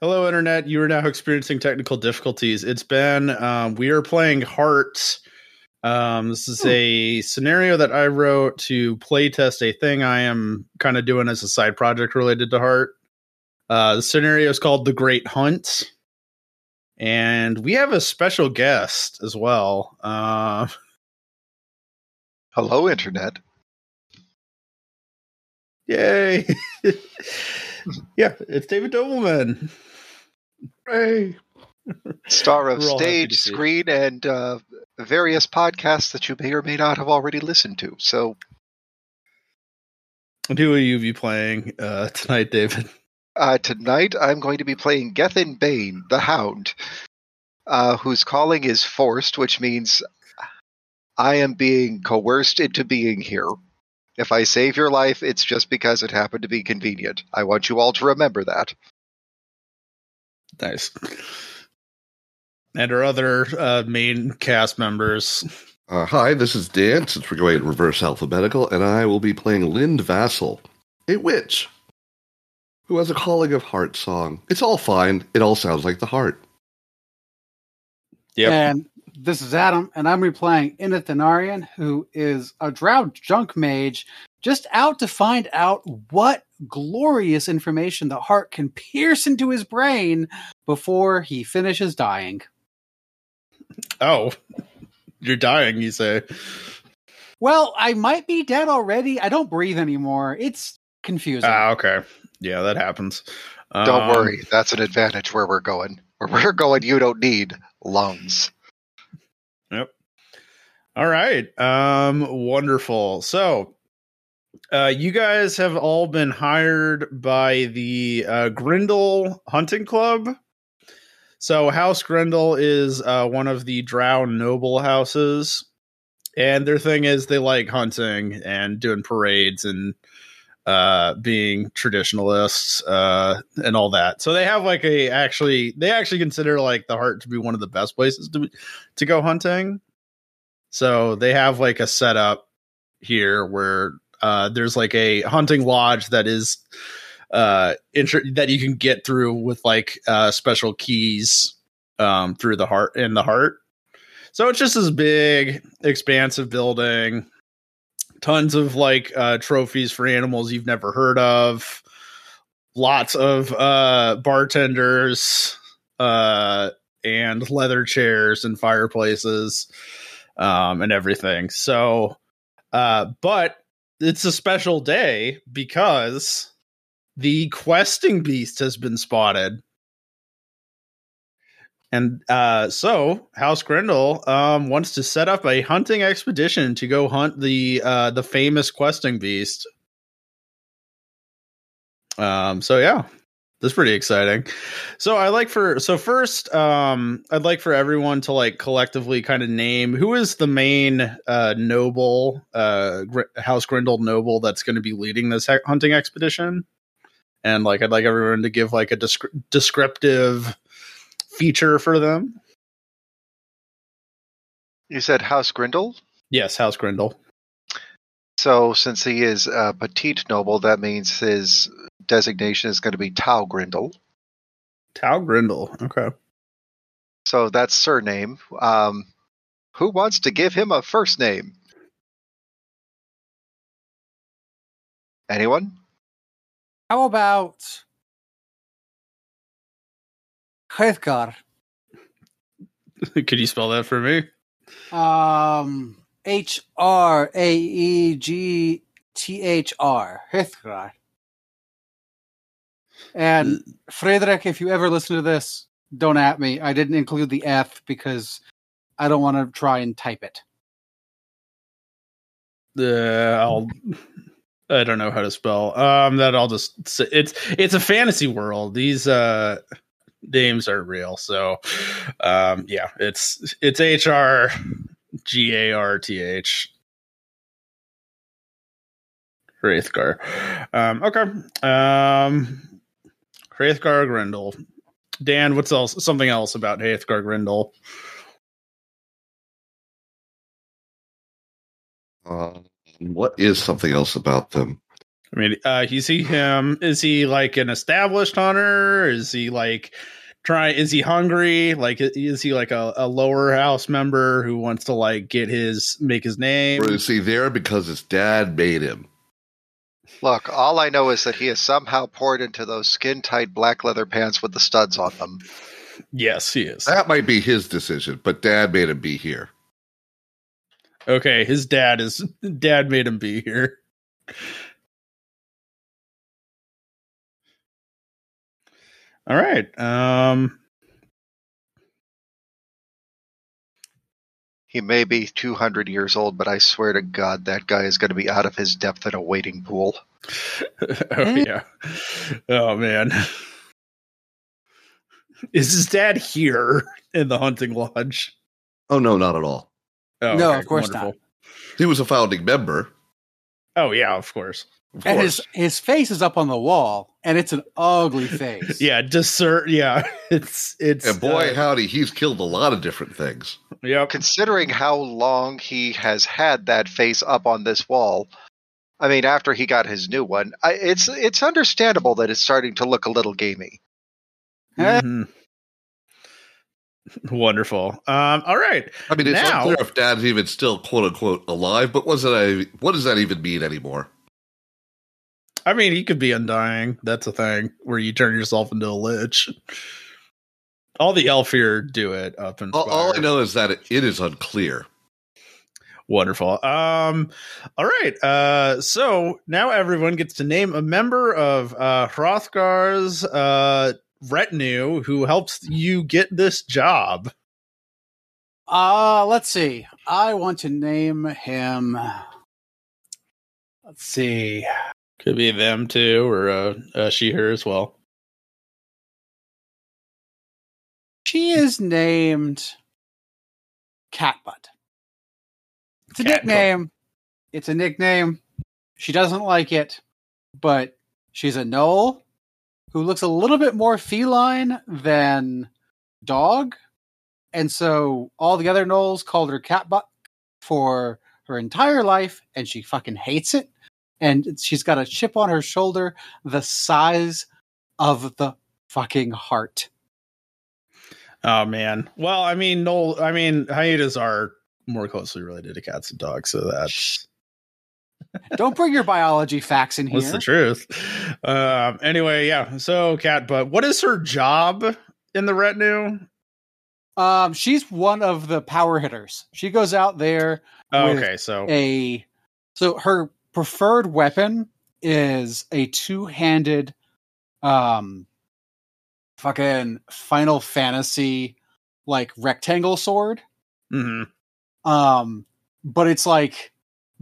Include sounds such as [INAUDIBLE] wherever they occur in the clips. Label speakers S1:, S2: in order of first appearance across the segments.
S1: Hello, Internet. You are now experiencing technical difficulties. It's Ben. Um, we are playing Hearts. Um, this is a scenario that I wrote to playtest a thing I am kind of doing as a side project related to Heart. Uh, the scenario is called The Great Hunt. And we have a special guest as well. Uh, [LAUGHS]
S2: Hello, Internet.
S1: yay. [LAUGHS] yeah, it's David Doubleman.
S2: Hey. Star of
S1: We're all happy
S2: stage,
S1: to see it.
S2: screen, and uh, various podcasts that you may or may not have already listened to. So
S1: And Who will you be playing uh, tonight, David?
S2: uh, tonight I'm going to be playing Gethin Bane, the Hound, uh, whose calling is forced, which means I am being coerced into being here. If I save your life, it's just because it happened to be convenient. I want you all to remember that.
S1: Nice. And our other uh, main cast members.
S3: Uh, hi, this is Dan, since we're going in reverse alphabetical, and I will be playing Lind Vassal, a witch who has a calling of heart song. It's all fine. It all sounds like the heart.
S4: And this is Adam, and I'm replaying Inathanarian, who is a drow junk mage, just out to find out what glorious information the heart can pierce into his brain before he finishes dying.
S1: Oh, you're dying, you say.
S4: Well, I might be dead already. I don't breathe anymore. It's confusing.
S1: Ah, okay. Yeah, that happens.
S2: Don't
S1: Um,
S2: worry, that's an advantage where we're going. Where we're going, you don't need lungs.
S1: All right. Um, wonderful. So, uh, you guys have all been hired by the uh, Grindel Hunting Club. So, House Grindel is uh, one of the Drow noble houses, and their thing is they like hunting and doing parades and uh, being traditionalists uh, and all that. So they have like a actually they actually consider like the heart to be one of the best places to to go hunting. So they have like a setup here where uh, there's like a hunting lodge that is uh, intr- that you can get through with like uh, special keys um, through the heart in the heart. So it's just this big, expansive building, tons of like uh, trophies for animals you've never heard of, lots of uh, bartenders, uh, and leather chairs and fireplaces um, and everything. So, uh, but it's a special day because the questing beast has been spotted. And uh, so House Grindel um, wants to set up a hunting expedition to go hunt the uh, the famous questing beast. Um, so yeah, that's pretty exciting. So I like for so first, um, I'd like for everyone to like collectively kind of name who is the main uh, noble, uh, Gr- House Grindel noble that's going to be leading this he- hunting expedition, and like I'd like everyone to give like a descri- descriptive feature for them.
S2: You said House Grindel?
S1: Yes, House Grindel.
S2: So, since he is a petite noble, that means his designation is going to be Tau Grindel.
S1: Tau Grindel. Okay. [LAUGHS]
S2: So, that's surname. Um, who wants to give him a first name? Anyone?
S4: How about Hethgar?
S1: Could you spell that for me?
S4: Um, H R A E G T H R, Hithgar. And Frederick, if you ever listen to this, don't at me. I didn't include the F because I don't want to try and type it.
S1: Uh, I'll. I don't know how to spell. Um, that I'll just. say- It's it's a fantasy world. These uh names are real. So, um, yeah, it's it's H R G A R T H. Wraithgar. Um, okay. Um, Wraithgar Grindel. Dan, what's else? Something else about Wraithgar Grindel?
S3: Uh, what is something else about them?
S1: I mean, uh, you see him. Is he like an established hunter? Is he like try? Is he hungry? Like, i- is he like a, a lower house member who wants to like get his make his name?
S3: Or is he there because his dad made him?
S2: Look, all I know is that he is somehow poured into those skin tight black leather pants with the studs on them.
S1: Yes, he is.
S3: That might be his decision, but dad made him be here.
S1: Okay, his dad is dad made him be here. All right. Um
S2: He may be 200 years old, but I swear to God, that guy is going to be out of his depth in a wading pool.
S1: [LAUGHS] oh
S4: Eh?
S1: yeah. Oh man. Is his dad here in the hunting lodge?
S3: Oh no, not at all.
S1: Oh,
S4: No, of course
S3: He was a founding member.
S1: Oh yeah, of course.
S3: Of
S4: And
S3: course.
S4: his his face is up on the wall, and it's an
S3: [LAUGHS]
S4: ugly face.
S1: Yeah, dessert. Yeah, [LAUGHS] it's it's.
S3: and boy,
S1: uh,
S3: howdy, he's killed a lot of different things.
S1: yep.
S2: Considering how long he has had that face up on this wall, I mean, after he got his new one, I, it's it's understandable that it's starting to look a little gamey.
S4: Eh.
S1: Mhm. [LAUGHS] Wonderful. Um. All right.
S3: I mean, it's
S1: Now-
S3: unclear if dad's even still quote unquote alive, but what's that, what does that even mean anymore?
S1: I mean, he could be undying. That's a thing where you turn yourself into a lich. All the elf here do it up and
S3: All, all I know is that it, it is unclear.
S1: Wonderful. Um, all right. Uh, so now everyone gets to name a member of uh, Hrothgar's uh, retinue who helps you get this job.
S4: Uh, let's see. I want to name him. Let's see.
S1: Could be them too, or uh, uh, she her as well.
S4: She is named Catbutt. It's a
S1: Catbutt.
S4: nickname. It's a nickname. She doesn't like it, but she's a gnoll who looks a little bit more feline than dog. And so all the other gnolls called her Catbutt for her entire life, and she fucking hates it. And she's got a chip on her shoulder the size of the fucking heart.
S1: Oh man. Well, I mean, no. I mean, hyenas are more closely related to cats and dogs, so that's
S4: Don't bring your biology facts in here.
S1: What's the truth? Um, anyway, yeah. So, Cat Butt, what is her job in the retinue?
S4: um, she's one of the power hitters. She goes out there
S1: Oh,
S4: With
S1: okay, so
S4: a so her preferred weapon is a two-handed um fucking Final Fantasy like rectangle sword.
S1: mhm.
S4: Um, but it's like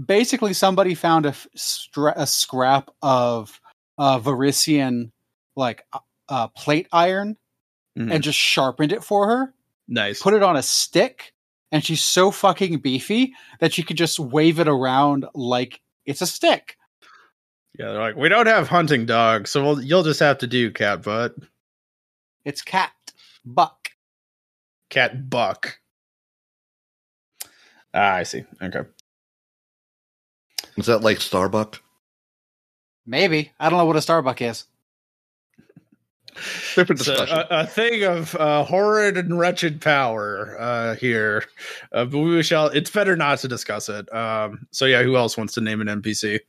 S4: basically somebody found a, f- stra- a scrap of uh, Varisian like uh, uh, plate iron
S1: Mhm.
S4: and just sharpened it for her,
S1: nice.
S4: put it on a stick, and she's so fucking beefy that she could just wave it around like it's a stick.
S1: yeah, they're like, we don't have hunting dogs, so we'll, you'll just have to do Cat Butt,
S4: It's cat buck.
S1: Cat Buck. Ah, I see. Okay.
S3: Is that like Starbuck?
S4: Maybe I don't know what a Starbuck is.
S3: Different
S1: So,
S3: discussion.
S1: a, a thing of uh, horrid and wretched power uh, here, uh, but we shall. It's better not to discuss it. Um, so yeah, who else wants to name an NPC?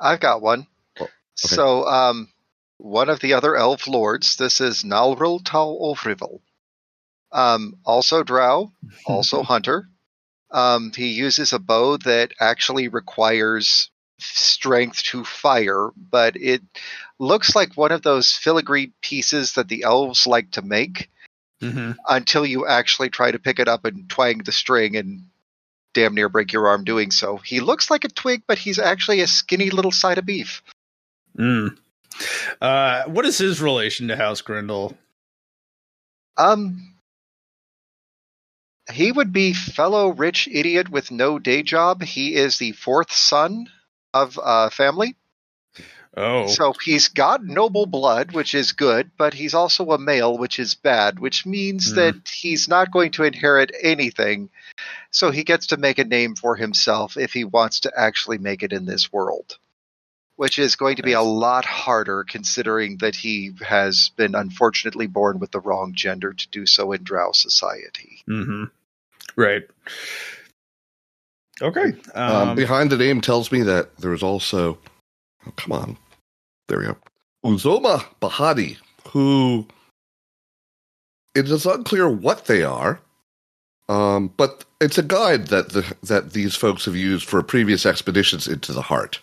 S2: I've got one.
S3: Oh, okay.
S2: So, um, one of the other elf lords, this is Nalril Tal Ulfrival. Um, also drow,
S1: Hmm.
S2: also hunter. Um, he uses a bow that actually requires strength to fire, but it looks like one of those filigree pieces that the elves like to make
S1: Mm-hmm.
S2: until you actually try to pick it up and twang the string and damn near break your arm doing so. He looks like a twig, but he's actually a skinny little side of beef.
S1: Mm. Uh, what is his relation to House Grindel?
S2: Um, he would be fellow rich idiot with no day job. He is the fourth son of uh, family,
S1: Oh,
S2: so he's got noble blood, which is good, but he's also a male, which is bad, which means
S1: Hmm.
S2: that he's not going to inherit anything. So he gets to make a name for himself if he wants to actually make it in this world. which is going to be a lot harder considering that he has been unfortunately born with the wrong gender to do so in drow society.
S1: Mm-hmm. Right. Okay.
S3: Um,
S1: Um,
S3: behind the name tells me that there is also. Oh, come on. There we go. Uzoma Bahati, who. It is unclear what they are, um, but it's a guide that the, that these folks have used for previous expeditions into the heart.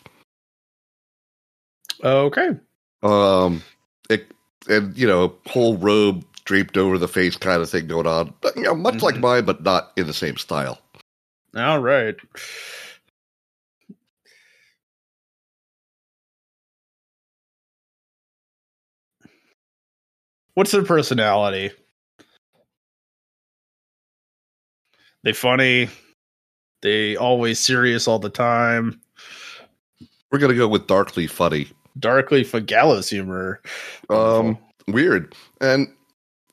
S1: okay.
S3: Um, it, and you know, whole robe draped over the face kind of thing going on, but, you know, much like
S1: Mhm.
S3: mine, but not in the same style.
S1: All right. What's their personality? They funny. They always serious all the time.
S3: We're gonna go with darkly funny.
S1: Darkly for gallows humor.
S3: Um, weird. And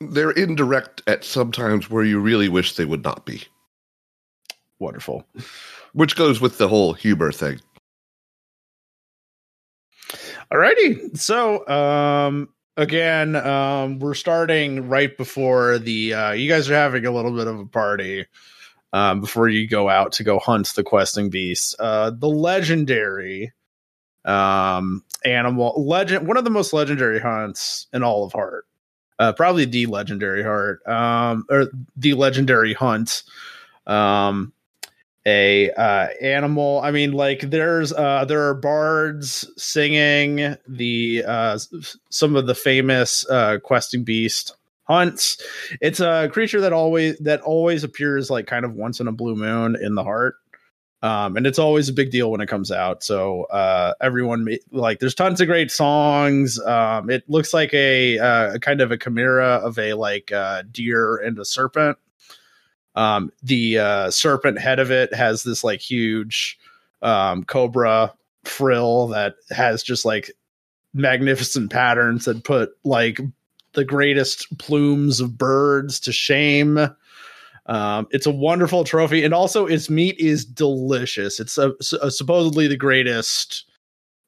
S3: they're indirect at sometimes where you really wish they would not be,
S1: Wonderful.
S3: which goes with the whole humor thing.
S1: Alrighty. So, um, again, um, we're starting right before the. Uh, you guys are having a little bit of a party um, before you go out to go hunt the questing beast, uh, the legendary um, animal legend. One of the most legendary hunts in all of Heart. Uh, probably the legendary heart, um, or the legendary hunt. Um, a uh, animal. I mean, like there's uh, there are bards singing the uh, s- some of the famous uh, questing beast hunts. It's a creature that always that always appears like kind of once in a blue moon in the heart. Um, and it's always a big deal when it comes out. So uh, everyone ma- like there's tons of great songs. Um, it looks like a uh, kind of a chimera of a like uh, deer and a serpent um the uh serpent head of it has this like huge um cobra frill that has just like magnificent patterns that put like the greatest plumes of birds to shame um it's a wonderful trophy and also its meat is delicious it's a, a supposedly the greatest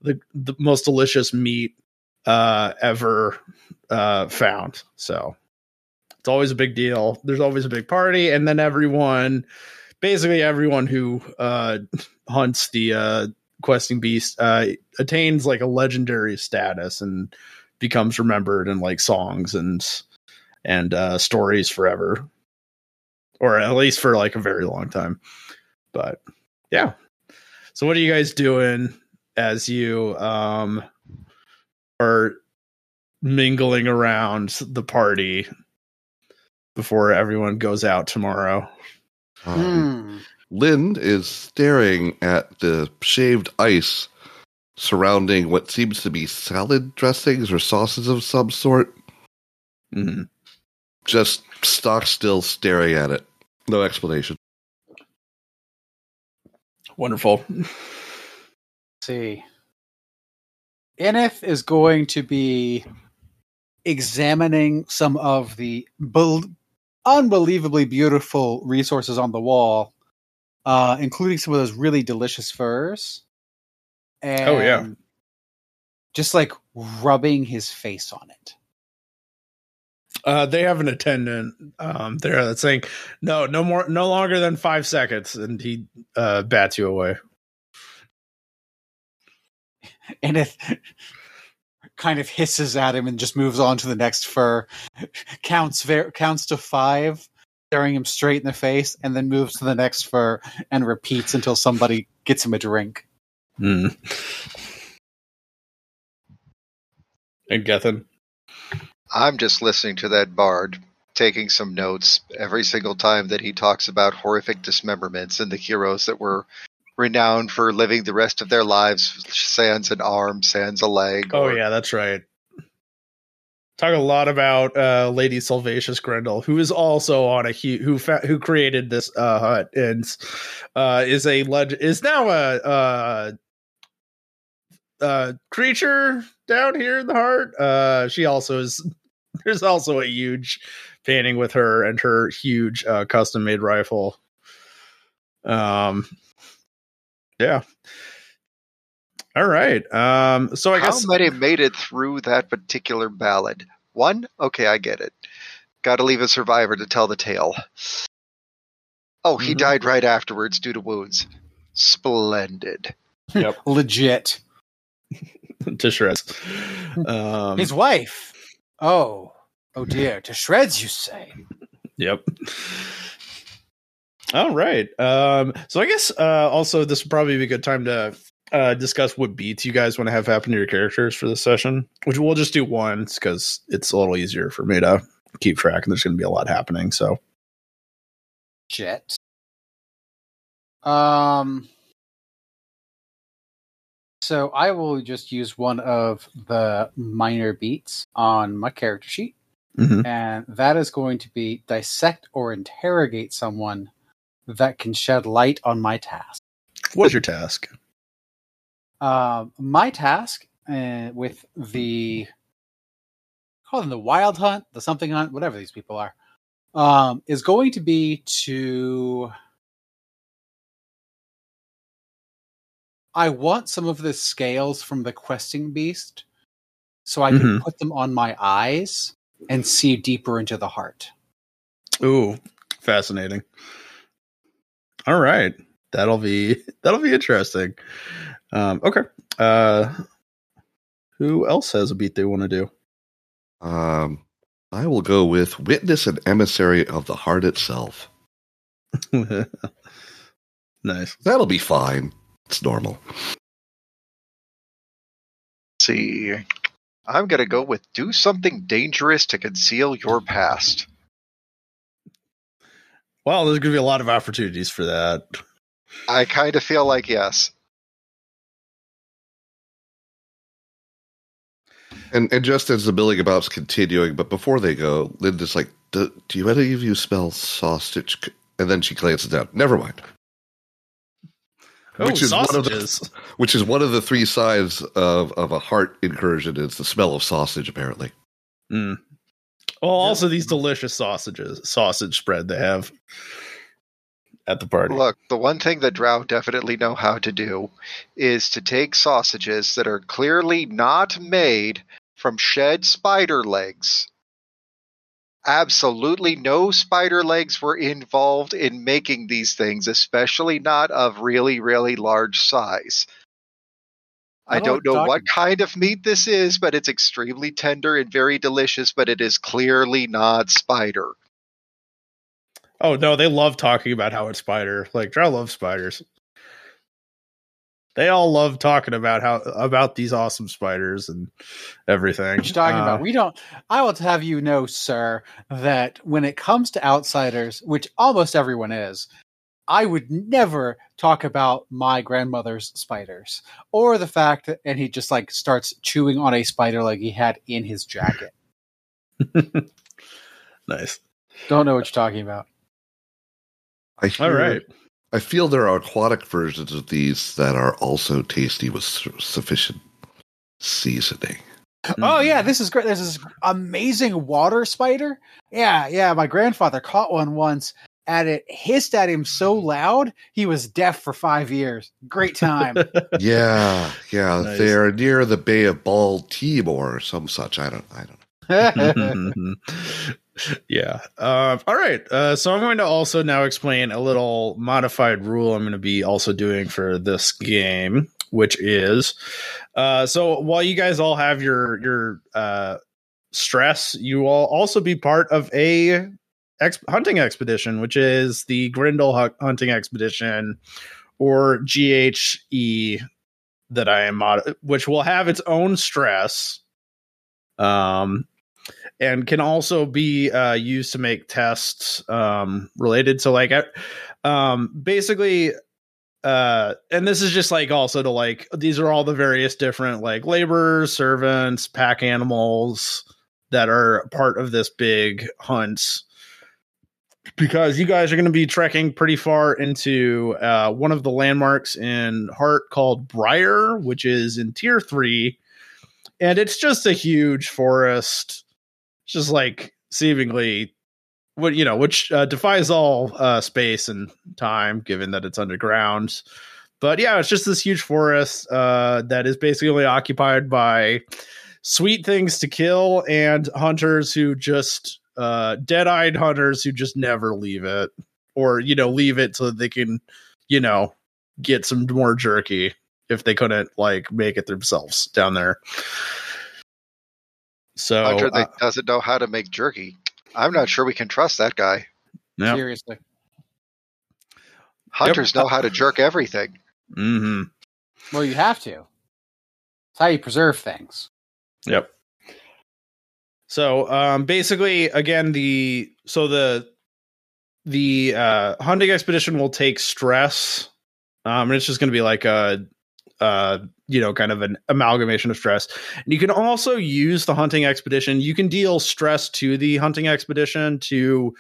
S1: the, the most delicious meat uh ever uh found so it's always a big deal. There's always a big party, and then everyone, basically everyone who uh, hunts the uh, questing beast, uh, attains like a legendary status and becomes remembered in like songs and and uh, stories forever, or at least for like a very long time. But yeah, so what are you guys doing as you um are mingling around the party? before everyone goes out tomorrow.
S3: Um,
S4: Hmm.
S3: Lynn is staring at the shaved ice surrounding what seems to be salad dressings or sauces of some sort.
S1: Mhm.
S3: Just stock still staring at it. No explanation.
S1: Wonderful.
S4: see. Enith is going to be examining some of the bel- unbelievably beautiful resources on the wall, uh, including some of those really delicious furs. And
S1: Oh, yeah.
S4: Just like rubbing his face on it.
S1: Uh, they have an attendant um, there that's saying, "No, no more, no longer than five seconds," and he uh, bats you away.
S4: and it kind of hisses at him and just moves on to the next fur counts ver- counts to five staring him straight in the face and then moves to the next fur and repeats until somebody gets him a drink
S1: Mm. And Gethin,
S2: I'm just listening to that bard, taking some notes every single time that he talks about horrific dismemberments and the heroes that were renowned for living the rest of their lives sans an arm, sans a leg.
S1: oh
S2: or-
S1: yeah, that's right. Talk a lot about uh, Lady Salvatius Grendel, who is also on a hu- who fa- who created this uh, hut and uh, is a leg- is now a uh, uh creature down here in the heart uh she also is [LAUGHS] there's also a huge painting with her and her huge uh custom made rifle um yeah all All right. Um, so I
S2: How
S1: guess
S2: many made it through that particular ballad? One? Okay, I get it. Got to leave a survivor to tell the tale. Oh, he
S1: Mhm.
S2: died right afterwards due to wounds. Splendid.
S4: Legit.
S1: to shreds. Um,
S4: His wife. Oh. Oh dear. To shreds, you say?
S1: Yep. All right. Um, so I guess uh, also this would probably be a good time to uh, discuss what beats you guys want to have happen to your characters for this session, which we'll just do once because it's a little easier for me to keep track and there's going to be a lot happening. So
S4: Jet. Um. So I will just use one of the minor beats on my character sheet,
S1: Mhm.
S4: and that is going to be dissect or interrogate someone that can shed light on my task.
S1: what's your task?
S4: Um, my task uh, with the call them the wild hunt, the something hunt, whatever these people are, um, is going to be to. I want some of the scales from the questing beast, so I can
S1: Mhm.
S4: put them on my eyes and see deeper into the heart.
S1: Ooh, fascinating. All right. That'll be that'll be interesting. Um, okay. Uh, who else has a beat they want to do?
S3: Um, I will go with witness and emissary of the heart itself.
S1: [LAUGHS] nice.
S3: That'll be fine. It's normal.
S2: see. I'm going to go with do something dangerous to conceal your past.
S1: Well, there's going to be a lot of opportunities for that.
S2: I kind of feel like yes.
S3: And and just as the billing about's continuing, but before they go, Linda's like, "Do do you any of you smell sausage?" c-" And then she glances down. Never mind.
S1: Oh,
S3: Which is one of the- Which is one of the three sides of of a heart incursion is the smell of sausage. Apparently,
S1: [LAUGHS] Mm. Well, also these delicious sausages, sausage spread they have at the party.
S2: Look, the one thing that Drow definitely know how to do is to take sausages that are clearly not made from shed spider legs. Absolutely no spider legs were involved in making these things, especially not of really, really large size.
S4: I
S2: I
S4: know
S2: don't
S4: what
S2: know
S4: you're
S2: what
S4: talking
S2: kind of meat this is, but it's extremely tender and very delicious, but it is clearly not spider.
S1: Oh no, they love talking about how it's spider. Like Drow love spiders. They all love talking about how about these awesome spiders and everything.
S4: What you talking
S1: Uh,
S4: about? We don't. I will have you know, sir, that when it comes to outsiders, which almost everyone is, I would never talk about my grandmother's spiders or the fact that. And he just like starts chewing on a spider leg he had in his jacket.
S1: nice.
S4: Don't know what you're talking about.
S3: I hear,
S1: All right.
S3: I feel there are aquatic versions of these that are also tasty with su- sufficient seasoning.
S4: Oh yeah, this is great. There's this amazing water spider. Yeah, yeah. My grandfather caught one once, and it hissed at him so loud he was deaf for five years. Great time. [LAUGHS]
S3: yeah, yeah,
S1: [LAUGHS] Nice.
S3: they're near the Bay of Baltimore or some such. I don't, I don't.
S1: [LAUGHS] yeah. Uh, all right. Uh, so I'm going to also now explain a little modified rule I'm going to be also doing for this game, which is uh, so while you guys all have your your uh, stress, you will also be part of a ex- hunting expedition, which is the Grindel hu- hunting expedition, or GHE that I am mod- which will have its own stress. Um, and can also be uh, used to make tests um, related to like uh, um, basically uh and this is just like also to like these are all the various different like laborers servants pack animals that are part of this big hunt because you guys are going to be trekking pretty far into uh one of the landmarks in heart called briar which is in tier three and it's just a huge forest it's just like seemingly what you know which uh, defies all uh, space and time given that it's underground But yeah, it's just this huge forest uh, that is basically occupied by sweet things to kill and hunters who just uh, dead-eyed hunters who just never leave it, or you know, leave it so that they can, you know, get some more jerky if they couldn't like make it themselves down there. So
S2: Hunter
S1: uh,
S2: that doesn't know how to make jerky. I'm not sure we can trust that guy.
S1: Yep.
S4: Seriously.
S2: Hunters know how to
S1: [LAUGHS]
S2: jerk everything.
S1: mhm.
S4: Well, you have to. It's how you preserve things.
S1: Yep. So um, basically, again, the so the the uh, hunting expedition will take stress, um, and it's just going to be like a, uh, you know, kind of an amalgamation of stress. And you can also use the hunting expedition. You can deal stress to the hunting expedition to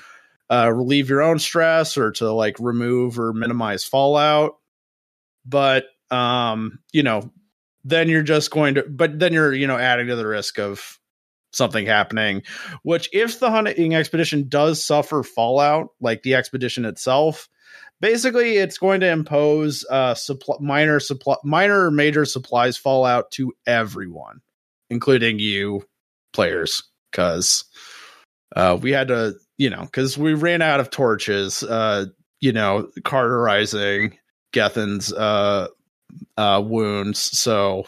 S1: uh, relieve your own stress or to like remove or minimize fallout. But um, you know, then you're just going to but then you're you know adding to the risk of something happening which if the hunting expedition does suffer fallout like the expedition itself basically it's going to impose uh supply, minor supply minor or major supplies fallout to everyone including you players cuz uh we had to you know cuz we ran out of torches uh you know carterizing gethin's uh uh, wounds. So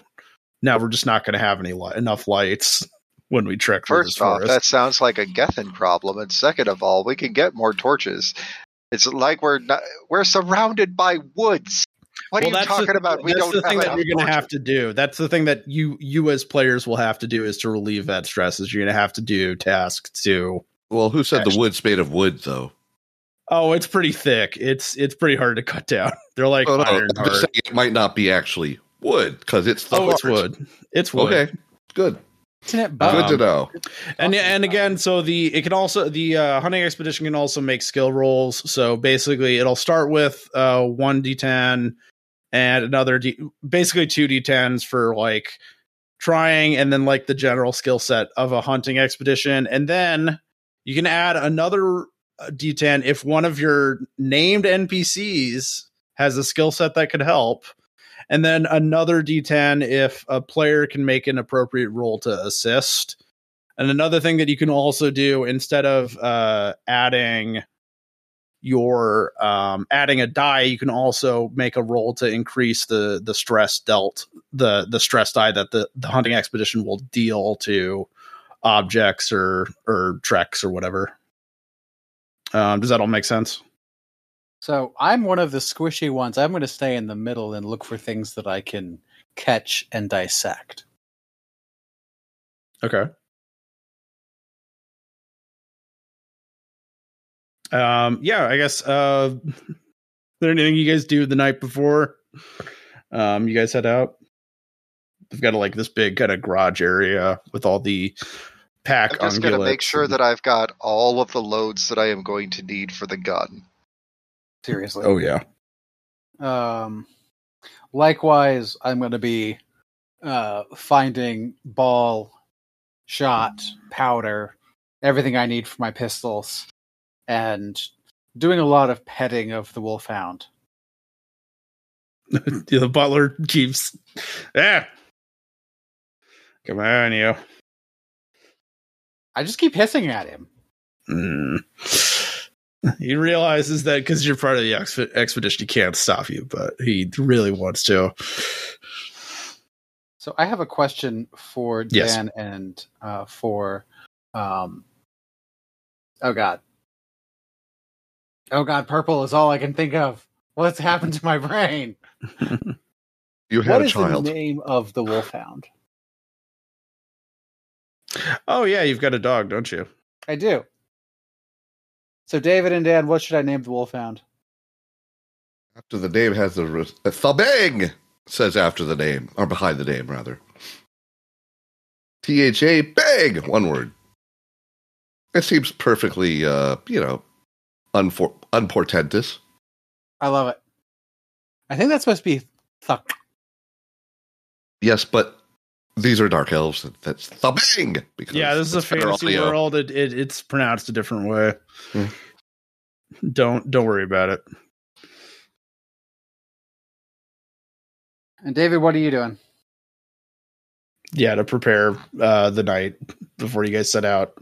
S1: now we're just not going to have any li- enough lights [LAUGHS] when we trek through this
S2: First off,
S1: forest.
S2: that sounds like a Gethin problem, and second of all, we can get more torches. It's like we're not, we're surrounded by woods. What
S1: Well,
S2: are you
S1: that's the-
S2: talking about? We
S1: that's
S2: don't
S1: the thing
S2: have
S1: that
S2: enough
S1: you're going to
S2: torches.
S1: have to do. That's the thing that you you as players will have to do is to relieve that stress. Is you're going to have to do tasks to.
S3: Well, who said the
S1: Actually-
S3: wood's made of wood, though?
S1: Oh, it's pretty thick. It's it's pretty hard to cut down. [LAUGHS] They're like
S3: Oh, no,
S1: iron
S3: I'm
S1: hard.
S3: just saying it might not be actually wood because it's the
S1: Oh, it's
S3: heart.
S1: wood. It's wood. Um,
S3: Okay, good.
S4: Isn't it
S3: Good
S4: both?
S3: to know.
S1: and
S4: Awesome.
S1: and again so the it can also the uh, hunting expedition can also make skill rolls so basically it'll start with uh 1d10 and another d basically 2d10s for like trying and then like the general skill set of a hunting expedition and then you can add another uh, d10 if one of your named npcs has a skill set that could help and then another d10 if a player can make an appropriate roll to assist and another thing that you can also do instead of uh, adding your um, adding a die, you can also make a roll to increase the the stress dealt the the stress die that the the hunting expedition will deal to objects or or treks or whatever. Um, does that all make sense?
S4: So I'm one of the squishy ones. I'm going to stay in the middle and look for things that I can catch and dissect.
S1: Okay. Um, yeah, I guess uh is there anything you guys do the night before? Um, you guys head out. They've got like this big kind of garage area with all the pack
S2: I'm just going to make
S1: ungulates
S2: sure
S1: and-
S2: that I've got all of the loads that I am going to need for the gun.
S4: Seriously.
S1: Oh yeah.
S4: Um, likewise, I'm going to be uh, finding ball, shot, powder, everything I need for my pistols, and doing a lot of petting of the wolfhound.
S1: [LAUGHS] the butler keeps Ah Come on, you.
S4: I just keep hissing at him.
S1: Mm. He realizes that because you're part of the ex- expedition, he can't stop you, but he really wants to. [LAUGHS]
S4: So I have a question for
S1: Yes.
S4: Dan and uh, for, um, oh god, oh god, purple is all I can think of. What's happened to
S1: [LAUGHS]
S4: my brain?
S3: You had
S4: What
S3: a
S4: is
S3: child.
S4: the name of the wolfhound?
S1: Oh yeah, you've got a dog, don't you?
S4: I do. So David and Dan, what should I name the wolfhound?
S3: After the name has the re- a thumbing says after the name or behind the name rather. T H A bang one word. It seems perfectly, uh, you know, unfor- unportentous.
S4: I love it. I think that's supposed to be thuck.
S3: Yes, but these are dark elves. and That's thumbing. Because
S1: yeah, this is a
S3: it's
S1: fantasy
S3: Federalio.
S1: world. It, it it's pronounced a different way.
S3: Hmm.
S1: Don't don't worry about it.
S4: And David, what are you doing?
S1: Yeah, to prepare uh, the night before you guys set out.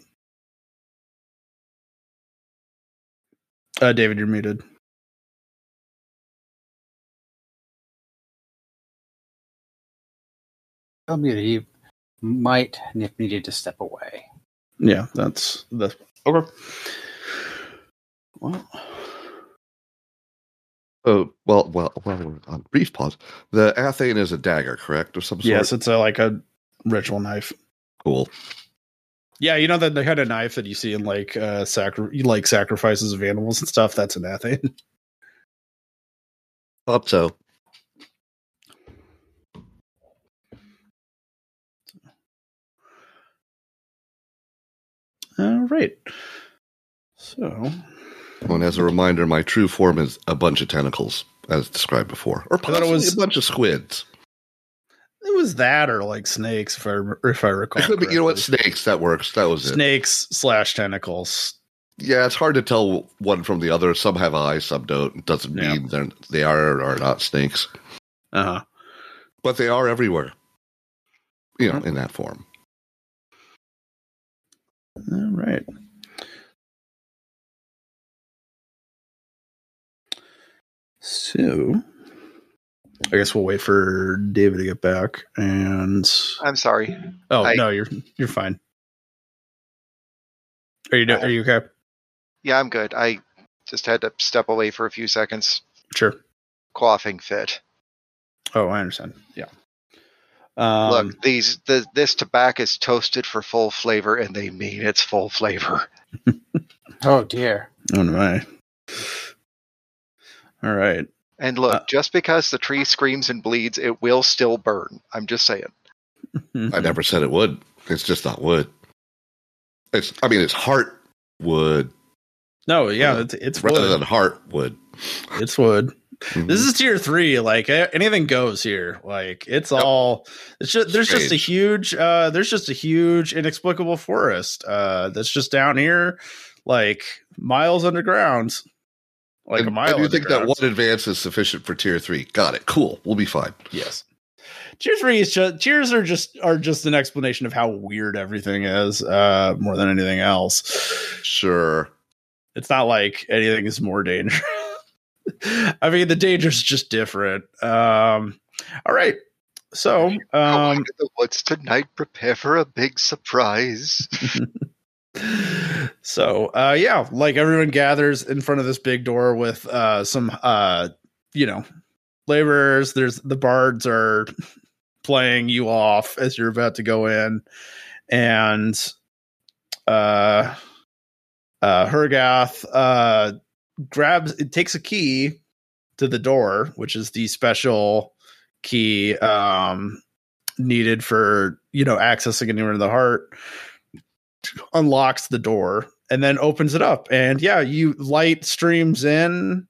S1: Uh, David, you're muted.
S4: Tell me that you might, and if needed, to step away.
S1: Yeah, that's the okay. Well,
S3: Oh, well, well, well, uh, brief pause. The Athane is a dagger, correct? Or some sort?
S1: yes, it's a, like a ritual knife.
S3: Cool.
S1: Yeah, you know that the kind of knife that you see in like uh sacri- like sacrifices of animals and stuff. That's an Athane. [LAUGHS]
S3: Thought so.
S1: All right. So
S3: Oh, And as a reminder, my true form is a bunch of tentacles, as described before, or
S1: thought it
S3: possibly
S1: was-
S3: a bunch of squids.
S1: it was that or like snakes, if I rem- if I recall.
S3: It could be, you know what?
S1: correctly.
S3: Snakes. That works. That was it.
S1: Snakes slash tentacles.
S3: Yeah, it's hard to tell one from the other. Some have eyes, some don't. It doesn't
S1: Yeah.
S3: mean they're they are or are not snakes,
S1: Uh huh.
S3: but they are everywhere. You know, in that form.
S1: All right. So, I guess we'll wait for David to get back. And
S2: I'm sorry.
S1: oh
S2: I-
S1: no, you're you're fine. Are you do- are you okay?
S2: Yeah, I'm good. I just had to step away for a few seconds.
S1: Sure.
S2: Coughing fit.
S1: Oh, I understand. Yeah. Um,
S2: Look, these the, this tobacco is toasted for full flavor, and they mean it's full flavor.
S4: Oh dear.
S1: Oh my. All right.
S2: And look,
S1: Uh,
S2: just because the tree screams and bleeds, it will still burn. I'm just saying.
S1: Mm-hmm.
S3: I never said it would. It's just not wood. It's. I mean, it's heart wood
S1: No, yeah, it's it's
S3: rather than
S1: wood.
S3: heart wood.
S1: It's wood.
S3: Mhm.
S1: This is tier three. Like a- anything goes here. Like it's
S3: Yep.
S1: all. It's just there's just a
S3: Strange.
S1: huge. uh There's just a huge inexplicable forest. uh That's just down here, like miles underground. Like a
S3: And
S1: mile.
S3: I do think that
S1: underground.
S3: one advance is sufficient for tier three. Got it. Cool. We'll be fine.
S1: Yes. Tier three is just tiers are just are just an explanation of how weird everything is, uh, more than anything else.
S3: Sure.
S1: It's not like anything is more dangerous. [LAUGHS] I mean the danger's just different. Um all right. So
S2: Go
S1: um
S2: into the woods tonight. Prepare for a big surprise.
S1: so uh yeah, like everyone gathers in front of this big door with uh some uh you know laborers, there's the bards are playing you off as you're about to go in and uh uh Hergath uh grabs it takes a key to the door, which is the special key um needed for you know accessing anywhere in the heart unlocks the door and then opens it up and yeah you light streams in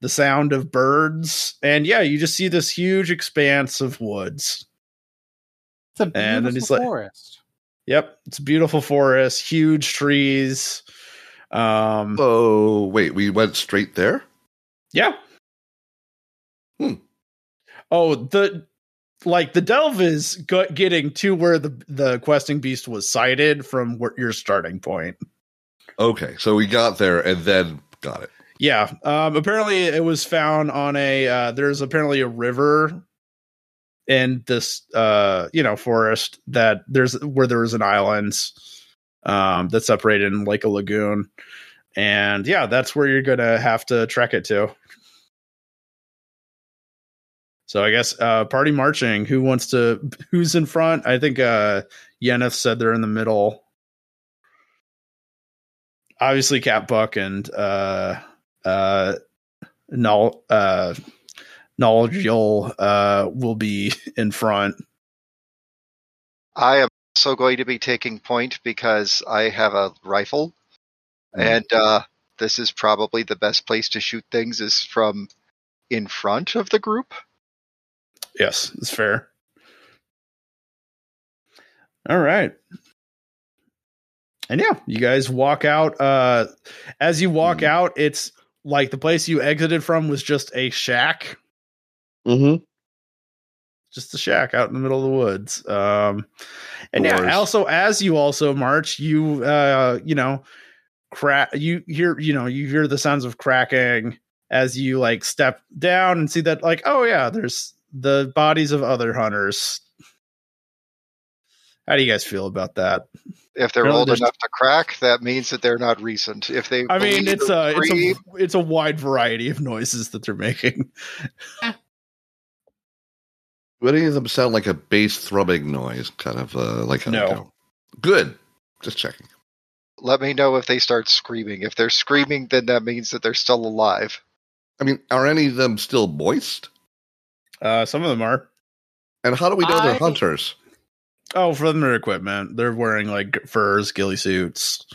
S1: the sound of birds and yeah you just see this huge expanse of woods
S4: It's a
S1: then he's
S4: beautiful
S1: like-
S4: forest.
S1: yep it's a beautiful forest huge trees um
S3: Oh wait, we went straight there.
S1: Yeah.
S3: Hmm.
S1: Oh, the like the delve is go- getting to where the the questing beast was sighted from where your starting point.
S3: Okay, so we got there and then got it.
S1: Yeah. Um apparently it was found on a uh there's apparently a river in this uh you know forest that there's where there was an island um that's separated in like a lagoon. And yeah, that's where you're going to have to trek it to. So I guess uh party marching, who wants to who's in front? I think uh Yeneth said they're in the middle. Obviously Cat Buck and uh uh null uh knowledgeable uh will be in front
S2: I am also going to be taking point because I have a rifle,
S1: Hmm.
S2: and uh, this is probably the best place to shoot things is from in front of the group.
S1: yes it's fair all right and yeah you guys walk out uh as you walk
S3: Hmm.
S1: out it's like the place you exited from was just a shack
S3: Mm-hmm.
S1: just a shack out in the middle of the woods. Um, and yeah,
S3: Doors.
S1: also as you also march, you uh, you know, crack. You hear you know you hear the sounds of cracking as you like step down and see that like oh yeah, there's the bodies of other hunters. How do you guys feel about that?
S2: If they're
S1: Really,
S2: old
S1: there's-
S2: enough to crack, that means that they're not recent. If they,
S1: I mean,
S2: bleed
S1: it's
S2: or
S1: a it's
S2: breathe,
S1: a it's a wide variety of noises that they're making.
S3: Do any of them sound like a bass thrumming noise? Kind of uh, like a
S1: No.
S3: Good. Just checking.
S2: let me know if they start screaming. If they're screaming, then that means that they're still alive.
S3: I mean, are any of them still moist?
S1: Uh, some of them are.
S3: And how do we know they're
S4: I-
S3: hunters?
S1: Oh, for their equipment, they're wearing like furs, ghillie suits.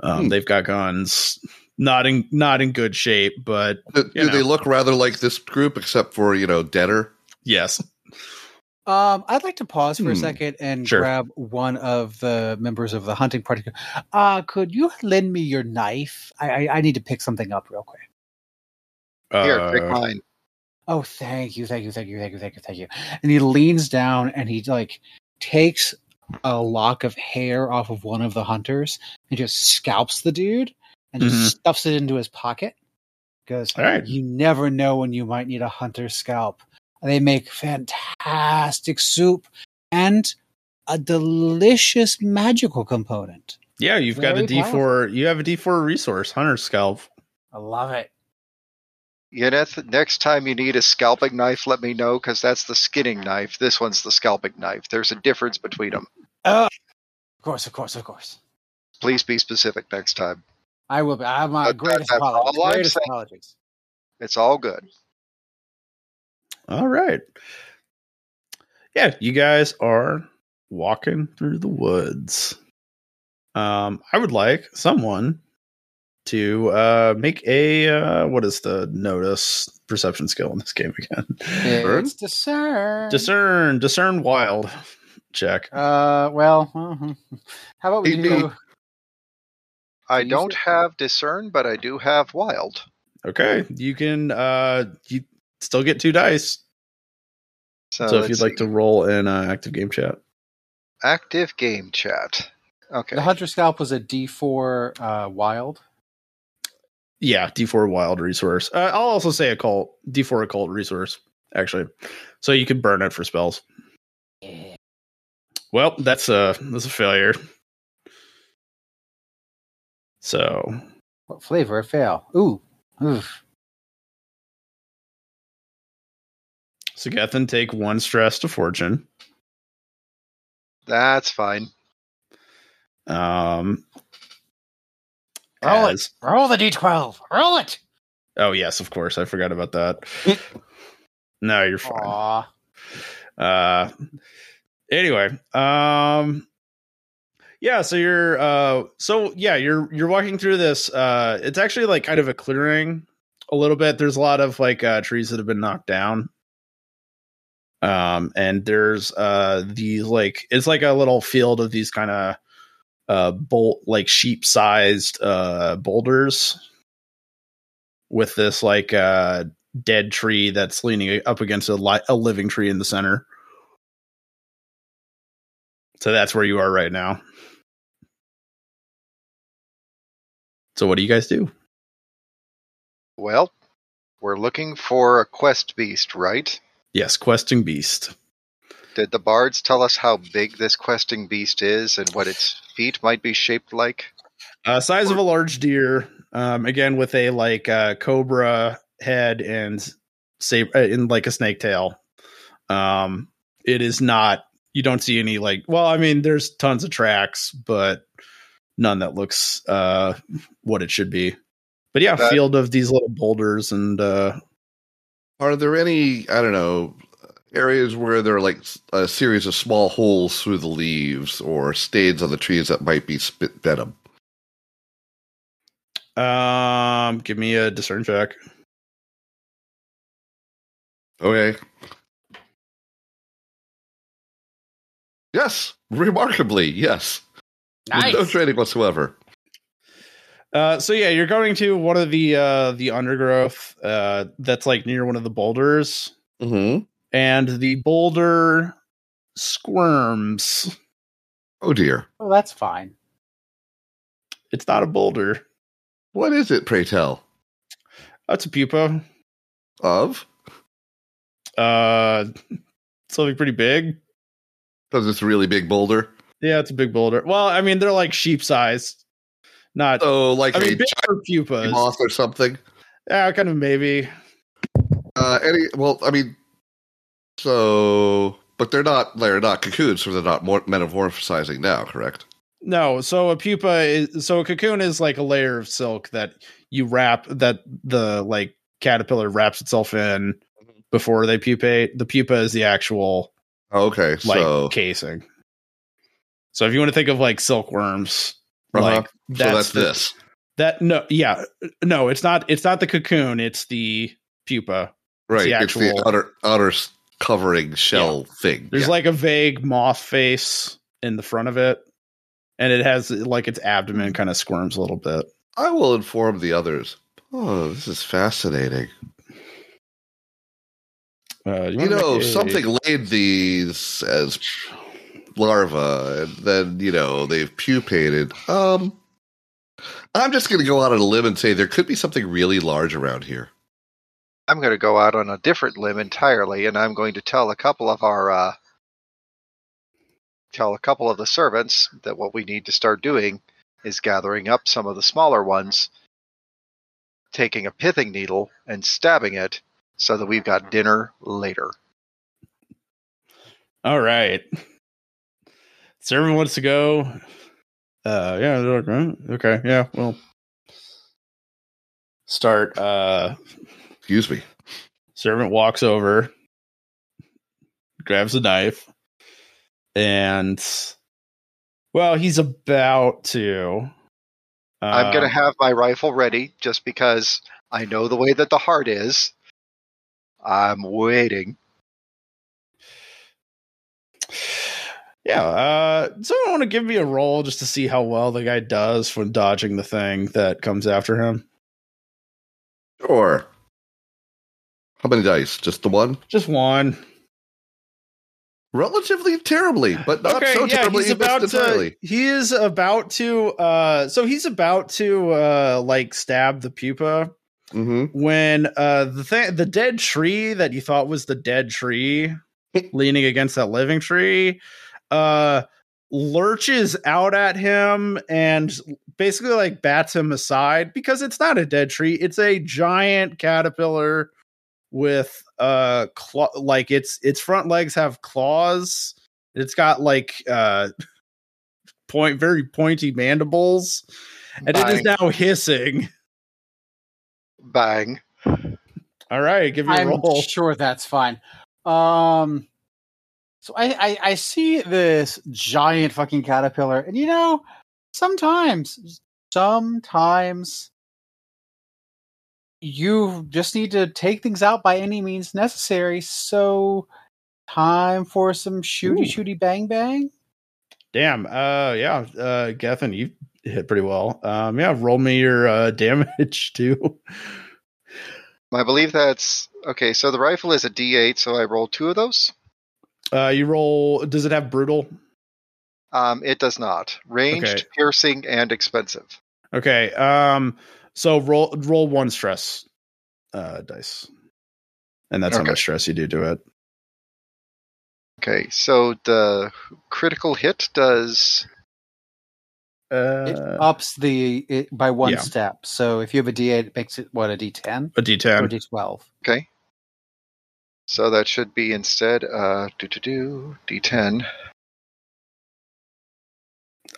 S1: Um,
S3: Hmm.
S1: They've got guns. Not in not in good shape, but
S3: Do, do
S1: you know.
S3: they look rather like this group, except for you know, deader?
S1: yes.
S4: Um, I'd like to pause for a
S3: Hmm.
S4: second and
S1: Sure.
S4: grab one of the members of the hunting party. Uh, could you lend me your knife? I, I, I need to pick something up real quick.
S2: Here,
S1: Uh,
S2: take mine.
S4: Oh, thank you, thank you, thank you, thank you, thank you, thank you. And he leans down and he like takes a lock of hair off of one of the hunters and just scalps the dude and just
S2: Mm-hmm.
S1: Mhm.
S4: stuffs it into his pocket. Goes,
S1: All right.
S4: you never know when you might need a hunter's scalp. They make fantastic soup and a delicious magical component.
S1: yeah, you've got a
S4: Very
S1: D four. You have a D four resource, hunter scalp.
S4: I love it.
S2: You know, th- next time you need a scalping knife, let me know because that's the skinning knife. This one's the scalping knife. There's a difference between them.
S4: Of course, of course, of course.
S2: Please be specific next time.
S4: I will. Be, I have my
S2: That-
S4: greatest
S2: that's all
S4: apologies.
S2: I'm
S4: Greatest
S2: saying.
S4: apologies.
S2: It's all good.
S1: All right. Yeah, you guys are walking through the woods. Um, I would like someone to uh make a uh what is the notice perception skill in this game again?
S3: Burn?
S4: It's discern.
S1: discern discern wild check
S4: Uh, well, mhm. how about we
S3: Hey,
S4: do?
S3: dude.
S2: I
S4: Please
S2: don't
S4: do.
S2: have discern, but I do have wild.
S1: okay you can uh you still get two dice
S2: So,
S1: so if
S2: Uh, let's
S1: you'd like
S2: see.
S1: to roll in uh, active game chat
S2: active game chat. Okay.
S4: The hunter scalp was a D four uh, wild.
S1: yeah d4 wild resource uh, i'll also say occult d4 occult resource actually so you can burn it for spells well that's a that's a failure so
S4: What flavor? A fail. Ooh, oof.
S1: so Gethin take one stress to fortune
S2: That's fine.
S1: um
S4: Roll it.
S1: as-
S4: Roll the D twelve. Roll it.
S1: Oh yes, of course. I forgot about that.
S2: [LAUGHS]
S1: no, you're fine.
S4: Aw.
S1: Uh anyway, um yeah, so you're uh so yeah, you're you're walking through this uh it's actually like kind of a clearing a little bit. There's a lot of like uh trees that have been knocked down. Um and there's uh these like it's like a little field of these kind of uh bolt like sheep sized uh boulders with this like uh dead tree that's leaning up against a, li- a living tree in the center so that's where you are right now so what do you guys do
S2: Well, we're looking for a quest beast, right?
S1: yes questing beast
S2: Did the bards tell us how big this questing beast is and what its feet might be shaped like?
S1: uh size of a large deer um again with a like uh cobra head and say in like a snake tail um it is not you don't see any like well i mean there's tons of tracks but none that looks uh what it should be but yeah
S2: That-
S1: field of these little boulders and uh
S3: Are there any I don't know areas where there are like s- a series of small holes through the leaves or stains on the trees that might be spit venom?
S1: um give me a discern check
S3: Okay. Yes, remarkably, yes. With no training whatsoever.
S1: Uh, so yeah, you're going to one of the uh, the undergrowth uh, that's like near one of the boulders,
S3: Mm-hmm.
S1: and the boulder squirms.
S3: Oh dear.
S4: Well, that's fine.
S1: It's not a boulder.
S3: What is it, pray tell?
S1: That's a pupa.
S3: Of?
S1: Uh, something pretty big.
S3: Because it's a really big boulder.
S1: Yeah, it's a big boulder. Well, I mean, they're like sheep sized, not.
S3: Oh, like
S1: I
S3: a
S1: mean, big
S3: giant
S1: for pupas.
S3: moth or something.
S1: Yeah, kind of maybe.
S3: Uh, any? Well, I mean, so, but they're not. They're not cocoons, so they're not mor- metamorphosizing now, correct?
S1: No, so a pupa is so a cocoon is like a layer of silk that you wrap that the like caterpillar wraps itself in
S3: Mm-hmm.
S1: before they pupate. The pupa is the actual
S3: Okay,
S1: like
S3: so
S1: casing. So if you want to think of like silkworms,
S3: uh-huh.
S1: like
S3: so
S1: that's,
S3: that's
S1: the-
S3: this.
S1: That no, yeah, no, it's not. It's not the cocoon. It's the pupa.
S3: Right,
S1: the
S3: it's the
S1: actual-
S3: outer outer s- covering shell thing.
S1: There's
S3: Yeah.
S1: like a vague moth face in the front of it, and it has like its abdomen kind of squirms a little bit.
S3: I will inform the others. Oh, this is fascinating.
S1: Uh,
S3: You,
S1: wanna
S3: know,
S1: make a-
S3: something laid these as larva, and then you know they've pupated. Um, I'm just going to go out on a limb and say there could be something really large around here.
S2: I'm going to go out on a different limb entirely, and I'm going to tell a couple of our uh, tell a couple of the servants that what we need to start doing is gathering up some of the smaller ones, taking a pithing needle and stabbing it, so that we've got dinner later.
S1: All right. So everyone wants to go. Uh yeah, they're like, "Huh? okay, yeah, well. Start uh
S3: Excuse me.
S1: servant walks over, grabs a knife, and well, he's about to. Uh,
S2: I'm going to have my rifle ready just because I know the way that the heart is. I'm waiting.
S1: Yeah, uh someone want to give me a roll just to see how well the guy does when dodging the thing that comes after him.
S3: Sure. How many dice? Just the one?
S1: Just one.
S3: Relatively terribly, but not so terribly.
S1: he's
S3: you missed
S1: about to,
S3: entirely.
S1: he is about to uh so he's about to uh like stab the pupa
S3: Mhm.
S1: when uh the thing the dead tree that you thought was the dead tree leaning against that living tree uh lurches out at him and basically like bats him aside because it's not a dead tree it's a giant caterpillar with uh claw like its its front legs have claws it's got like uh [LAUGHS] point very pointy mandibles and it is
S2: Bang,
S1: now hissing [LAUGHS]
S2: bang.
S1: all right give me a
S4: I'm
S1: roll
S4: sure that's fine. Um, so I, I I see this giant fucking caterpillar, and you know, sometimes, sometimes you just need to take things out by any means necessary. So, time for some shooty
S1: Ooh.
S4: shooty bang bang.
S1: Damn. Uh yeah. Uh Gethin, you hit pretty well. Um yeah, roll me your uh [LAUGHS] damage too.
S2: I believe that's okay. So the rifle is a D8, so I roll two of those.
S1: Uh you roll does it have brutal?
S2: Um, it does not ranged,
S1: Okay.
S2: piercing, and expensive.
S1: Okay. Um so roll roll one stress uh dice. And that's how
S2: Okay.
S1: much stress you do to it.
S2: Okay, so the critical hit does
S4: It
S1: Uh
S4: ups the it by one
S1: yeah.
S4: step. So if you have a D8, it makes it what a D10
S1: a
S4: or
S1: D10.
S4: D12.
S2: okay. So that should be instead uh do do do D10.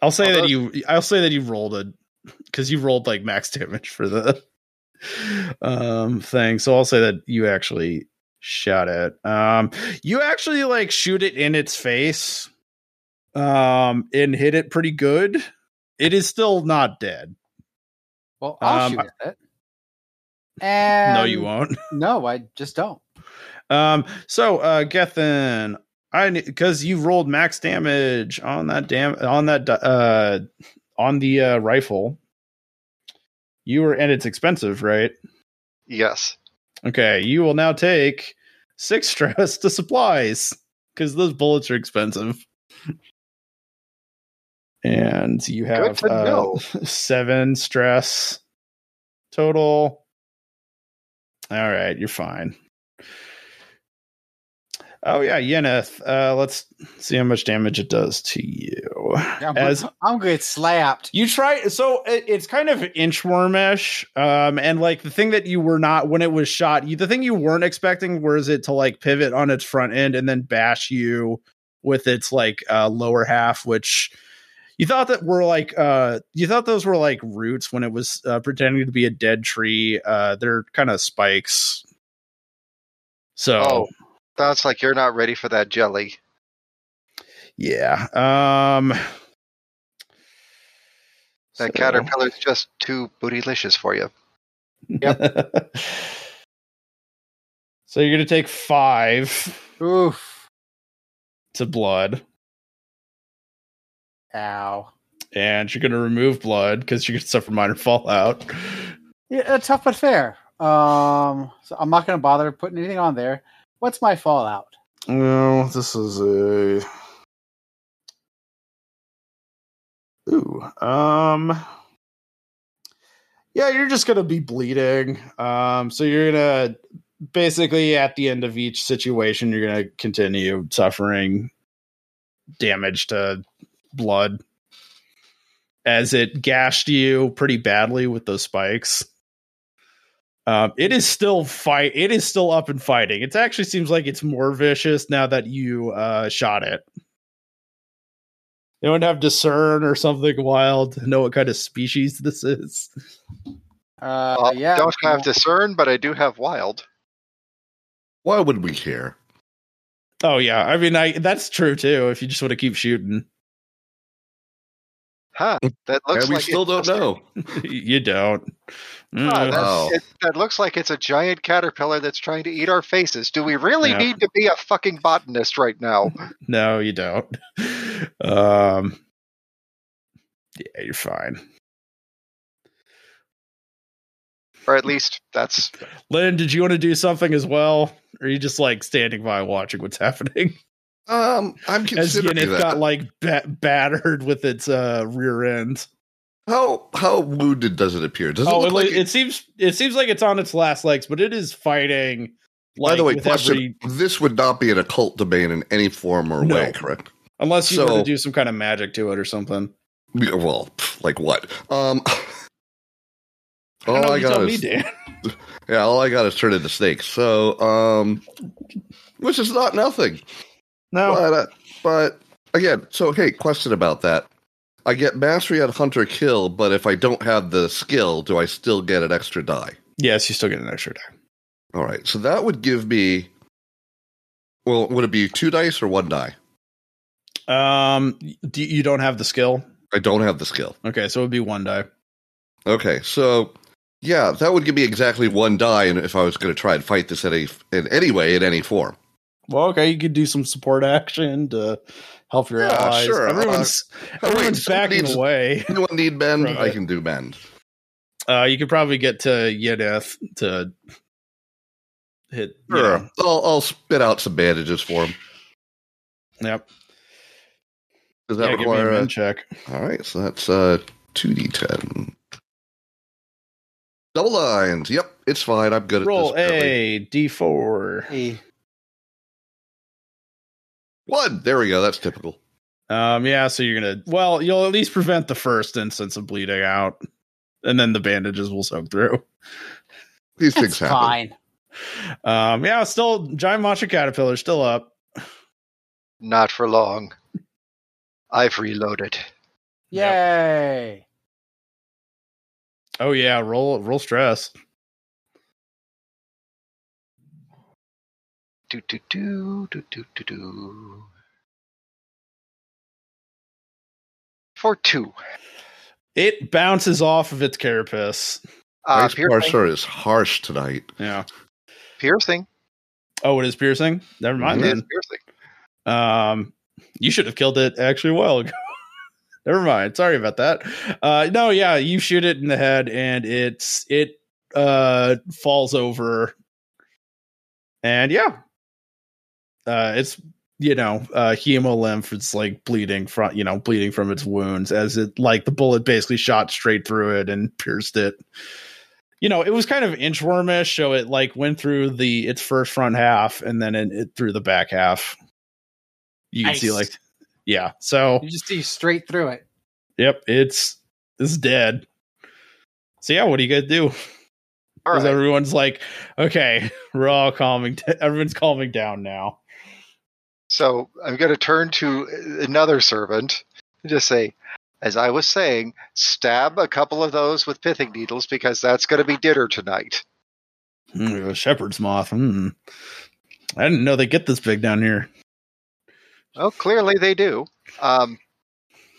S1: I'll say
S2: Although-
S1: that you I'll say that you rolled a because you rolled like max [LAUGHS] damage for the um thing. So I'll say that you actually shot it. Um you actually like shoot it in its face um and hit it pretty good. It is still not dead.
S4: Well, I'll
S1: Um,
S4: shoot at it. And
S1: no, you won't.
S4: No, I just don't.
S1: Um so uh Gethin, I because you rolled max damage on that dam on that di- uh on the uh rifle. You were and it's expensive, right?
S2: Yes.
S1: Okay, you will now take six [LAUGHS] stress to supplies because those bullets are expensive. And you
S2: Good
S1: have
S2: to
S1: uh,
S2: know.
S1: seven stress total. All right, you're fine. Oh yeah, Yeneth. Uh, let's see how much damage it does to you.
S4: I'm,
S1: As-
S4: I'm gonna get slapped.
S1: You try so it, it's kind of inchwormish, um, and like the thing that you were not when it was shot, you, the thing you weren't expecting was it to like pivot on its front end and then bash you with its like uh, lower half, which you thought that were like uh, you thought those were like roots when it was uh, pretending to be a dead tree. Uh, they're kind of spikes. So
S2: Oh. Sounds like you're not ready for that jelly.
S1: yeah, um,
S2: That
S1: so-
S2: caterpillar's just too bootylicious for you.
S1: [LAUGHS] so you're gonna take five
S4: Oof.
S1: to blood,
S4: Ow.
S1: and you're gonna remove blood because you're gonna suffer minor fallout.
S4: Yeah, uh, tough but fair. Um, so I'm not gonna bother putting anything on there. What's my fallout?
S1: No, this is a. Ooh, um, yeah, you're just gonna be bleeding. Um, so you're gonna basically at the end of each situation, you're gonna continue suffering damage to blood as it gashed you pretty badly with those spikes. Um, it is still fight. It is still up and fighting. It actually seems like it's more vicious now that you uh, shot it. They don't have discern or something wild to know what kind of species this is.
S4: Uh,
S2: I
S4: yeah,
S2: don't have discern, but I do have wild.
S3: Why would we care?
S1: Oh yeah, I mean, I that's true too. If you just want to keep shooting,
S2: Huh. That looks
S3: and we
S2: like
S3: still don't
S2: it's just-
S3: know.
S1: you don't.
S2: Huh,
S1: Mm.
S2: that's-
S3: Oh.
S2: it- that looks like it's a giant caterpillar that's trying to eat our faces. Do we really
S1: Yeah.
S2: need to be a fucking botanist right now?
S1: no, you don't. Um, yeah, you're fine.
S2: Or at least that's
S1: Lynn, did you want to do something as well, or are you just like standing by watching what's happening?
S3: Um, I'm
S1: as
S3: considering
S1: Yenith
S3: that.
S1: got like ba- battered with its uh, rear end.
S3: how how wounded does it appear? Does it
S1: oh,
S3: look
S1: it,
S3: like
S1: it, seems it seems like it's on its last legs, but it is fighting.
S3: By the
S1: like,
S3: way,
S1: with
S3: question:
S1: every-
S3: This would not be an occult domain in any form or
S1: No.
S3: way, correct?
S1: unless you were
S3: so-
S1: to do some kind of magic to it or something.
S3: Yeah, Well, pff, like what? Um,
S1: I don't
S3: all
S1: know,
S3: I,
S1: you
S3: got
S1: tell
S3: is
S1: me,
S3: [LAUGHS]
S1: Dan.
S3: yeah, all I got is turn into snakes. So, um, which is not nothing.
S1: No,
S3: But, uh, but again, so hey, question about that. I get mastery on hunter kill, but if I don't have the skill, do I still get an extra die?
S1: yes, you still get an extra die.
S3: All right, so that would give me. Well, would it be two dice or one die?
S1: Um, do, you don't have the skill.
S3: I don't have the skill.
S1: Okay, so it would be one die.
S3: Okay, so yeah, that would give me exactly one die, and if I was going to try and fight this in any in any way, in any form.
S1: Well, okay, you could do some support action to help your
S3: Yeah,
S1: allies.
S3: sure, uh,
S1: Everyone's
S3: Oh, wait,
S1: everyone's
S3: someone
S1: backing
S3: needs-
S1: away.
S3: Anyone need bend?
S1: Right.
S3: I can do bend.
S1: Uh, you could probably get to Yedeth to hit. you
S3: Sure,
S1: know.
S3: I'll I'll spit out some bandages for him.
S1: Yep.
S3: Does that
S1: yeah, give me a
S3: require?
S1: men
S3: A,
S1: check.
S3: all right, so that's uh two d ten. Double lines. Yep, it's fine. I'm good
S1: Roll
S3: at this. apparently.
S1: a d4.
S4: Hey,
S3: One. There we go. That's typical.
S1: Um, yeah, so you're gonna. Well, you'll at least prevent the first instance of bleeding out, and then the bandages will soak through.
S3: These things
S4: that's
S3: happen.
S4: fine.
S1: Um, yeah, still giant monster caterpillar still up.
S2: not for long. I've reloaded.
S1: Yep.
S4: Yay!
S1: Oh yeah, roll roll stress.
S2: Do do do do do do do. For two.
S1: It bounces off of its carapace.
S2: Uh,
S3: Nice
S2: piercing.
S3: parser is harsh tonight. [SIGHS]
S1: Yeah.
S2: Piercing.
S1: Oh, it is piercing. Never mind
S3: Mhm.
S2: It
S1: then.
S2: is piercing.
S1: Um, you should have killed it actually a while ago. Never mind. Sorry about that. Uh, no, yeah, you shoot it in the head and it's it uh falls over. And yeah, Uh, it's you know uh, hemolymph. It's like bleeding from you know bleeding from its wounds as it like the bullet basically shot straight through it and pierced it. You know, it was kind of inchwormish, so it like went through the its first front half and then it, it through the back half. You can see
S4: Nice.
S1: like yeah. So
S4: You just see straight through it.
S1: yep, it's it's dead. So yeah, what do you guys do?
S2: All
S1: Because
S2: right.
S1: everyone's like, okay, [LAUGHS] we're all calming. d- [LAUGHS] Everyone's calming down now.
S2: So I'm going to turn to another servant and just say, as I was saying, stab a couple of those with pithing needles because that's going to be dinner tonight.
S1: Mm, a shepherd's moth. Mm. I didn't know they get this big down here.
S2: Well, clearly they do. Um,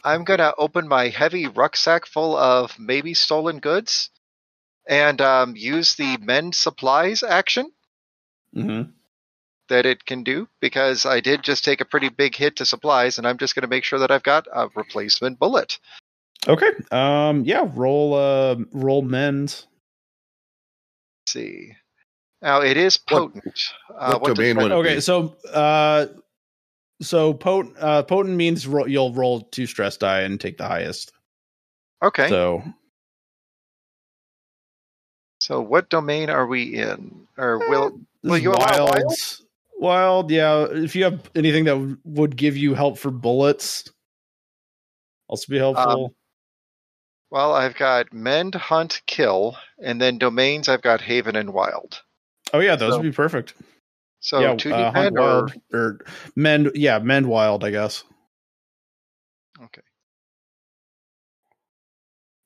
S2: I'm going to open my heavy rucksack full of maybe stolen goods and um, use the mend supplies action
S1: Mm-hmm.
S2: that it can do because I did just take a pretty big hit to supplies and I'm just going to make sure that I've got a replacement bullet.
S1: Okay. Um. Yeah. Roll. Uh. Roll mend.
S2: Let's see. Now it is
S3: What-
S2: potent. uh,
S3: what domain
S2: does-
S3: would it
S1: Okay.
S3: be?
S1: So. Uh. So potent. Uh, potent means ro- you'll roll two stress die and take the highest.
S2: Okay. So,
S1: So
S2: what domain are we in? Or will Well,
S1: Eh, This is
S2: you allow wild?
S1: Wild, yeah. If you have anything that w- would give you help for bullets, also be
S2: Um,
S1: helpful.
S2: well, I've got mend, hunt, kill, and then domains. I've got haven and wild.
S1: oh yeah, those
S2: so-
S1: would be perfect.
S2: So
S1: yeah,
S2: two
S1: uh,
S2: d
S1: hunt
S2: mend or
S1: wild or mend. Yeah, mend wild. I guess.
S2: Okay.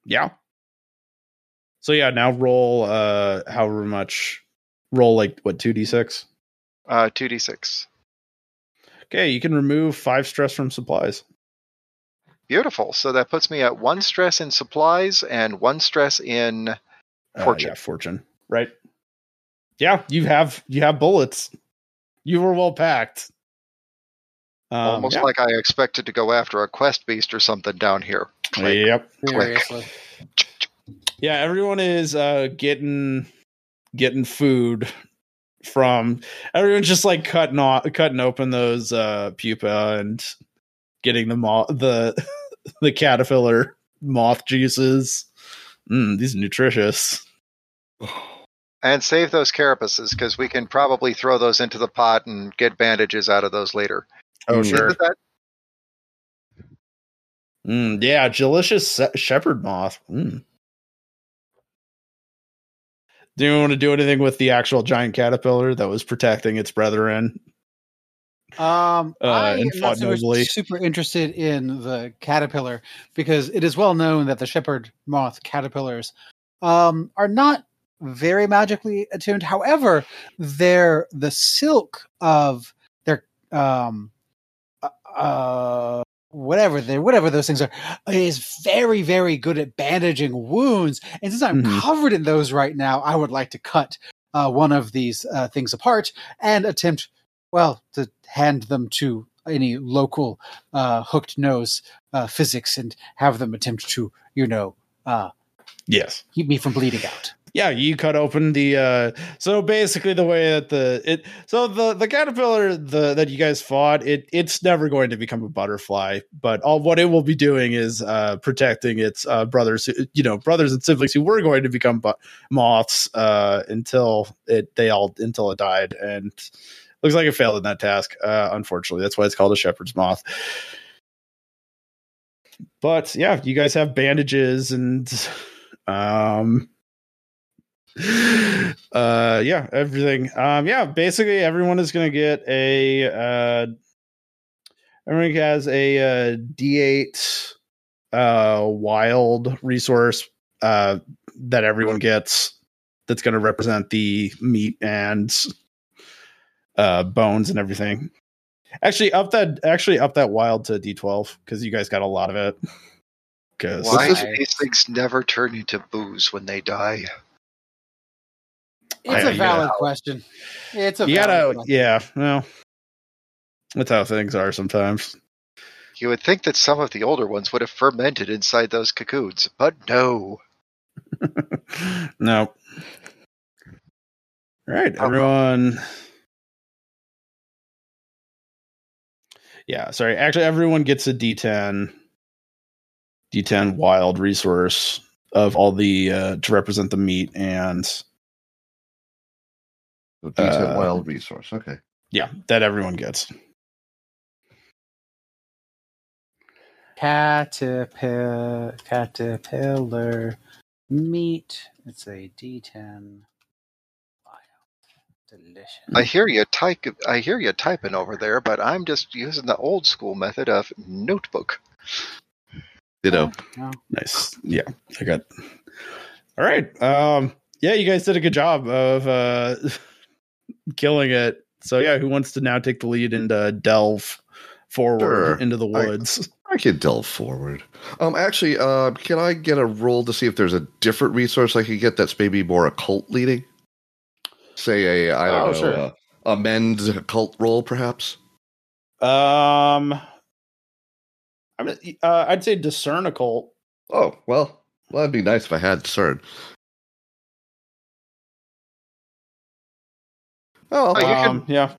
S1: Yeah. So yeah, now roll uh however much roll like what two d six.
S2: uh, two d six.
S1: Okay, you can remove five stress from supplies.
S2: Beautiful. So that puts me at one stress in supplies and one stress in.
S1: Uh,
S2: Fortune.
S1: yeah, fortune. Right. Yeah, you have you have bullets. You were well packed. Um,
S2: almost
S1: yeah.
S2: like I expected to go after a quest beast or something down here. Click.
S1: Yep.
S4: Seriously.
S1: Yeah, everyone is uh getting getting food from everyone's just like cutting off cutting open those uh pupa and getting the moth the [LAUGHS] the caterpillar moth juices. Mm, these are nutritious.
S2: And save those carapaces because we can probably throw those into the pot and get bandages out of those later.
S1: Oh
S2: Isn't that
S1: Mm, yeah, delicious se- shepherd moth. Mm. Do you want to do anything with the actual giant caterpillar that was protecting its brethren?
S4: Um,
S1: Uh,
S4: I
S1: and
S4: am not
S1: fought
S4: so much
S1: nobly.
S4: super interested in the caterpillar because it is well known that the shepherd moth caterpillars um, are not very magically attuned. However, their the silk of their um, uh, whatever they whatever those things are is very very good at bandaging wounds. And since I'm
S1: Mhm.
S4: covered in those right now, I would like to cut uh, one of these uh, things apart and attempt well to hand them to any local uh, hooked nose uh, physics and have them attempt to you know uh,
S1: Yes.
S4: keep me from bleeding out
S1: Yeah, you cut open the uh so basically the way that the it so the the caterpillar the that you guys fought it it's never going to become a butterfly, but all what it will be doing is uh protecting its uh brothers who- you know, brothers and siblings who were going to become bu- moths uh until it they all until it died and looks like it failed in that task uh unfortunately. That's why it's called a shepherd's moth. But yeah, you guys have bandages and um uh yeah everything um yeah basically everyone is gonna get a uh everyone has a uh d8 uh wild resource uh that everyone gets that's gonna represent the meat and uh bones and everything actually up that actually up that wild to d12 because you guys got a lot of it because
S2: why
S3: This
S2: do these things never turn into booze when they die?
S4: it's
S1: I-
S4: a
S1: you
S4: valid
S2: gotta-
S4: question it's a
S1: you
S4: valid
S1: gotta
S4: question.
S1: yeah well that's how things are sometimes [LAUGHS]
S2: You would think that some of the older ones would have fermented inside those cocoons, but no.
S1: no all right everyone Yeah, sorry. Actually, everyone gets a D10, D10 wild resource of all the uh, to represent the meat and
S3: So D10
S1: Uh,
S3: wild resource. Okay.
S1: yeah, that everyone gets.
S4: Caterpillar, caterpillar meat. It's a D10. Wild. Delicious.
S2: I hear you type. I hear you typing over there, but I'm just using the old school method of notebook.
S3: Ditto.
S4: No.
S1: Nice. Yeah, I got. All right. Um. Yeah, you guys did a good job of uh, [LAUGHS] killing it. So yeah, who wants to now take the lead and uh, delve forward
S3: Sure.
S1: into the
S3: I-
S1: woods?
S3: I can delve forward. Um, actually, uh, can I get a roll to see if there's a different resource I could get that's maybe more occult leading? Say a I don't
S1: Oh,
S3: know uh,
S1: sure.
S3: a, a men's occult roll, perhaps.
S1: Um. I'm, uh, I'd say discern a cult.
S3: Oh well, well that'd be nice if I had discern. Oh,
S2: Oh, you can-
S1: Um, yeah.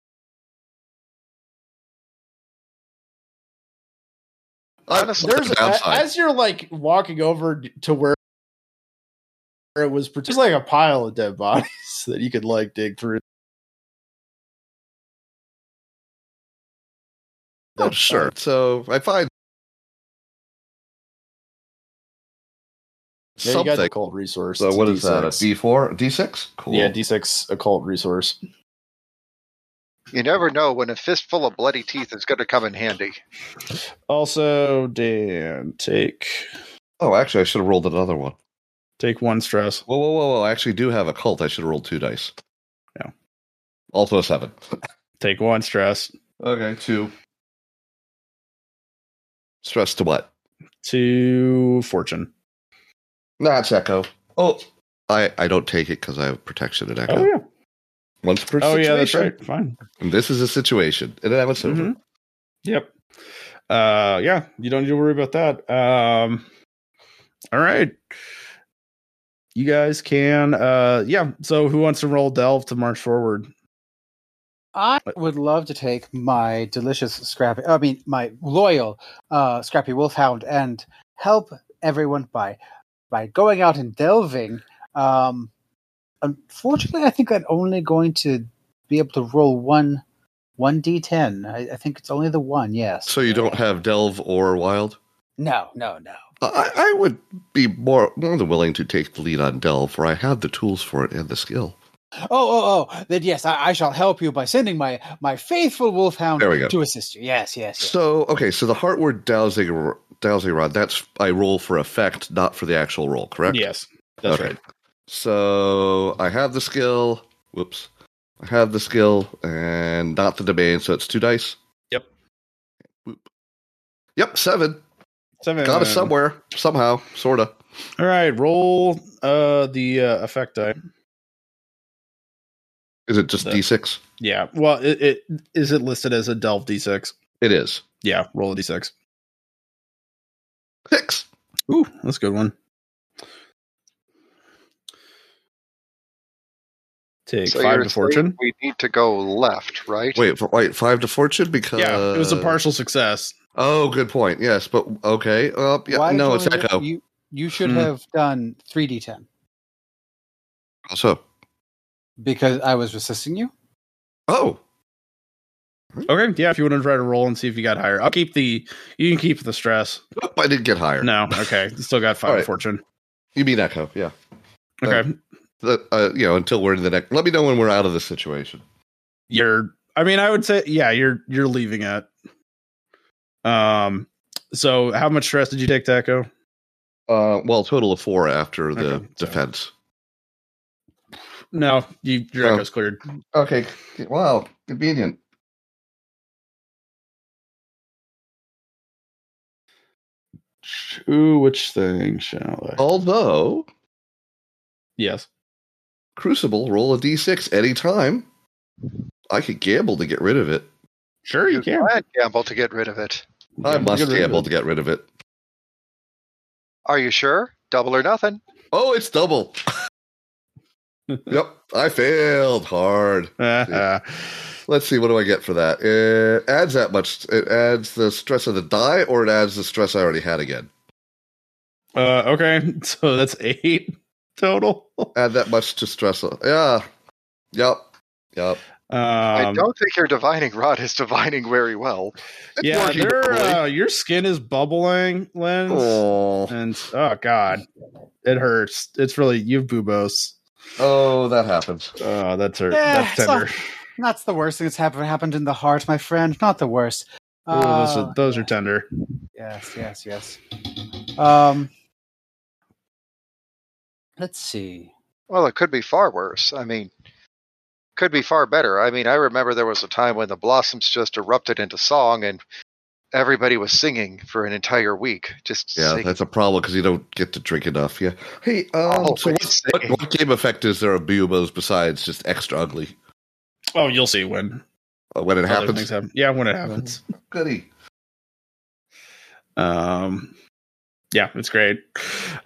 S3: uh,
S2: honestly,
S3: there's
S1: there's
S3: a downside.
S1: as you're like walking over to where where it was just like a pile of dead bodies [LAUGHS] that you could like dig through
S3: oh, sure. So I find
S1: yeah, you got the
S3: something.
S1: occult resource
S3: So
S1: It's
S3: what is that? A
S1: D6.
S3: D four, D six? Cool.
S1: yeah d6 occult resource
S2: You never know when a fistful of bloody teeth is going to come in handy.
S1: also dan take
S3: oh, actually, I should have rolled another one.
S1: take one stress
S3: Whoa, whoa, whoa, whoa. I actually do have a cult. I should have rolled two dice.
S1: Yeah.
S3: Also a seven.
S1: take one stress
S3: Okay, two. Stress to what?
S1: to fortune
S3: Nah, it's echo. Oh. I, I don't take it because I have protection in echo.
S1: oh yeah
S3: Once per
S1: oh
S3: situation.
S1: yeah that's right fine
S3: And this is a situation. And then I went silver.
S1: Mhm. Yep. Uh yeah, you don't need to worry about that. Um all right. You guys can uh yeah, so who wants to roll delve to march forward?
S4: I would love to take my delicious scrappy, I mean, my loyal uh, scrappy wolfhound and help everyone by by going out and delving. Um, unfortunately, I think I'm only going to be able to roll one one d10. I, I think it's only the one. Yes.
S3: So you don't have Delve or Wild?
S4: No, no, no.
S3: I, I would be more more than willing to take the lead on Delve, where I have the tools for it and the skill.
S4: Oh, oh, oh! Then yes, I, I shall help you by sending my my faithful wolfhound
S3: There we go.
S4: to assist you. Yes, yes. yes.
S3: So okay, so the heartward dowsing r- dowsing rod. That's I roll for effect, not for the actual roll. Correct.
S1: Yes. That's
S3: Okay.
S1: right.
S3: So I have the skill. Whoops. I have the skill and not the domain, so it's two dice.
S1: Yep.
S3: Whoop. Yep, seven.
S1: Seven.
S3: Got us somewhere, somehow, sorta.
S1: All right, roll uh the uh, effect die.
S3: Is it just
S1: The-
S3: d6?
S1: Yeah. Well, it, it is it listed as a delve d6.
S3: It is
S1: Yeah, roll a d6.
S3: six.
S1: Ooh, that's a good one. Take
S2: So
S1: five
S2: you're
S1: to
S2: saying
S1: fortune.
S2: We need to go left, right?
S3: Wait, for, wait, five to fortune because
S1: yeah, it was a
S2: Uh,
S1: partial success.
S3: Oh, good point. Yes, but okay. Uh, yeah,
S4: Why
S3: no,
S4: don't
S3: it's
S4: you-
S3: echo.
S4: You you should
S1: Hmm.
S4: have done three d10
S3: also,
S4: because I was resisting you.
S3: oh,
S1: Okay, yeah. If you want to try to roll and see if you got higher, I'll keep the. You can keep the stress.
S3: oh, I did get higher.
S1: No,
S2: [LAUGHS]
S1: okay, you still got five
S3: All right.
S1: fortune.
S3: you mean echo? Yeah.
S1: Okay,
S3: the, uh, you know, until we're in the next. Let me know when we're out of this situation.
S1: you're. I mean, I would say, yeah, you're you're leaving it. Um. So, how much stress did you take, Taco?
S3: Uh, well, total of four after the
S1: Okay, so-
S3: defense.
S1: No, you, your
S2: Oh.
S3: No.
S1: echo's cleared.
S3: Okay. Wow, convenient.
S1: Ooh, which thing shall I?
S3: Although
S1: Yes.
S3: Crucible roll a d6 anytime, I could gamble to get rid of it.
S1: Sure, you can.
S2: I'd gamble to get rid of it.
S3: I
S1: You
S3: must
S1: can remove
S3: gamble
S1: it.
S3: to get rid of it.
S2: Are you sure? Double or nothing.
S3: Oh, it's
S1: [LAUGHS]
S3: double. yep, I failed hard.
S1: Ah, Uh, uh,
S3: Let's see. What do I get for that? It adds that much. It adds the stress of the die, or it adds the stress I already had again.
S1: Uh, okay, [LAUGHS] so that's eight [LAUGHS] total. Um,
S3: Add that much to stress. Yeah. Yep. Yep.
S1: Um,
S2: I don't think your divining rod is divining very well.
S3: It's
S1: yeah,
S3: working,
S1: they're,
S3: boy.
S1: uh, your skin is bubbling, Lens,
S3: oh.
S1: and oh god, it hurts. It's really you've buboes.
S3: oh, that happens.
S1: Oh, that's hurt.
S4: Yeah,
S1: that's
S4: it's all-
S1: tender.
S4: That's the worst thing that's happened happened in the heart, my friend. Not the worst.
S1: Ooh, those
S4: Uh,
S1: are, those are tender.
S4: Yes, yes, yes. Um, let's see.
S2: Well, it could be far worse. I mean, could be far better. I mean, I remember there was a time when the blossoms just erupted into song and everybody was singing for an entire week. Just
S3: Yeah,
S2: singing.
S3: that's a problem because you don't get to drink enough. Yeah. Hey, um,
S2: Oh,
S3: so
S2: wait,
S3: what's- what,
S2: say.
S3: what game effect is there of Bilbo's besides just extra ugly
S1: Oh, you'll see when
S3: uh, when it
S1: other things
S3: happens?
S1: happen. Yeah, when it happens.
S3: Goody.
S1: Um, yeah, it's great.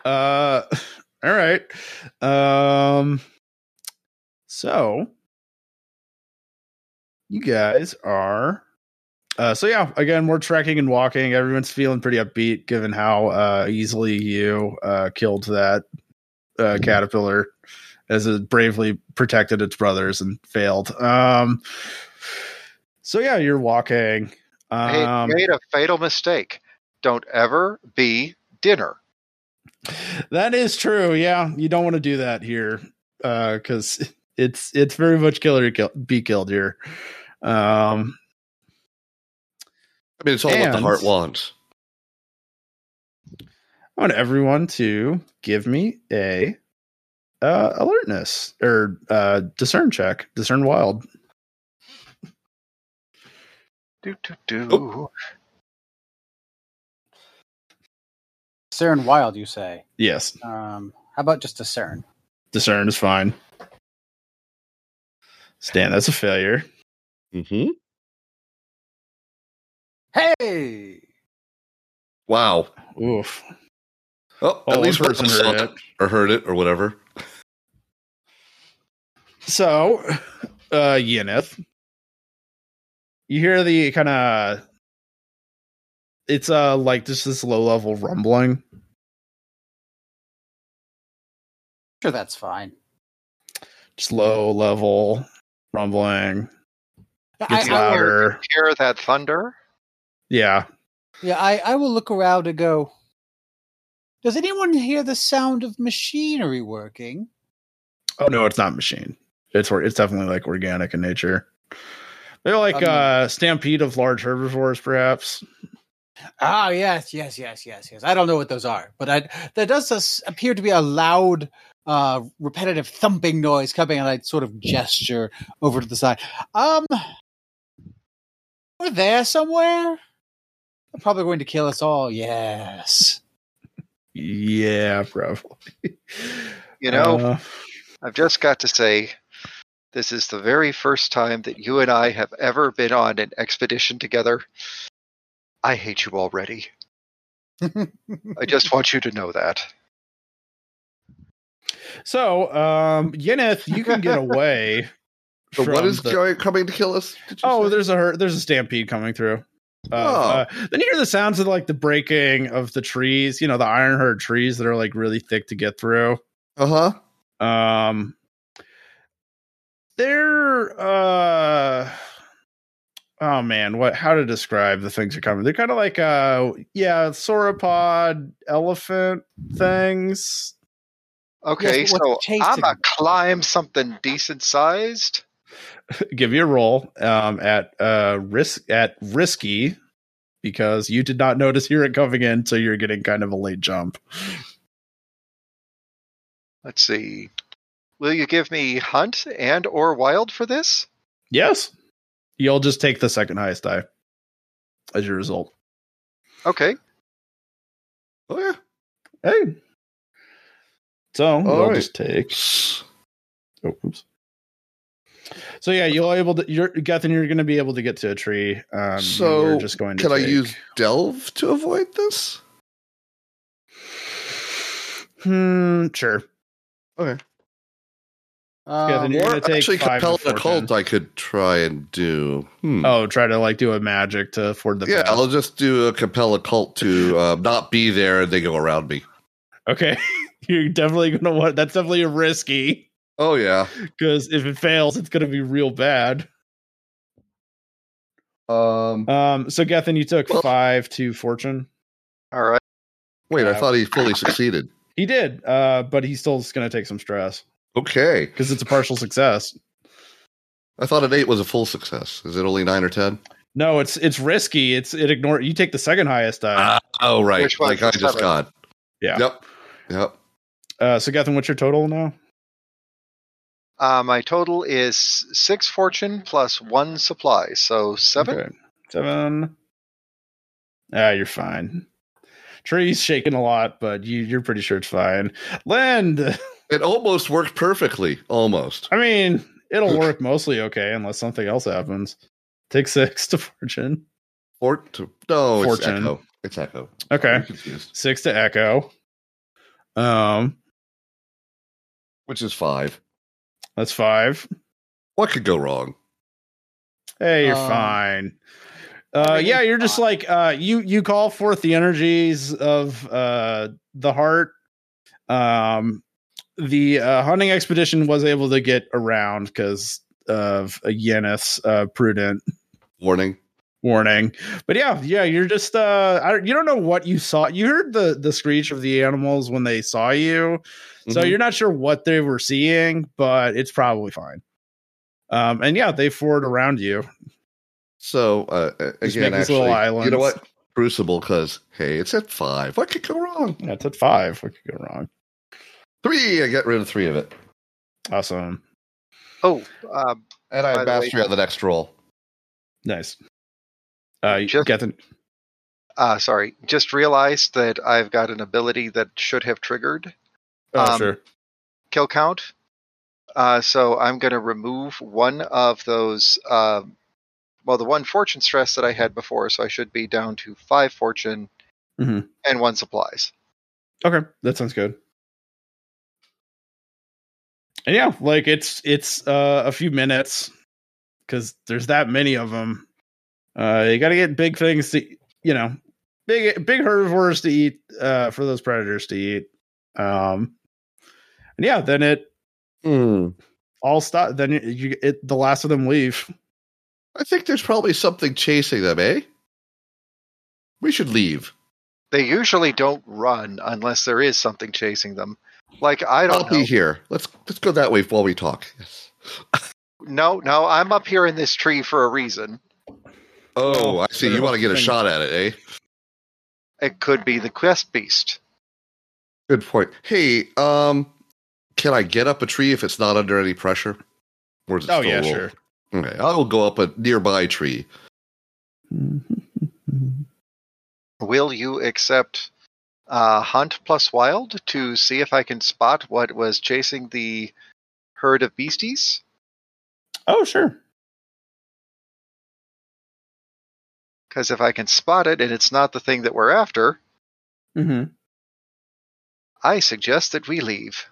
S1: Uh, [LAUGHS] all right. Um, so you guys are. Uh, so yeah, again, we're trekking and walking. Everyone's feeling pretty upbeat, given how uh, easily you uh, killed that uh, caterpillar, as it bravely protected its brothers and failed. Um, so yeah, you're walking.
S2: I
S1: Um,
S2: made a fatal mistake. Don't ever be dinner.
S1: That is true. Yeah, you don't want to do that here because it's it's very much kill or kill, be killed here. Um,
S3: I mean, it's all what the
S1: And-
S3: heart wants.
S1: I want everyone to give me a uh, alertness or uh, discern check, discern wild.
S2: Do, do, do.
S3: Oh.
S4: Cern Wild, you say.
S1: Yes,
S4: Um, how about just a Cern?
S1: discern is fine. Stan, that's a failure.
S3: Mm-hmm.
S4: Hey!
S3: Wow.
S1: Oof.
S3: Oh,
S1: Oh,
S3: at least
S1: one
S3: one
S1: person
S3: person
S1: heard it.
S3: or heard it or whatever.
S1: So, uh, Yeneth, you hear the kind of it's uh like just this low level rumbling.
S4: Sure, that's fine.
S1: just low level rumbling
S4: I,
S1: gets
S4: I will-
S1: louder
S2: Hear that thunder?
S1: yeah
S4: yeah, I, I will look around and go, Does anyone hear the sound of machinery working?
S1: oh no it's not machine it's or- it's definitely like organic in nature they're like
S4: Um,
S1: uh stampede of large herbivores perhaps
S4: Ah, yes, yes, yes, yes, yes. I don't know what those are, but I, there does s- appear to be a loud, uh, repetitive thumping noise coming, and I sort of gesture over to the side. Um, we're there somewhere. They're probably going to kill us all. Yes.
S1: yeah probably
S2: You know,
S1: Uh,
S2: I've just got to say, this is the very first time that you and I have ever been on an expedition together. I hate you already. I
S4: [LAUGHS]
S2: just want you to know that.
S1: so um yeneth you can get away
S3: But what
S1: from
S3: is
S1: the-
S3: going, coming to kill us? did you
S1: Oh,
S3: say?
S1: there's a her- there's a stampede coming through. Uh,
S3: Oh.
S1: uh, then you hear the sounds of like the breaking of the trees. You know the iron herd trees that are like really thick to get through.
S3: Uh-huh.
S1: Um, they're uh, oh man, what? How to describe the things that are coming? They're kind of like uh, yeah, sauropod elephant things.
S2: Okay,
S4: Yes, but
S2: so
S4: what's
S2: I'm
S4: chasing
S2: gonna
S4: them?
S2: climb something decent sized.
S1: Give you a roll um at uh risk at risky because you did not notice hear it coming in, so you're getting kind of a late jump.
S2: Let's see. Will you give me hunt and or wild for this?
S1: Yes. You'll just take the second highest die as your result.
S2: Okay.
S3: Oh, yeah.
S1: Hey. So we'll
S3: right.
S1: just take. Oh, oops. So yeah, you'll able to. You're Gethin. You're going to be able to get to a tree. Um, you
S3: So,
S1: were just going to.
S3: Can I
S1: take-
S3: use Delve to avoid this?
S1: Hmm. Sure.
S3: Okay.
S1: Yeah, then
S4: Um,
S1: you're
S3: Or
S1: gonna take
S3: actually,
S1: five to
S3: compel an
S1: fortune.
S3: occult I could try and do. Hmm.
S1: Oh, try to like do a magic to afford the
S3: yeah,
S1: pass.
S3: I'll just do a compel occult to uh, not be there, and they go around me.
S1: Okay, [LAUGHS] you're definitely gonna want. That's definitely a risky
S3: Oh yeah.
S1: because if it fails, it's gonna be real bad.
S3: Um,
S1: Um. So Gethin, you took
S3: Well-
S1: five to fortune.
S2: All right.
S3: wait, I
S1: uh,
S3: thought he fully succeeded.
S1: He did, uh, but he's still just gonna take some stress
S3: Okay,
S1: because it's a partial success.
S3: I thought an eight was a full success. Is it only nine or ten?
S1: No, it's it's risky. It's it ignore. You take the second highest die.
S3: Ah, oh right,
S2: Which one?
S3: like I just
S2: Seven.
S3: got.
S1: Uh, Yeah.
S3: Yep. Yep. Ah.
S1: Uh, so Gethin, what's your total now?
S2: Uh, my total is six fortune plus one supply, so seven.
S1: Okay. Seven. Ah, you're fine. Tree's shaking a lot, but you you're pretty sure it's fine. Lend.
S3: It almost worked perfectly. Almost.
S1: I mean, it'll
S3: Oof.
S1: work mostly okay unless something else happens. Take six [LAUGHS] to fortune.
S3: Fort. No, it's
S1: Fortune.
S3: echo. It's echo.
S1: Okay.
S3: I'm confused.
S1: Six to echo. Um,
S3: Which is five.
S1: that's five.
S3: What could go wrong?
S1: Hey, you're
S4: Um,
S1: fine. Uh,
S4: everything's
S1: yeah, you're just
S4: fine.
S1: like uh, you. You call forth the energies of uh, the heart. Um, the uh, hunting expedition was able to get around because of uh, Yeneth's uh, prudent
S3: Warning.
S1: warning. But yeah, yeah, you're just uh, I, you don't know what you saw. You heard the the screech of the animals when they saw you, so
S2: Mm-hmm.
S3: Mhm.
S1: you're not sure what they were seeing, but it's probably fine. Um, and yeah, they forward around you.
S3: So uh, uh,
S1: Just
S3: again,
S1: make these little
S3: actually, you
S1: islands.
S3: know what? Crucible, because hey, it's at five. What could go wrong?
S1: Yeah, it's at five. What could go wrong?
S3: Three. I get rid of three of it,
S1: Awesome,
S2: Oh, uh,
S3: and I
S2: By
S3: have
S2: the way-
S3: mastery on the next roll.
S1: nice. Uh, you
S2: Just-
S1: get the
S2: uh, sorry. Just realized that I've got an ability that should have triggered
S1: oh
S2: um,
S1: sure.
S2: kill count. Uh, so I'm going to remove one of those, um well, the one fortune stress that I had before, so I should be down to five fortune
S3: Mm-hmm.
S1: Mhm.
S2: and one supplies.
S1: Okay, that sounds good. And yeah, like it's it's uh, a few minutes because there's that many of them. Uh, you got to get big things to you know, big big herbivores to eat uh, for those predators to eat. Um, and yeah, then it Hmm. all stop. Then it, you it the last of them leave.
S3: I think there's probably something chasing them, eh? We should leave.
S2: They usually don't run unless there is something chasing them. Like, I
S3: I'll
S2: don't know.
S3: be here. Let's let's go that way while we talk. Yes.
S2: No, no, I'm up here in this tree for a reason.
S3: Oh, I see.
S1: sure.
S3: You want to get a
S1: Thing.
S3: shot at it, eh?
S2: It could be the quest beast.
S3: Good point. Hey, um, can I get up a tree if it's not under any pressure? Or is it
S1: Oh
S3: still
S1: yeah,
S3: roll?
S1: sure.
S3: Okay, I will go up a nearby tree.
S2: Will you accept uh, hunt plus wild to see if I can spot what was chasing the herd of beasties?
S1: Oh sure.
S2: Because if I can spot it and it's not the thing that we're after,
S1: Mm-hmm.
S2: I suggest that we leave.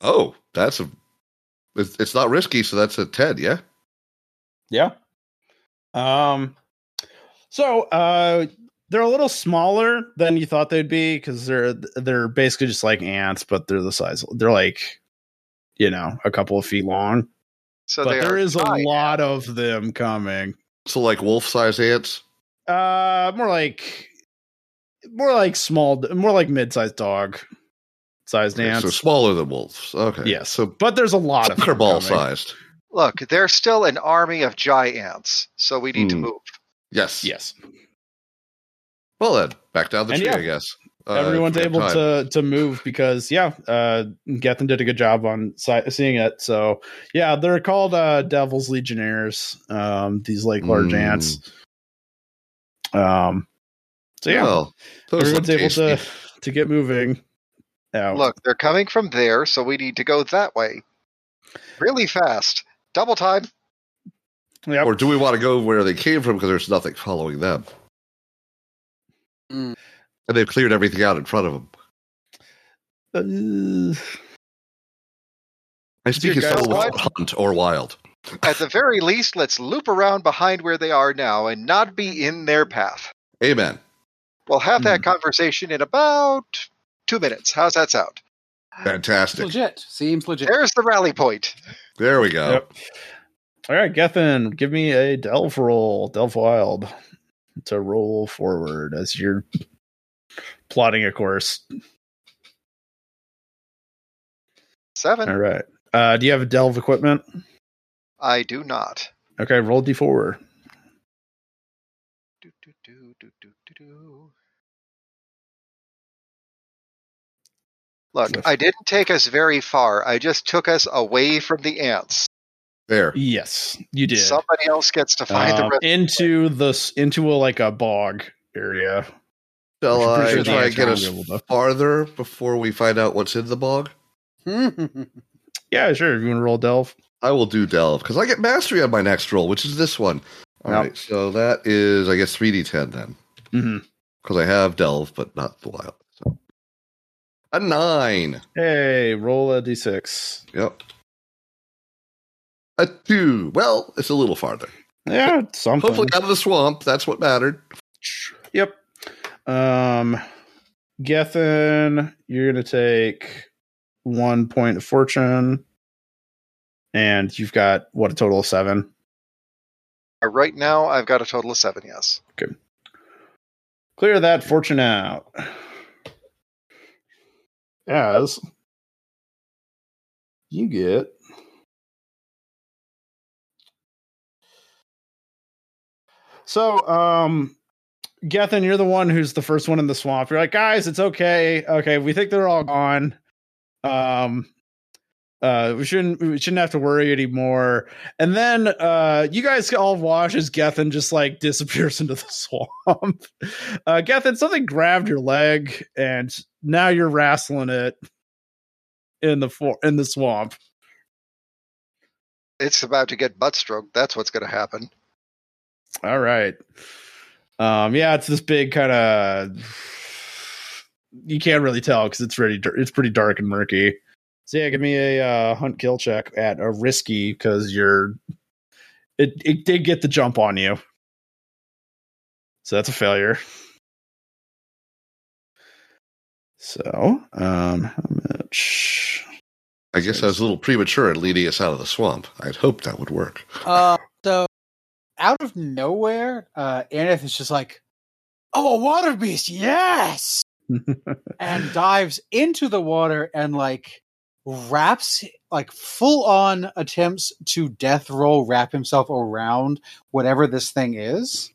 S3: Oh, that's a. It's, it's not risky, so that's a ten. Yeah.
S1: Yeah. Um so uh they're a little smaller than you thought they'd be cuz they're they're basically just like ants but they're the size they're like you know, a couple of feet long.
S2: So
S1: but
S2: they
S1: there
S2: are
S1: is a
S2: giant.
S1: lot of them coming.
S3: So like wolf size ants.
S1: Uh more like more like small more like mid-sized dog sized
S3: Okay,
S1: ants.
S3: so smaller than wolves. Okay.
S1: Yes.
S3: So
S1: but there's a lot of
S3: soccer
S1: them
S3: ball
S1: coming.
S3: sized.
S2: Look, they're still an army of giants, so we need to
S3: Hmm.
S2: move.
S3: Yes.
S1: Yes.
S3: Well then, back down the
S1: And
S3: tree,
S1: yeah,
S3: I guess. Uh,
S1: everyone's
S3: if we have
S1: able
S3: time.
S1: to to move because yeah uh gethin did a good job on si- seeing it so yeah they're called uh devil's legionnaires um these like large
S3: Mm.
S1: ants um so yeah
S3: Well, those
S1: everyone's
S3: look
S1: able to
S3: tasty.
S1: to get moving out.
S2: Look, they're coming from there, so we need to go that way. Really fast. Double time.
S1: Yep.
S3: Or do we want to go where they came from because there's nothing following them?
S4: Mm.
S3: And they've cleared everything out in front of them.
S1: Uh,
S3: I speak his
S1: guys,
S3: soul without
S2: what?
S3: hunt or wild.
S2: At the very least, let's loop around behind where they are now and not be in their path.
S3: Amen.
S2: We'll have that conversation in about two minutes. How's that sound?
S3: Fantastic.
S4: Legit. Seems legit.
S2: There's the rally point.
S3: There we go.
S1: Yep. All right, Gethin, give me a delve roll, delve wild, to roll forward as you're plotting a course.
S2: Seven.
S1: All right. Uh, do you have a delve equipment?
S2: I do not.
S1: Okay, roll d4.
S2: Do, do, do, do, do, do, do. Look,
S1: Yes.
S2: I didn't take us very far. I just took us away from the ants.
S3: There.
S1: Yes, you did.
S2: Somebody else gets to find the
S1: Um,
S2: rest.
S1: into the s- into a, like a bog area.
S3: Shall
S1: I'm pretty
S3: I
S1: sure the
S3: try and
S1: ants
S3: get
S1: are
S3: us
S1: available, though.
S3: farther before we find out what's in the bog?
S4: Hmm,
S1: Yeah, sure. If you want to roll delve,
S3: I will do delve because I get mastery on my next roll, which is this one. All
S1: Yep.
S3: right, so that is I guess three d ten then
S1: Mhm.
S3: because I have delve but not the wild. So. A nine.
S1: hey, roll a d6.
S3: Yep. A two. Well, it's a little farther.
S1: Yeah, something.
S3: Hopefully out of the swamp. That's what mattered.
S1: Yep. Um Gethin, you're gonna take one point of fortune. And you've got what a total of seven.
S2: Uh, Right now, I've got a total of seven, yes.
S1: Clear that fortune out. As you get So um Gethin, you're the one who's the first one in the swamp. You're like, guys, it's okay. Okay, we think they're all gone. Um uh we shouldn't we shouldn't have to worry anymore. And then uh you guys all watch as Gethin just like disappears [LAUGHS] into the swamp. [LAUGHS] Uh Gethin, something grabbed your leg and now you're wrestling it in the for- in the swamp.
S2: It's about to get butt stroked. That's what's going to happen.
S1: All right. Um, yeah, it's this big kind of. You can't really tell because it's pretty. It's pretty dark and murky. So yeah, give me a uh, hunt kill check at a risky because you're. It it did get the jump on you. So that's a failure. So um, how much?
S3: I guess I was a little premature in leading us out of the swamp. I'd hoped that would work.
S4: Uh, so out of nowhere, uh, Aneth is just like, "Oh, a water beast, yes!" and dives into the water and like wraps like full on attempts to death roll wrap himself around whatever this thing is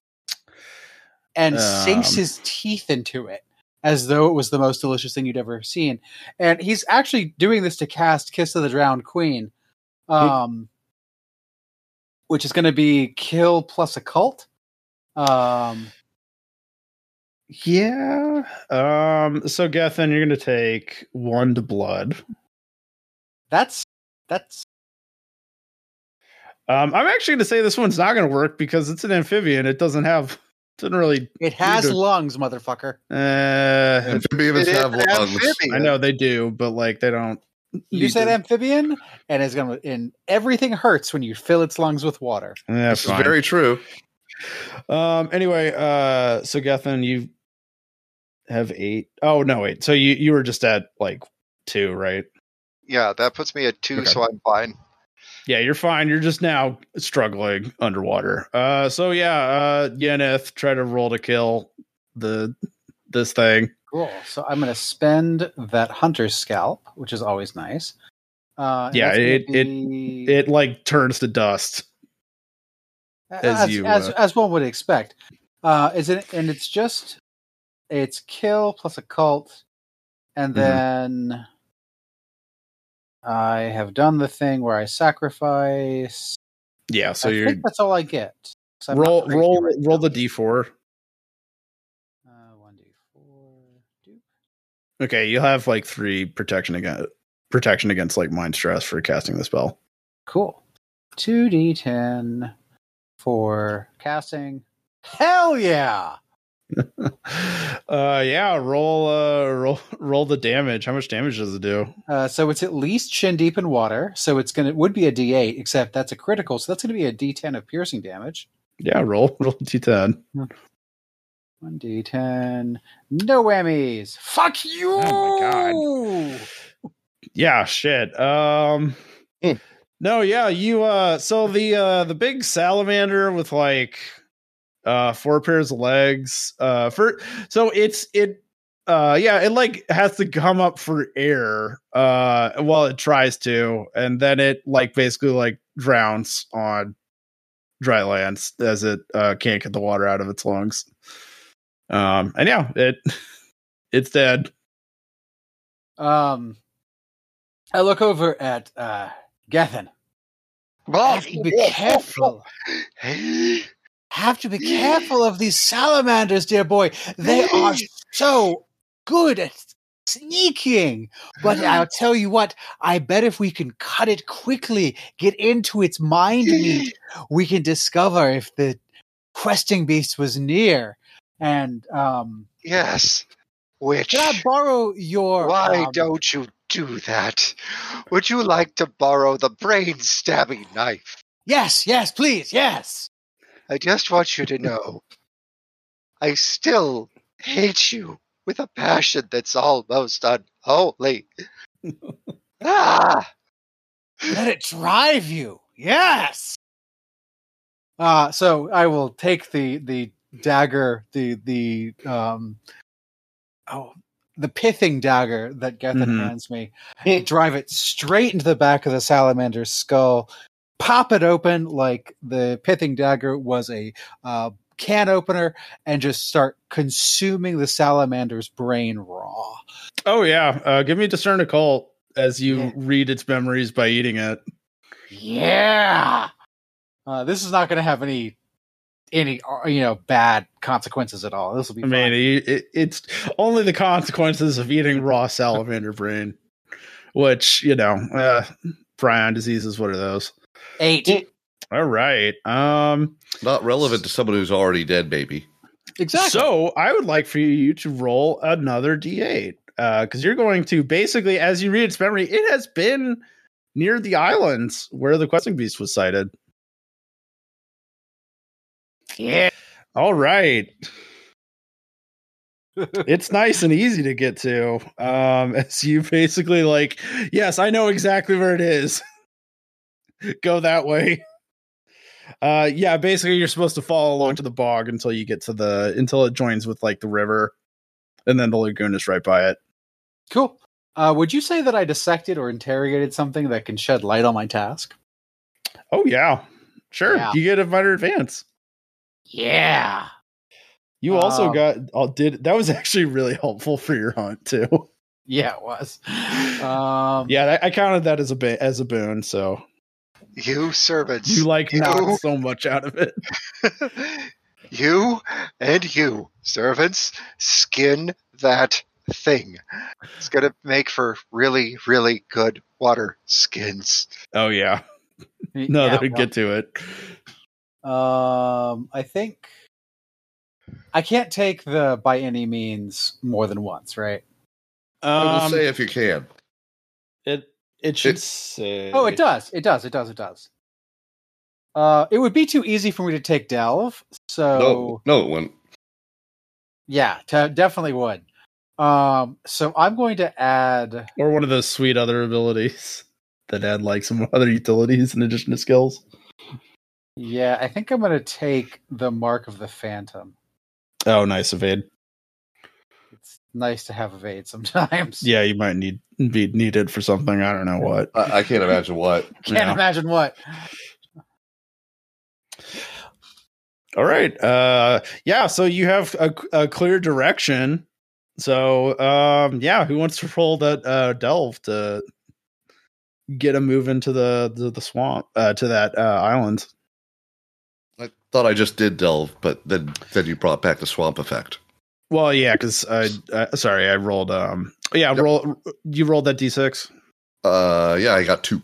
S4: and sinks
S1: Um.
S4: his teeth into it as though it was the most delicious thing you'd ever seen and he's actually doing this to cast kiss of the drowned queen um which is going to be kill plus occult um
S1: Yeah. Um. So Gethin, you're gonna take one to blood.
S4: that's that's
S1: Um, I'm actually going to say this one's not going to work because it's an amphibian. It doesn't have, doesn't really.
S4: it has
S1: Dude.
S4: lungs motherfucker
S1: Uh,
S3: Amphibians
S2: It is
S3: have
S2: an
S3: lungs.
S2: amphibian.
S1: I know they do, but like they don't.
S4: You
S1: need
S4: said
S1: to-
S4: amphibian, and it's gonna and everything hurts when you fill its lungs with water.
S1: Yeah,
S3: This is
S1: fine.
S3: very true.
S1: Um. Anyway, uh, so Gethin, you have eight. Oh no, wait. So you you were just at like two, right?
S2: Yeah, that puts me at two,
S1: Okay.
S2: so I'm fine.
S1: Yeah, you're fine. You're just now struggling underwater. Uh. So yeah. Uh. Yeneth, try to roll to kill the this thing.
S4: Cool. So I'm gonna spend that hunter's scalp, which is always nice. Uh, and
S1: Yeah,
S4: that's gonna
S1: it- it-
S4: be-
S1: It like turns to dust. as
S4: as
S1: you,
S4: as,
S1: uh,
S4: as one would expect. Uh, is it and it's just it's kill plus a cult, and
S1: Mhm.
S4: then I have done the thing where I sacrifice.
S1: Yeah. So
S4: I
S1: you're
S4: think that's all I get. 'cause I'm not
S1: roll
S4: crazy
S1: roll
S4: right
S1: roll
S4: now.
S1: the d4
S4: Uh, one, two, four, two.
S1: okay you'll have like three protection against protection against like mind stress for casting the spell [LAUGHS]
S4: Cool. 2d10 for casting. Hell yeah!
S1: uh yeah roll uh roll [LAUGHS] roll the damage how much damage does it do
S4: Uh, so it's at least shin deep in water. So it's gonna it would be a D8, except that's a critical. So that's gonna be a D10 of piercing damage.
S1: yeah roll [LAUGHS] roll d10
S4: One D10. No whammies. Fuck you.
S1: Oh yeah shit um
S3: Hmm.
S1: no yeah you uh so the uh the big salamander with like uh four pairs of legs uh for so it's it uh yeah it like has to come up for air uh well it tries to and then it like basically like drowns on dry lands as it uh can't get the water out of its lungs um and yeah it [LAUGHS] it's dead
S4: Um I look over at uh Gethin.
S2: Oh, [GASPS]
S4: Have to be careful.
S2: [GASPS]
S4: Have to be careful of these salamanders, dear boy. They are so good at sneaking. But uh, I'll tell you what, I bet if we can cut it quickly, get into its
S2: [GASPS]
S4: mind meat, we can discover if the questing beast was near. And um
S2: [GASPS] yes. Which
S4: can I borrow your
S2: why
S4: um,
S2: don't you do that? Would you like to borrow the brain stabbing knife?
S4: Yes, yes, please, yes.
S2: I just want you to know I still hate you with a passion that's almost unholy. ah!
S4: Let it drive you. Yes. Uh so I will take the the dagger, the the um oh the pithing dagger that Gethin
S1: Mhm.
S4: hands me, drive it straight into the back of the salamander's skull, pop it open like the pithing dagger was a uh, can opener, and just start consuming the salamander's brain raw.
S1: Oh yeah, uh, give me discern occult as you
S4: Yeah.
S1: read its memories by eating it.
S4: Yeah. Uh, this is not going to have any any uh, you know bad consequences at all. This will be
S1: I mean,
S4: fine.
S1: it, it- it's only the consequences of eating raw salamander brain, which you know, uh, prion disease is one of those.
S4: eight.
S1: All right, um,
S3: Not relevant to someone who's already dead, maybe.
S4: Exactly. [LAUGHS]
S1: so I would like for you to roll another d8 because you're going to basically, as you read its memory, it has been near the islands where the questing beast was sighted.
S4: yeah.
S1: All right. it's nice and easy to get to. Um, [LAUGHS] as you basically like, yes, I know exactly where it is. [LAUGHS] Go that way. Uh, yeah, basically you're supposed to follow along to the bog until you get to the until it joins with like the river, and then the lagoon is right by it.
S4: Cool. Uh, would you say that I dissected or interrogated something that can shed light on my task?
S1: Oh yeah, sure.
S4: Yeah.
S1: You get a minor advance.
S4: Yeah.
S1: You also
S4: Um,
S1: got oh, did that was [LAUGHS] actually really helpful for your hunt too.
S4: Yeah,
S1: [LAUGHS]
S4: it was. Um,
S1: yeah, I, I counted that as a ba- as a boon. So
S2: You servants.
S1: you
S4: [LAUGHS]
S1: like
S2: Ew.
S1: knocked so much out of it.
S2: [LAUGHS] you and you, servants, skin that thing. It's going to make for really, really good water skins.
S1: Oh yeah. No,
S4: yeah,
S1: they would
S4: well,
S1: get to it.
S4: Um, I think I can't take the by any means more than once, right?
S3: I'll
S1: Um,
S3: just say if you can.
S1: it it should
S3: it-
S1: say.
S4: Oh, it does. It does. It does. It does. Uh, it would be too easy for me to take Delve, so
S3: No, no, it wouldn't.
S4: yeah, te- definitely would. Um, so I'm going to add.
S1: Or one of those sweet other abilities [LAUGHS] that add like some other utilities in addition to skills.
S4: Yeah, I think I'm going to take the Mark of the Phantom.
S1: Oh, nice evade.
S4: It's nice to have evade sometimes.
S1: Yeah, you might need be needed for something. I don't know what.
S3: I, I can't imagine what.
S4: [LAUGHS] Can't
S1: Yeah.
S4: imagine what.
S1: All right. Uh, yeah. So you have a, a clear direction. So um, yeah, who wants to roll that uh, delve to get a move into the the, the swamp uh, to that uh, island?
S3: I thought I just did delve, but then then you brought back the swamp effect.
S1: Well, yeah, because I uh, sorry, I rolled. Um, yeah,
S3: Yep.
S1: roll. You rolled that d6.
S3: Uh, yeah, I got two.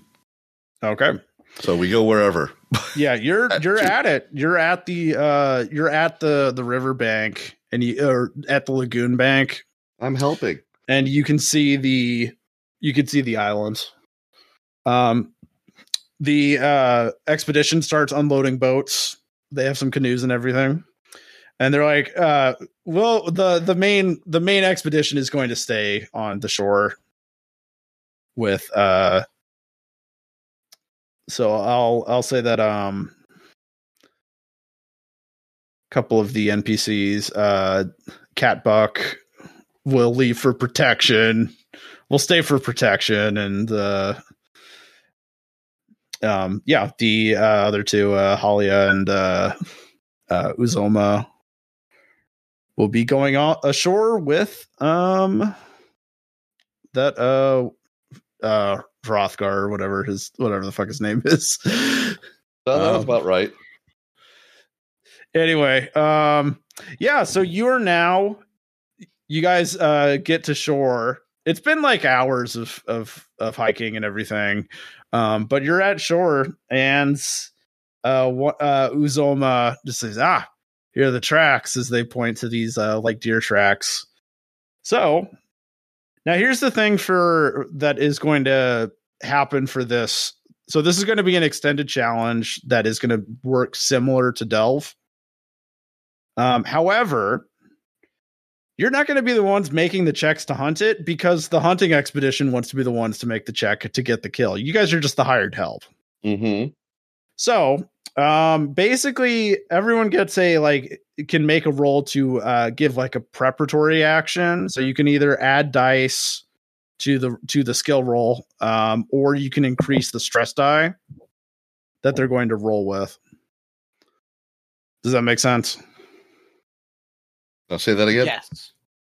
S1: Okay.
S3: So we go wherever.
S1: Yeah, you're
S3: At
S1: you're uh,
S3: two.
S1: at it. You're at the uh, you're at the the riverbank, and you or at the lagoon bank,
S3: I'm helping.
S1: and you can see the you can see the islands. Um, the uh, expedition starts unloading boats. They have some canoes and everything, and they're like, uh, "Well, the the main the main expedition is going to stay on the shore with." Uh, so I'll I'll say that um, couple of the NPCs, uh, Catbuck, will leave for protection. We'll stay for protection, and uh, um, yeah, the uh, other two, uh, Halia and uh, uh, Uzoma, will be going on ashore with um that uh uh Hrothgar or whatever his whatever the fuck his name is.
S3: No, that was
S1: Um,
S3: about right.
S1: anyway um yeah so you're now you guys uh get to shore it's been like hours of of of hiking and everything um but you're at shore and uh what uh uzoma just says ah here are the tracks as they point to these uh like deer tracks so now here's the thing for that is going to happen for this so this is going to be an extended challenge that is going to work similar to delve um, however, you're not going to be the ones making the checks to hunt it because the hunting expedition wants to be the ones to make the check to get the kill. You guys are just the hired help.
S3: Mm-hmm.
S1: So um, basically, everyone gets a like can make a roll to uh, give like a preparatory action. So you can either add dice to the to the skill roll, um, or you can increase the stress die that they're going to roll with. Does that make sense?
S3: I'll say that again.
S4: Yes.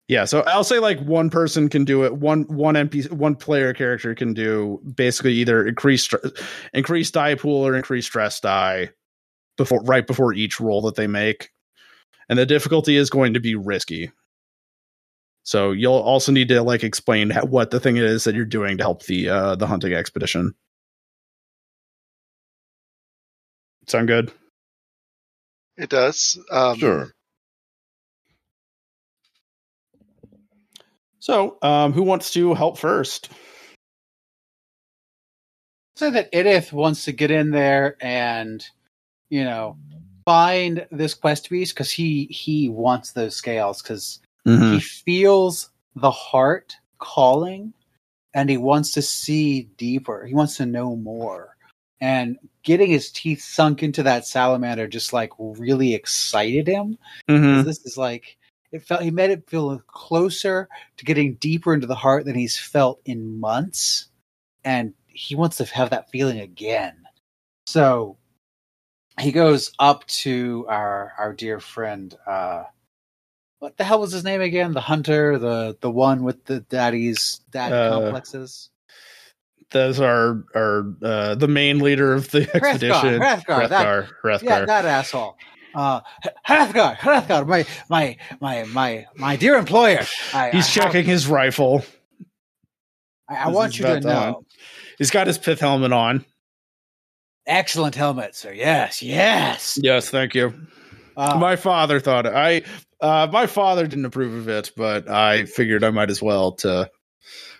S1: Yeah, so I'll say like one person can do it. One one NPC, one player character can do basically either increase str- increase die pool or increase stress die before right before each roll that they make, and the difficulty is going to be risky. So you'll also need to like explain ho- what the thing is that you're doing to help the uh, the hunting expedition. Sound good?
S2: It does. Um,
S3: Sure.
S1: So, um, who wants to help first?
S4: Say that Edith wants to get in there and, you know, find this quest piece because he he wants those scales because
S1: Mm-hmm.
S4: he feels the heart calling, and he wants to see deeper. He wants to know more, and getting his teeth sunk into that salamander just like really excited him.
S1: Mm-hmm.
S4: 'Cause This is like it felt he made it feel closer to getting deeper into the heart than he's felt in months, and he wants to have that feeling again. So he goes up to our our dear friend. uh What the hell was his name again? The hunter, the the one with the daddy's dad
S1: Uh,
S4: complexes.
S1: Those are are uh, the main leader of the expedition.
S4: Hrothgar, that-
S1: Hrothgar,
S4: Yeah,
S1: Hrothgar.
S4: that asshole. Uh, Hrathgar, Hrathgar, my my my my my dear employer. I,
S1: He's
S4: I have-
S1: checking his rifle.
S4: I, I
S1: This
S4: want
S1: is
S4: you to
S1: about time.
S4: know.
S1: He's got his pith helmet on.
S4: Excellent helmet, sir. Yes, yes.
S1: Yes, thank you.
S4: Uh,
S1: my father thought I. Uh, my father didn't approve of it, but I figured I might as well. To
S4: those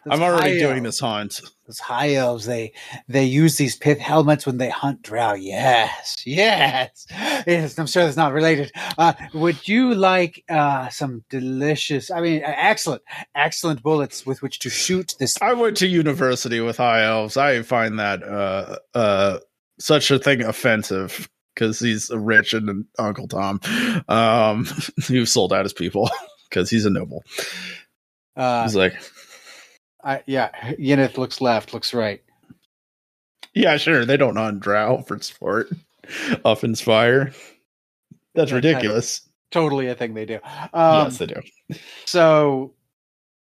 S1: I'm already
S4: high uh,
S1: doing
S4: elves-
S1: this hunt.
S4: Those high elves, they they use these pith helmets when they hunt drow. Yes, yes, yes. I'm sure that's not related. Uh, would you like uh, some delicious? I mean, uh, excellent, excellent bullets with which to shoot this.
S1: I went to university with high elves. I find that uh, uh, such a thing offensive because he's rich and Uncle Tom, um, [LAUGHS] who sold out his people because he's a noble.
S4: Uh,
S1: He's like,
S4: I, yeah, Yenith looks left, looks right.
S1: Yeah, sure. They don't on drow for sport. Off inspire. That's
S4: Yeah,
S1: ridiculous.
S4: Totally a thing they do. Um,
S1: yes, they do.
S4: So,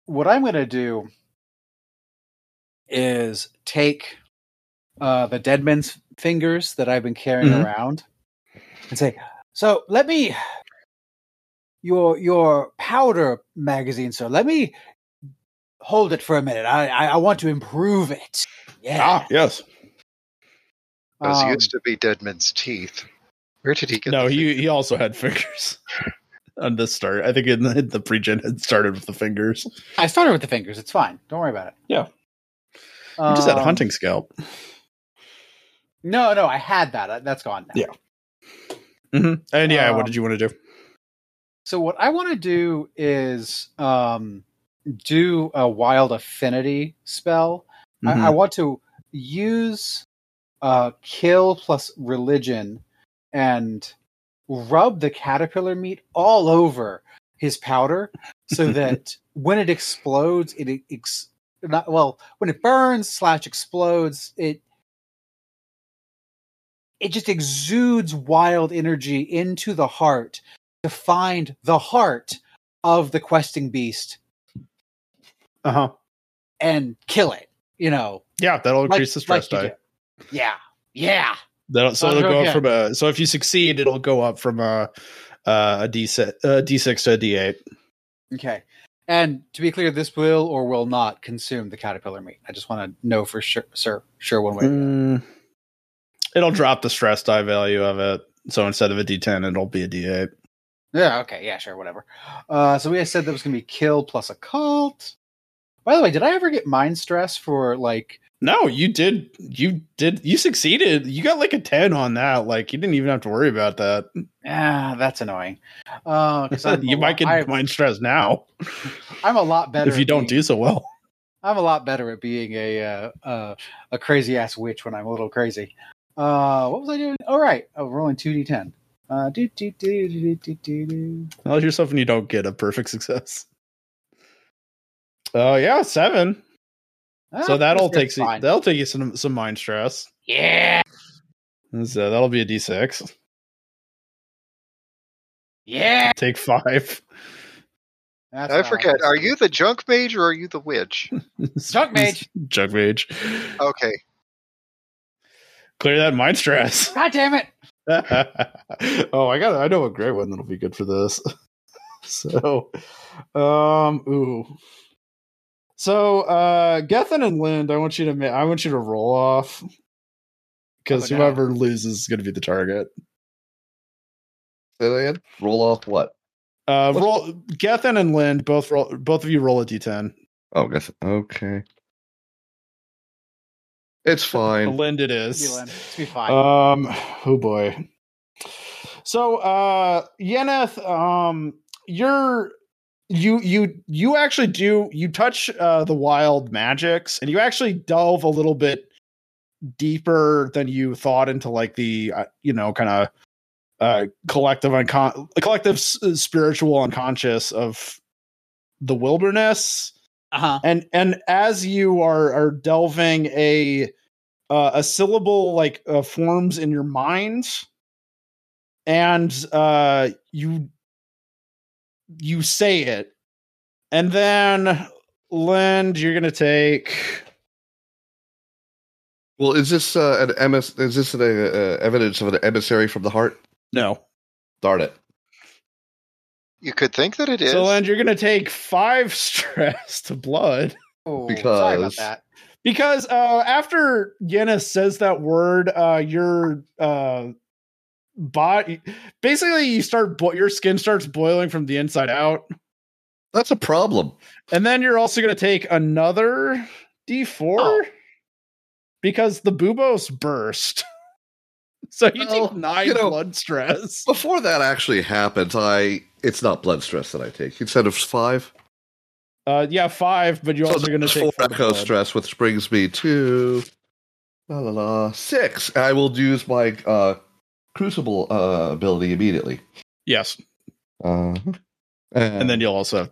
S4: what I'm going to do is take uh, the dead man's fingers that I've been carrying
S1: Mhm.
S4: around and say, "So let me your your powder magazine, sir. Let me hold it for a minute. I I, I want to improve it. Yeah.
S1: Ah, yes.
S2: Those
S4: Um,
S2: used to be Deadman's teeth. Where did he get?
S1: No,
S2: the-
S1: he he also had fingers. [LAUGHS] on the start. I think in the, the pre-gen had started with the fingers.
S4: I started with the fingers. It's fine. Don't worry about it.
S1: Yeah. You just had a
S4: Um,
S1: hunting scalp.
S4: No, no, I had that. Uh, That's gone now.
S1: Yeah. hmm And yeah,
S4: um,
S1: what did you want to do?
S4: So what I want to do is um, do a wild affinity spell.
S1: Mm-hmm.
S4: I, I want to use uh, kill plus religion and rub the caterpillar meat all over his powder so that when it explodes, it e-, ex- not, well when it burns slash explodes, it it just exudes wild energy into the heart to find the heart of the questing beast
S1: uh
S4: uh-huh.
S1: huh.
S4: and kill it. You know,
S1: Yeah, that'll
S4: like-
S1: increase the stress
S4: like you
S1: die.
S4: do. Yeah. Yeah.
S1: That'll, so
S4: Oh,
S1: it'll go
S4: okay.
S1: up from a. So if you succeed, it'll go up from a uh, a d six uh, d six to a d eight.
S4: Okay. And to be clear, this will or will not consume the caterpillar meat. I just want to know for sure, sir, sure one way.
S1: Mm. It'll drop the stress die value of it. So instead of a d10, it'll be a d8.
S4: Yeah. Okay. Yeah. Sure. Whatever. Uh, so we had said that was going to be kill plus occult. By the way, did I ever get mind stress for like?
S1: No, you did. You did. You succeeded. You got like a 10 on that. Like you didn't even have to worry about that.
S4: Ah, that's annoying.
S1: [LAUGHS]
S4: Uh, 'cause I'm
S1: you
S4: a
S1: might
S4: lot-
S1: get
S4: I-
S1: mind stress now
S4: I'm a lot [LAUGHS] better
S1: if you
S4: at
S1: don't
S4: being-
S1: do so well.
S4: I'm a lot better at being a uh, uh, a crazy ass witch when I'm a little crazy. Uh, what was I doing? All right, oh, rolling two d10. Uh, do do do do do do do.
S1: Knowledge yourself and you don't get a perfect success. Oh yeah, seven. so that'll
S4: Ah, that's-
S1: take
S4: that's
S1: you-
S4: fine.
S1: that'll take you some some mind stress.
S4: Yeah,
S1: And So that'll be a d6.
S4: yeah.
S1: Take five. [LAUGHS]
S4: That's
S2: I
S4: not-
S1: uh,
S2: forget. Are you the junk mage or are you
S1: [LAUGHS]
S2: the witch?
S4: Junk mage.
S1: Junk mage.
S2: Okay.
S1: Clear that mind stress.
S4: God damn it!
S1: [LAUGHS] oh, I got. I know a great one that'll be good for this. [LAUGHS] so, um, ooh. So, uh, Gethin and Lind, I want you to. Ma- I want you to roll off because
S4: Oh, no.
S1: whoever loses is going to be the target.
S3: And I had roll off what?
S1: Uh, roll Gethin and Lind both roll. Both of you roll a d10.
S3: Oh, guess okay. It's fine.
S1: Lind, it is.
S4: Dylan, It's be fine.
S1: Um, oh boy. So, uh, Yeneth, um, you're you you you actually do you touch uh the wild magics and you actually delve a little bit deeper than you thought into like the uh, you know kind of uh collective uncon collective s- uh, spiritual unconscious of the wilderness
S4: Uh huh.
S1: and and as you are are delving a uh, a syllable like uh, forms in your mind and uh you you say it and then lind you're gonna take
S3: Well, is this uh, an MS? Is this an, uh, uh, evidence of an emissary from the heart?
S1: no
S3: Darn it!
S2: You could think that it is.
S1: so lind you're gonna take five [LAUGHS] stress to blood
S4: Oh, sorry about
S3: Because-
S4: that.
S1: because uh after Yenna says that word uh your uh body basically you start bo- your skin starts boiling from the inside out
S3: That's a problem.
S1: and then you're also going to take another d4
S4: Oh.
S1: because the bubos burst [LAUGHS] so you
S3: Well,
S1: take nine
S3: you know-
S1: blood
S3: [LAUGHS]
S1: stress
S3: Before that actually happens, I it's not blood stress that I take. Instead of five,
S1: uh yeah five but you're also going to
S3: there's
S1: take
S3: four
S1: four
S3: echo
S1: blood.
S3: stress, which brings me to la la la six. I will use my uh, crucible uh, ability immediately,
S1: yes
S3: uh,
S1: and then you'll also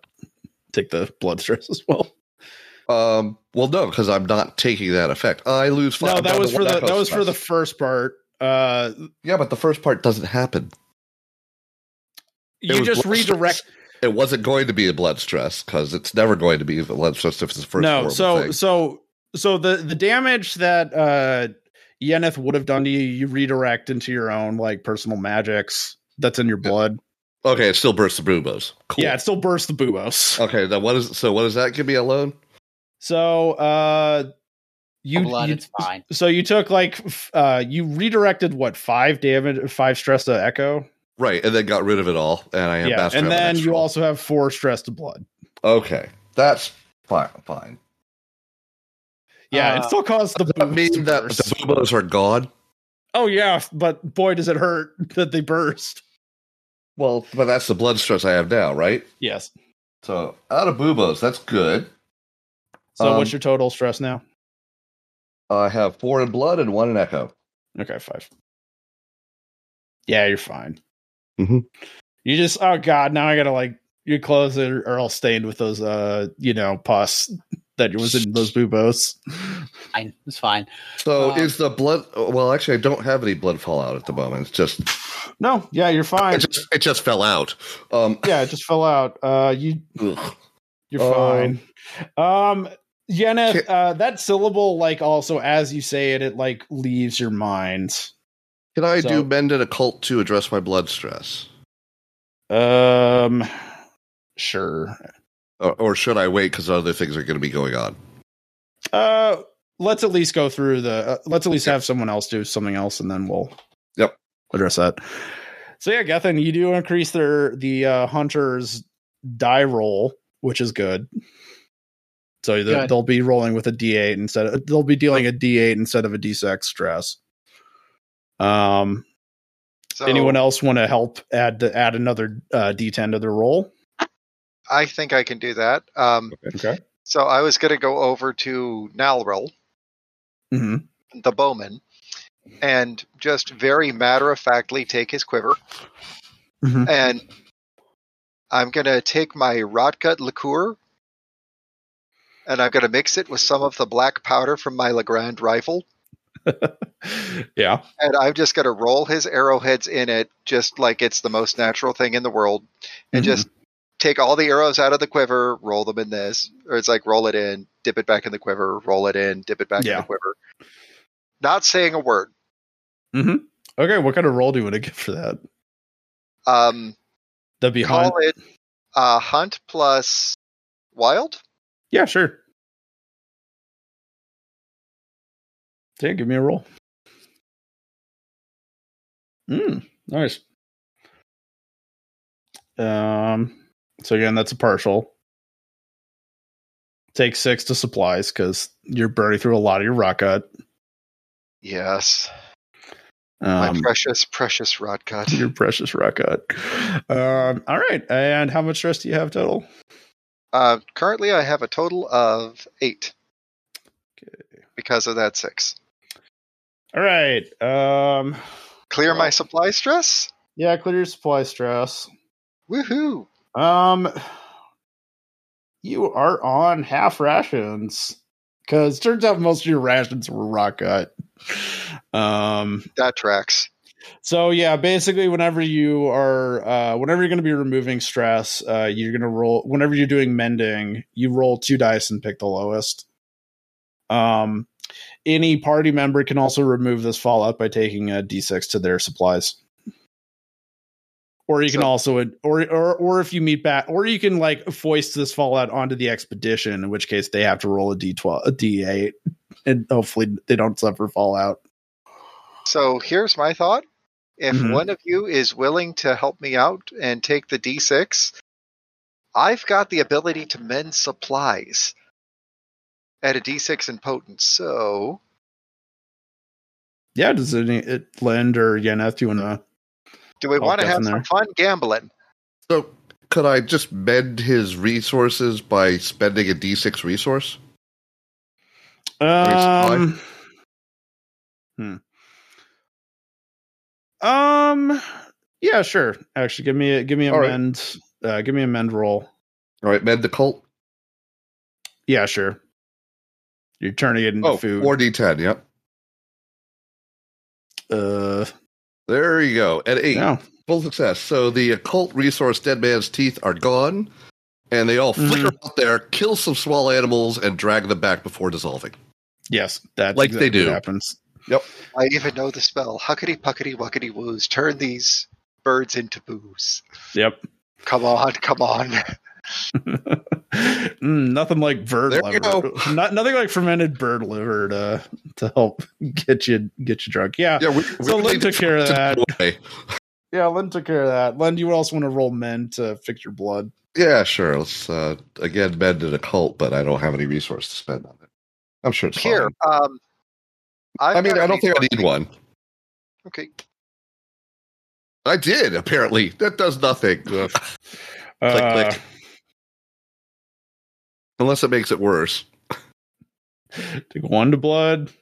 S1: take the blood stress as well
S3: Um, well, no, because I'm not taking that effect. I lose [LAUGHS] five.
S1: no
S3: down
S1: that
S3: to
S1: was for
S3: one
S1: the
S3: echo
S1: that was for the
S3: stress.
S1: first part uh
S3: yeah, but the first part doesn't happen. It
S1: you
S3: was
S1: just
S3: blood
S1: redirect
S3: stress. It wasn't going to be a blood stress because it's never going to be a blood stress if it's the first.
S1: no
S3: horrible
S1: so
S3: thing.
S1: so so the the damage that uh yeneth would have done to you you redirect into your own like personal magics that's in your
S3: Yeah.
S1: blood
S3: okay, it still bursts the brumos. Cool. Oh.
S1: yeah it still bursts the buos
S3: Okay. Then what is so? What does that give me alone?
S1: so uh you,
S4: blood.
S1: you-
S4: it's fine.
S1: so you took like f- uh you redirected what five damage five stress to echo
S3: Right, and then got rid of it all, and I have
S1: yeah,
S3: master
S1: and
S3: have an
S1: then
S3: extra
S1: you
S3: roll.
S1: also have four stress to blood.
S3: okay. That's fine. Fine.
S1: Yeah, it
S4: Uh,
S1: still causes the
S3: I
S1: boobs to
S3: mean that
S1: burst.
S3: the bubos are gone.
S1: oh yeah, but boy does it hurt [LAUGHS] that they burst.
S3: Well, but that's the blood stress I have now, right?
S1: Yes.
S3: So out of bubos, that's good.
S1: So what's
S3: Um,
S1: your total stress now?
S3: I have four in blood and one in echo.
S1: Okay, five. Yeah, you're fine. Mm-hmm.
S3: Mhm.
S1: You just oh god, now I gotta like your clothes are, are all stained with those uh you know pus that was in those boobos.
S4: Fine, it's fine.
S3: So
S4: Wow.
S1: Um,
S3: is the blood? Well, actually, I don't have any blood fallout at the moment. It's just
S1: No, yeah, you're fine.
S3: it just, it just fell out. Um,
S1: yeah, it just fell out. Uh, you
S3: ugh.
S1: You're
S3: Um,
S1: fine. Um, Yeneth,
S3: Ki-
S1: uh, that syllable, like, also as you say it, it like leaves your mind.
S3: Can I
S1: So-
S3: do mended occult to address my blood stress,
S1: Um, sure.
S3: or, or should I wait because other things are going to be going on?
S1: Uh, let's at least go through the. Uh, let's at least have someone else do something else, and then we'll.
S3: Yep.
S1: Address that. So yeah, Gethin, you do increase their the uh, hunter's die roll, which is good. So they-
S4: Good.
S1: they'll be rolling with a D8 instead. Of, they'll be dealing a D8 instead of a D6 stress. Um.
S2: So
S1: Anyone else want to help add to add another uh, D10 to their roll?
S2: I think I can do that. Um,
S1: Okay.
S2: so I was going to go over to Nalrel,
S1: hmm
S2: the bowman, and just very matter of factly take his quiver.
S1: Mhm.
S2: And I'm going to take my Rotgut liqueur and I'm going to mix it with some of the black powder from my Legrand rifle.
S1: [LAUGHS] yeah.
S2: And I'm just going to roll his arrowheads in it just like it's the most natural thing in the world. And
S1: Mhm.
S2: just take all the arrows out of the quiver, roll them in this. Or it's like roll it in, dip it back in the quiver, roll it in, dip it back in
S1: Yeah.
S2: the quiver. Not saying a word.
S1: Okay. What kind of roll do you want to give for that?
S2: Um,
S1: That'd be
S2: call
S1: hunt.
S2: it uh, hunt plus wild.
S1: Yeah, sure. Yeah, give me a roll. Mm, nice. Um. So again, that's a partial. Take six to supplies because you're burning through a lot of your rock cut.
S2: Yes. My
S1: Um,
S2: precious, precious Rodcut.
S1: your precious rock out. Um, all right. And how much stress do you have total?
S2: Uh, currently, I have a total of eight. Because of that six.
S1: All right. Um,
S2: Clear my
S1: Well.
S2: supply stress.
S1: yeah, clear your supply stress.
S2: Woohoo!
S1: Um, you are on half rations because turns out most of your rations were rock cut. Um,
S2: That tracks.
S1: So yeah, basically, whenever you are, uh, whenever you're going to be removing stress, uh, you're going to roll. Whenever you're doing mending, you roll two dice and pick the lowest. Um, any party member can also remove this fallout by taking a d6 to their supplies. Or you can
S2: So-
S1: also, or or or if you meet back, or you can like foist this fallout onto the expedition, in which case they have to roll a d12, a d8, and hopefully they don't suffer fallout.
S2: So here's my thought. If
S3: Mm-hmm.
S1: Mhm.
S2: one of you is willing to help me out and take the D6, I've got the ability to mend supplies at a D6 in potent. So
S1: Yeah, does any it lend or Yeneth? Do you want to?
S2: do
S3: Oh,
S2: we
S1: I'll
S2: want to
S1: get
S2: have
S1: in there.
S2: some fun gambling?
S3: So could I just mend his resources by spending a d6 resource?
S1: Um. Hmm. Um. Yeah, sure. Actually, give me a give me a
S3: All right.
S1: mend. Uh, give me a mend roll.
S3: All right, mend the cult.
S1: Yeah, sure. You're turning it into
S3: Oh,
S1: food.
S3: 4d10. Yep.
S1: uh,
S3: There you go. At eight.
S1: no.
S3: Full success. So the occult resource Dead Man's Teeth are gone, and they all
S1: Mhm.
S3: flicker out there, kill some small animals, and drag them back before dissolving.
S1: Yes, that's
S3: Like they
S1: exactly what
S3: do.
S1: happens.
S2: I even know the spell. Huckety puckety wuckety woos. Turn these birds into booze.
S1: Yep. [LAUGHS]
S2: Come on, come on. [LAUGHS]
S1: Mm, nothing like bird
S3: There you
S1: liver. Not nothing like fermented bird liver to to help [LAUGHS] get you get you drunk. Yeah.
S3: Yeah, we,
S1: So Lynn took care of that.
S3: away.
S1: Yeah, Len took care of that. Len, do you also want to roll men to fix your blood?
S3: Yeah, sure. Let's uh, again bend an occult, but I don't have any resource to spend on it. I'm sure it's
S2: Here,
S3: fine.
S2: um, I've
S3: I mean,
S2: got a
S3: I don't think I
S2: resource.
S3: need one.
S2: Okay,
S3: I did apparently. That does nothing. Uh, click,
S1: Uh,
S3: click. Unless it makes it worse.
S1: Take one to blood.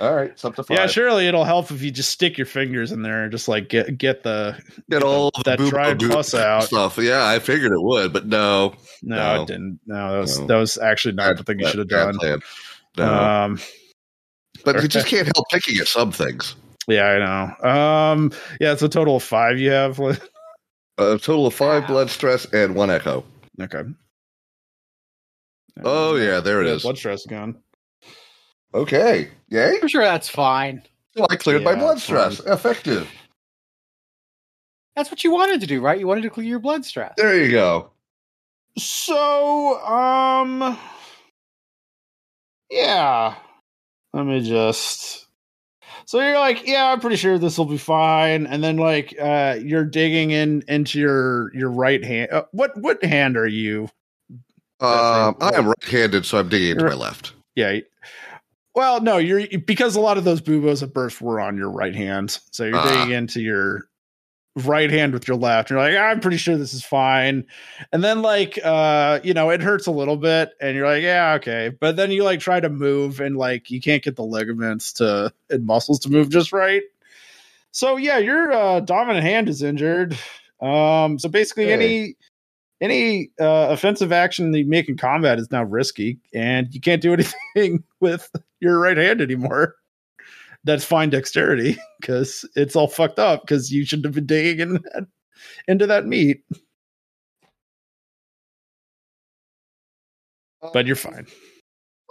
S3: All right, it's up to five.
S1: Yeah, surely it'll help if you just stick your fingers in there and just like get get the
S3: Get all the
S1: that
S3: boob-
S1: dried
S3: boob
S1: pus out.
S3: stuff. Yeah, I figured it would, but no.
S1: No,
S3: No.
S1: it didn't. No, that was
S3: No.
S1: that was actually not
S3: Bad-
S1: the thing you
S3: bad-
S1: should have
S3: bad
S1: done.
S3: plan. No,
S1: Um,
S3: but you just can't help picking at some things.
S1: yeah, I know. Um, yeah, it's a total of five you have. Lin.
S3: A total of five blood stress and one echo.
S1: [LAUGHS] okay.
S3: Oh yeah, there it
S1: Yeah,
S3: is.
S1: Blood stress gone.
S3: Okay, yay!
S4: I'm sure that's fine.
S3: So I cleared my
S1: Yeah,
S3: blood
S1: fine.
S3: stress. Effective.
S4: That's what you wanted to do, right? You wanted to clear your blood stress.
S3: There you go.
S1: So, um, yeah. Let me just. So you're like, yeah, I'm pretty sure this will be fine, and then like, uh, you're digging in into your your right hand. Uh, what what hand are you?
S3: Um, I am right-handed, so I'm digging into my left.
S1: Yeah. Well, no, you're because a lot of those buboes at birth were on your right hand, so you're
S3: Ah.
S1: digging into your right hand with your left. You're like, I'm pretty sure this is fine, and then like, uh, you know, it hurts a little bit, and you're like, yeah, okay, but then you like try to move, and like you can't get the ligaments to and muscles to move just right. So yeah, your uh, dominant hand is injured. Um, so basically,
S3: Hey.
S1: any any uh, offensive action that you make in combat is now risky, and you can't do anything [LAUGHS] with your right hand anymore. That's fine dexterity [LAUGHS] because it's all fucked up because you should have been digging in that, into that meat. But you're fine.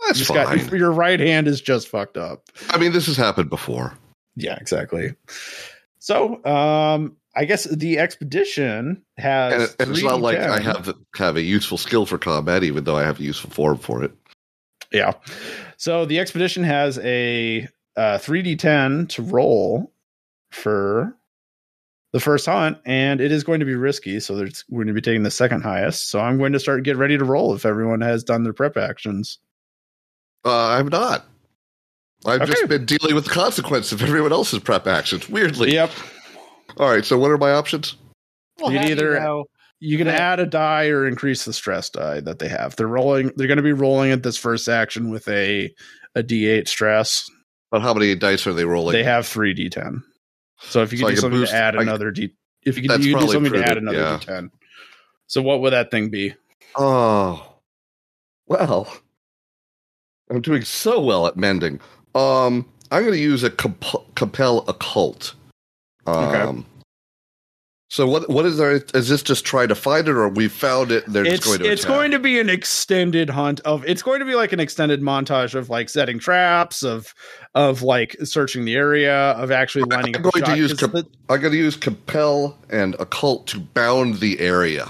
S3: That's
S1: You just
S3: fine.
S1: got- your right hand is just fucked up.
S3: I mean, this has happened before.
S1: Yeah, exactly. So, um, I guess the expedition has.
S3: and, it- and it's
S1: three
S3: not like I
S1: down.
S3: have have a useful skill for combat, even though I have a useful form for it.
S1: Yeah. So the expedition has a uh, 3d10 to roll for the first hunt, and it is going to be risky. So there's, we're going to be taking the second highest. So I'm going to start get ready to roll if everyone has done their prep actions.
S3: Uh, I'm not. I've
S1: Okay.
S3: just been dealing with the consequence of everyone else's prep actions. Weirdly.
S1: Yep.
S3: All right. So what are my options?
S4: Well,
S1: You'd
S4: how do you
S1: either-
S4: know?
S1: You can
S4: Yeah.
S1: add a die or increase the stress die that they have. They're rolling. They're going to be rolling at this first action with a a d8 stress.
S3: But how many dice are they rolling?
S1: they have three d10. So if you
S3: So
S1: could do
S3: I can
S1: something
S3: boost-
S1: to add
S3: I-
S1: another d, if you could,
S3: That's
S1: you could do
S3: probably
S1: something to add
S3: prudent,
S1: another
S3: yeah.
S1: d10. So what would that thing be?
S3: Oh. Well. I'm doing so well at mending. Um, I'm going to use a comp- compel occult. Um,
S1: Okay.
S3: So what? What is there? Is this just trying to find it, or we found it? And they're
S1: It's
S3: just going to.
S1: it's
S3: attack?
S1: going to be an extended hunt of. It's going to be like an extended montage of like setting traps of of like searching the area of actually lining
S3: I'm
S1: up. a
S3: going to
S1: shot,
S3: use
S1: 'cause
S3: com-
S1: the-
S3: I'm going to use compel and occult to bound the area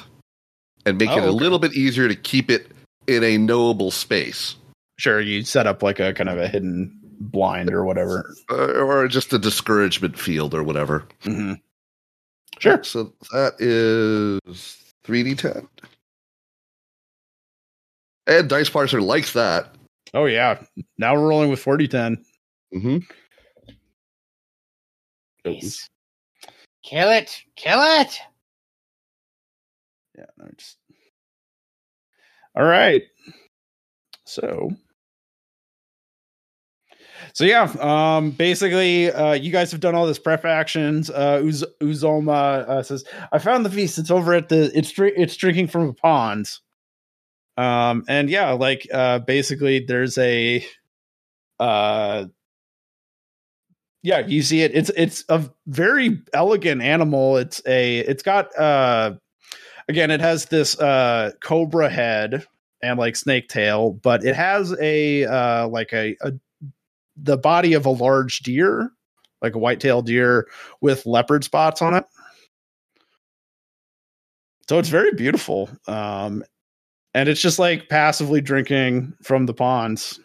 S3: and make
S1: Oh,
S3: it a
S1: okay.
S3: little bit easier to keep it in a knowable space
S1: sure you set up like a kind of a hidden blind or whatever.
S3: uh, or just a discouragement field or whatever.
S1: hmm Sure.
S3: So that is 3d10. And dice parser likes that.
S1: Oh yeah. Now we're rolling with forty ten.
S3: Mm-hmm.
S4: Nice. Kill it! Kill it!
S1: Yeah, no, just all right. So, so yeah, um, basically, uh, you guys have done all this prep actions. Uh, Uz- Uzoma uh, says, "I found the feast. It's over at the. It's dri- it's drinking from a pond." Um, and yeah, like uh, basically, there's a, uh, yeah, you see it. It's it's a very elegant animal. It's a. It's got uh again it has this uh cobra head and like snake tail but it has a uh like a, a the body of a large deer like a white-tailed deer with leopard spots on it so it's very beautiful um and it's just like passively drinking from the ponds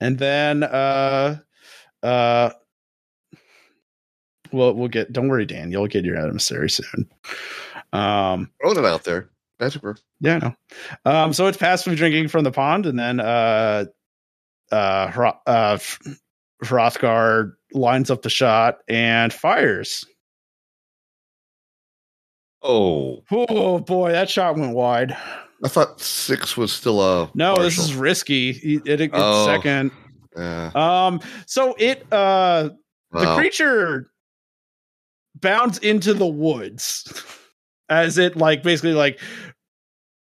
S1: and then uh uh We'll we'll get. Don't worry, Dan. You'll get your adversary soon. Um,
S3: Throwing it out there. Magic word.
S1: yeah, no. Um, so it's passive drinking from the pond, and then uh, uh, Hro- uh, F- Hrothgar lines up the shot and fires.
S3: Oh,
S1: Oh boy, that shot went wide.
S3: I thought six was still a.
S1: No, this
S3: partial.
S1: is risky. It, it, it's
S3: Oh.
S1: second.
S3: Yeah.
S1: Um, so it uh, the
S3: Wow.
S1: creature bounds into the woods [LAUGHS] as it like basically like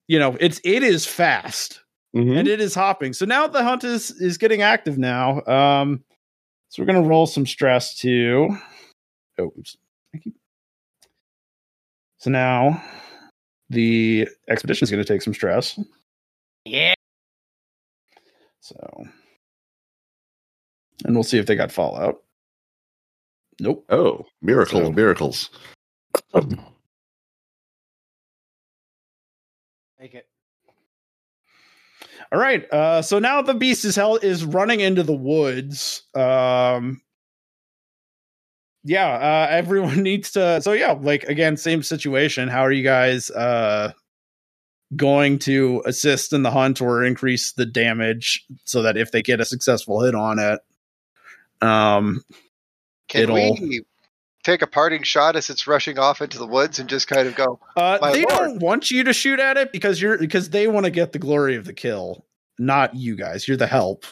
S1: you know it's it is fast
S3: Mhm.
S1: and it is hopping. So now the hunt is is getting active now. Um, so we're gonna roll some stress too. Oh, oops. Thank you. So now the expedition is gonna take some stress.
S5: Yeah.
S1: So, and we'll see if they got fallout. Nope.
S3: Oh, miracles,
S1: So-
S3: miracles.
S4: Take it.
S1: All right. Uh, so now the beast is hell is running into the woods. Um, yeah. Uh, everyone [LAUGHS] needs to. So yeah, like again, same situation. How are you guys uh, going to assist in the hunt or increase the damage so that if they get a successful hit on it, um,
S2: Can
S1: It'll-
S2: we take a parting shot as it's rushing off into the woods and just kind of go,
S1: Uh,
S2: My
S1: they
S2: lord.
S1: don't want you to shoot at it because you're because they want to get the glory of the kill, not you guys. You're the help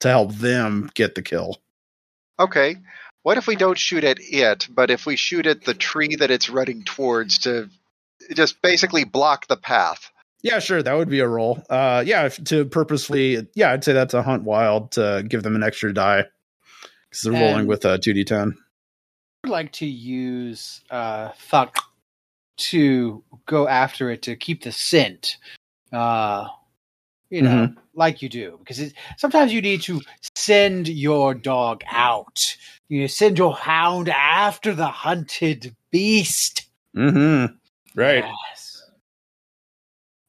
S1: to help them get the kill.
S2: okay, what if we don't shoot at it, but if we shoot at the tree that it's running towards to just basically block the path?
S1: Yeah, sure, that would be a roll. Uh, yeah, if, to purposefully, yeah, I'd say that's a hunt wild to give them an extra die because they're rolling
S4: And-
S1: with a two d ten.
S4: would like to use uh fuck to go after it to keep the scent uh you know
S1: Mm-hmm.
S4: like you do because it, sometimes you need to send your dog out you send your hound after the hunted beast
S1: Mm-hmm. Right.
S4: yes.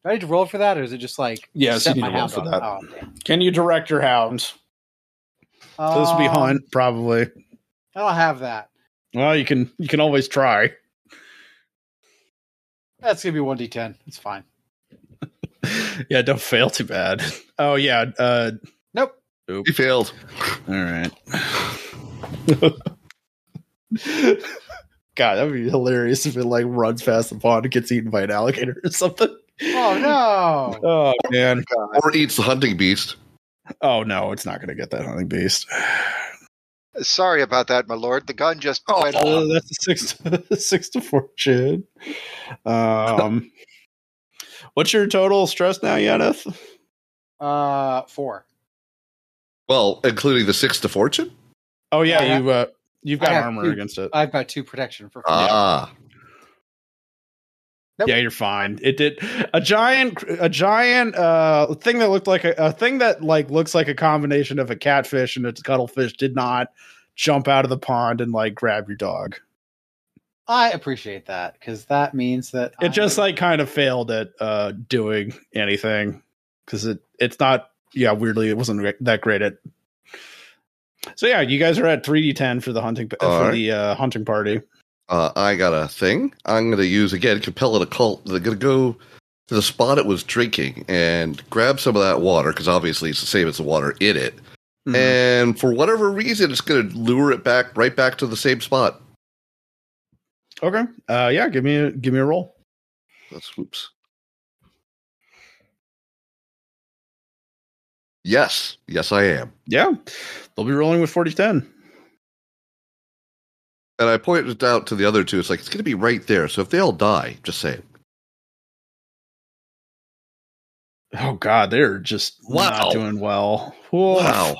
S4: do i need to roll for that or is it just like
S1: Yes,
S4: set
S1: you need to
S4: my
S1: roll
S4: hound
S1: for
S4: on?
S1: that.
S4: Oh, damn.
S1: Can you direct your hound? So this would be
S4: Um,
S1: hunt probably.
S4: i don't have that
S1: Well, you can you can always try. [LAUGHS]
S4: that's gonna be 1d10 it's fine
S1: yeah, don't fail too bad. Oh yeah. Uh,
S4: nope
S3: He failed.
S1: All right. [LAUGHS] God, that'd be hilarious if it like runs past the pond and gets eaten by an alligator or something.
S4: oh no
S1: Oh man.
S3: Or eats the hunting beast.
S1: Oh no, it's not gonna get that hunting beast.
S2: Sorry about that, my lord. The gun just went off.
S1: [LAUGHS] Uh, that's a six to [LAUGHS] six to fortune. Um [LAUGHS] What's your total stress now, Yeneth? [LAUGHS]
S4: uh four
S3: Well, including the six to fortune.
S1: Oh
S4: I
S1: yeah,
S4: have-
S1: you uh you've
S4: I
S1: got
S4: have
S1: armor
S4: two.
S1: against it.
S4: I've got two protection for free.
S3: Ah,
S4: Nope.
S1: Yeah, you're fine. It did a giant, a giant uh, thing that looked like a, a thing that like looks like a combination of a catfish and a cuttlefish did not jump out of the pond and like grab your dog.
S4: I appreciate that because that means that
S1: It just like kind of failed at uh, doing anything because it it's not yeah weirdly it wasn't re- that great at. So yeah, you guys are at three d ten for the hunting
S3: All
S1: for
S3: right.
S1: the uh, hunting party.
S3: uh, I got a thing. I'm going to use again. Compel an occult. They're going to go to the spot it was drinking and grab some of that water because obviously it's the same as the water in it. Mm-hmm.
S1: Mm-hmm.
S3: Eh. And for whatever reason, it's going to lure it back right back to the same spot.
S1: Okay, uh, yeah, give me a, give me a roll.
S3: That's whoops. Yes, yes, I am.
S1: Yeah, they'll be rolling with forty ten.
S3: And I pointed it out to the other two. It's like, it's going to be right there. So if they all die, just say,
S1: Oh God, they're just
S3: Wow.
S1: not doing well. Whoa.
S3: wow.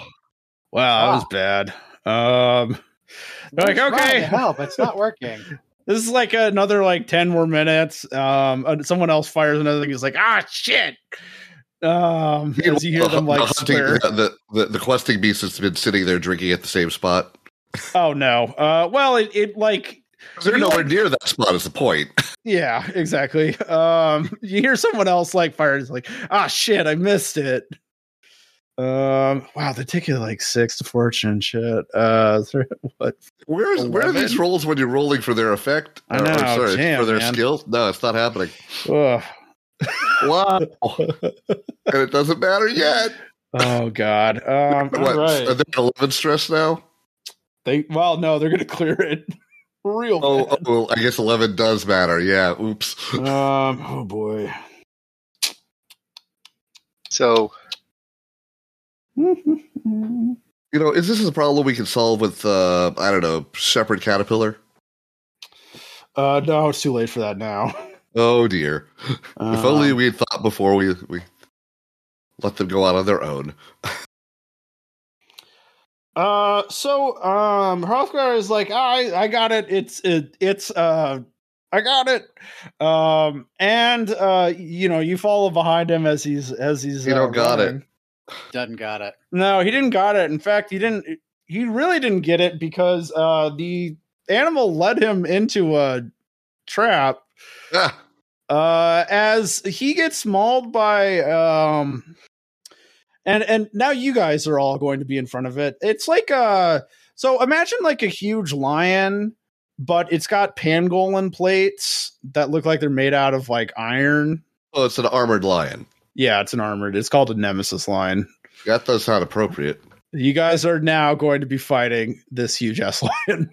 S1: wow, that was
S4: Wow.
S1: bad. Um, they're like, okay,
S4: help, it's
S1: [LAUGHS]
S4: not working.
S1: this is like another like ten more minutes. Um, and someone else fires another thing. It's like, ah, shit. Um, as you hear them like
S3: hunting-
S1: swear.
S3: the, the, the questing beast has been sitting there drinking at the same spot.
S1: Oh no. Uh, well, it, it like
S3: 'Cause They're
S1: You
S3: nowhere
S1: like-
S3: near that spot, is the point.
S1: yeah, exactly. Um, you hear someone else like fires like, ah, shit, I missed it. Um, wow, the ticket like six to fortune shit. Uh, th- what?
S3: [LAUGHS] Where is where are
S1: Eleven?
S3: these rolls when you're rolling for their effect?
S1: I know, damn,
S3: for their
S1: man.
S3: skill? No, it's not happening.
S1: Ugh. [LAUGHS]
S3: Wow. and it doesn't matter yet.
S1: Oh god. Um, [LAUGHS] all
S3: What? Are
S1: right.
S3: they eleven stress now?
S1: They well, no, they're gonna clear it [LAUGHS] real.
S3: Oh,
S1: bad.
S3: oh, well, I guess eleven does matter.
S1: [LAUGHS]
S3: Yeah. Oops.
S1: Um, oh boy.
S2: So
S3: You know, is this a problem we can solve with uh I don't know, Shepherd Caterpillar?
S1: Uh, no, it's too late for that now.
S3: Oh dear. if only
S1: Um,
S3: we had thought before we we let them go out on their own.
S1: Uh, so um, Hrothgar is like, I, I got it. It's it, it's uh, I got it. Um, and uh, you know, you follow behind him as he's as he's.
S3: You
S1: uh,
S3: don't got it.
S1: running.
S4: Doesn't got it.
S1: No, he didn't got it. In fact, he didn't. He really didn't get it because uh, the animal led him into a trap.
S3: Ah,
S1: uh as he gets mauled by um and and now you guys are all going to be in front of it it's like uh so imagine like a huge lion but it's got pangolin plates that look like they're made out of like iron
S3: oh, it's an armored lion.
S1: yeah it's an armored it's called a nemesis lion
S3: That does sound appropriate.
S1: you guys are now going to be fighting this huge ass [LAUGHS] lion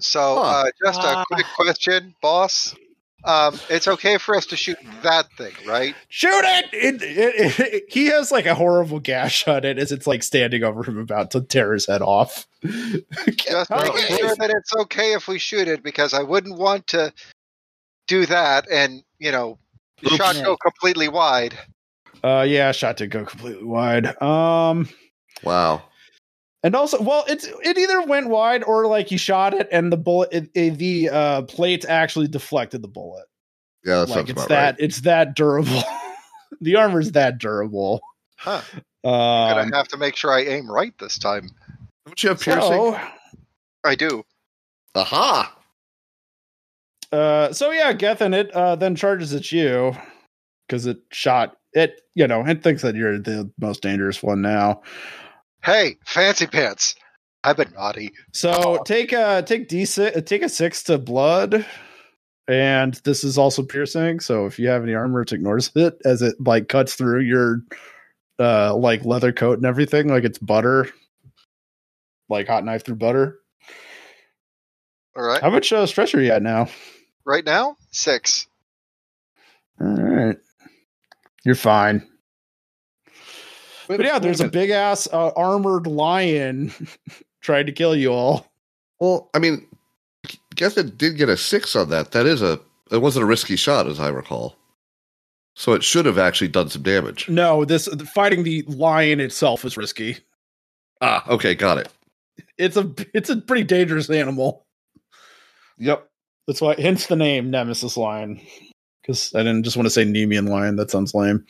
S2: so uh, just a
S1: Ah.
S2: quick question, boss. Um, it's okay for us to shoot that thing, right?
S1: shoot it! It, it, it he has like a horrible gash on it as it's like standing over him about to tear his head off [LAUGHS]
S2: Just
S1: Oh,
S2: making
S1: please.
S2: sure that it's okay if we shoot it because I wouldn't want to do that and, you know,
S3: Oops.
S2: shot go completely wide.
S1: Uh, yeah, shot did go completely wide. Um,
S3: Wow.
S1: and also, well, it's it either went wide or like you shot it, and the bullet, it, it- the uh, plate actually deflected the bullet.
S3: Yeah,
S1: like
S3: that sounds
S1: it's
S3: about
S1: that
S3: right.
S1: it's that durable. [LAUGHS] the armor's that durable.
S2: Huh. Gonna
S1: Um,
S2: have to make sure I aim right this time.
S3: Don't you have piercing?
S1: so,
S2: I do.
S3: Aha!
S1: uh, so yeah, Gethin it uh, then charges at you because it shot it. You know, it thinks that you're the most dangerous one now.
S2: Hey, fancy pants. I've been naughty.
S1: So take a take d six take a six to blood, and this is also piercing. So if you have any armor, it ignores [LAUGHS] it as it like cuts through your uh like leather coat and everything, like it's butter, like hot knife through butter.
S2: All right.
S1: How much uh, stress are you at now?
S2: Right now, six.
S1: All right, you're fine.
S3: Wait
S1: But yeah, there's a
S3: minute.
S1: big ass uh, armored lion [LAUGHS] trying to kill you all.
S3: Well, I mean, guess it did get a six on that. That is a. It wasn't a risky shot, as I recall. So it should have actually done some damage.
S1: No, this fighting the lion itself is risky.
S3: Ah, okay, got it.
S1: It's a it's a pretty dangerous animal.
S3: Yep.
S1: That's why, hence the name Nemesis Lion. Because I didn't just want to say Nemean Lion. That sounds lame.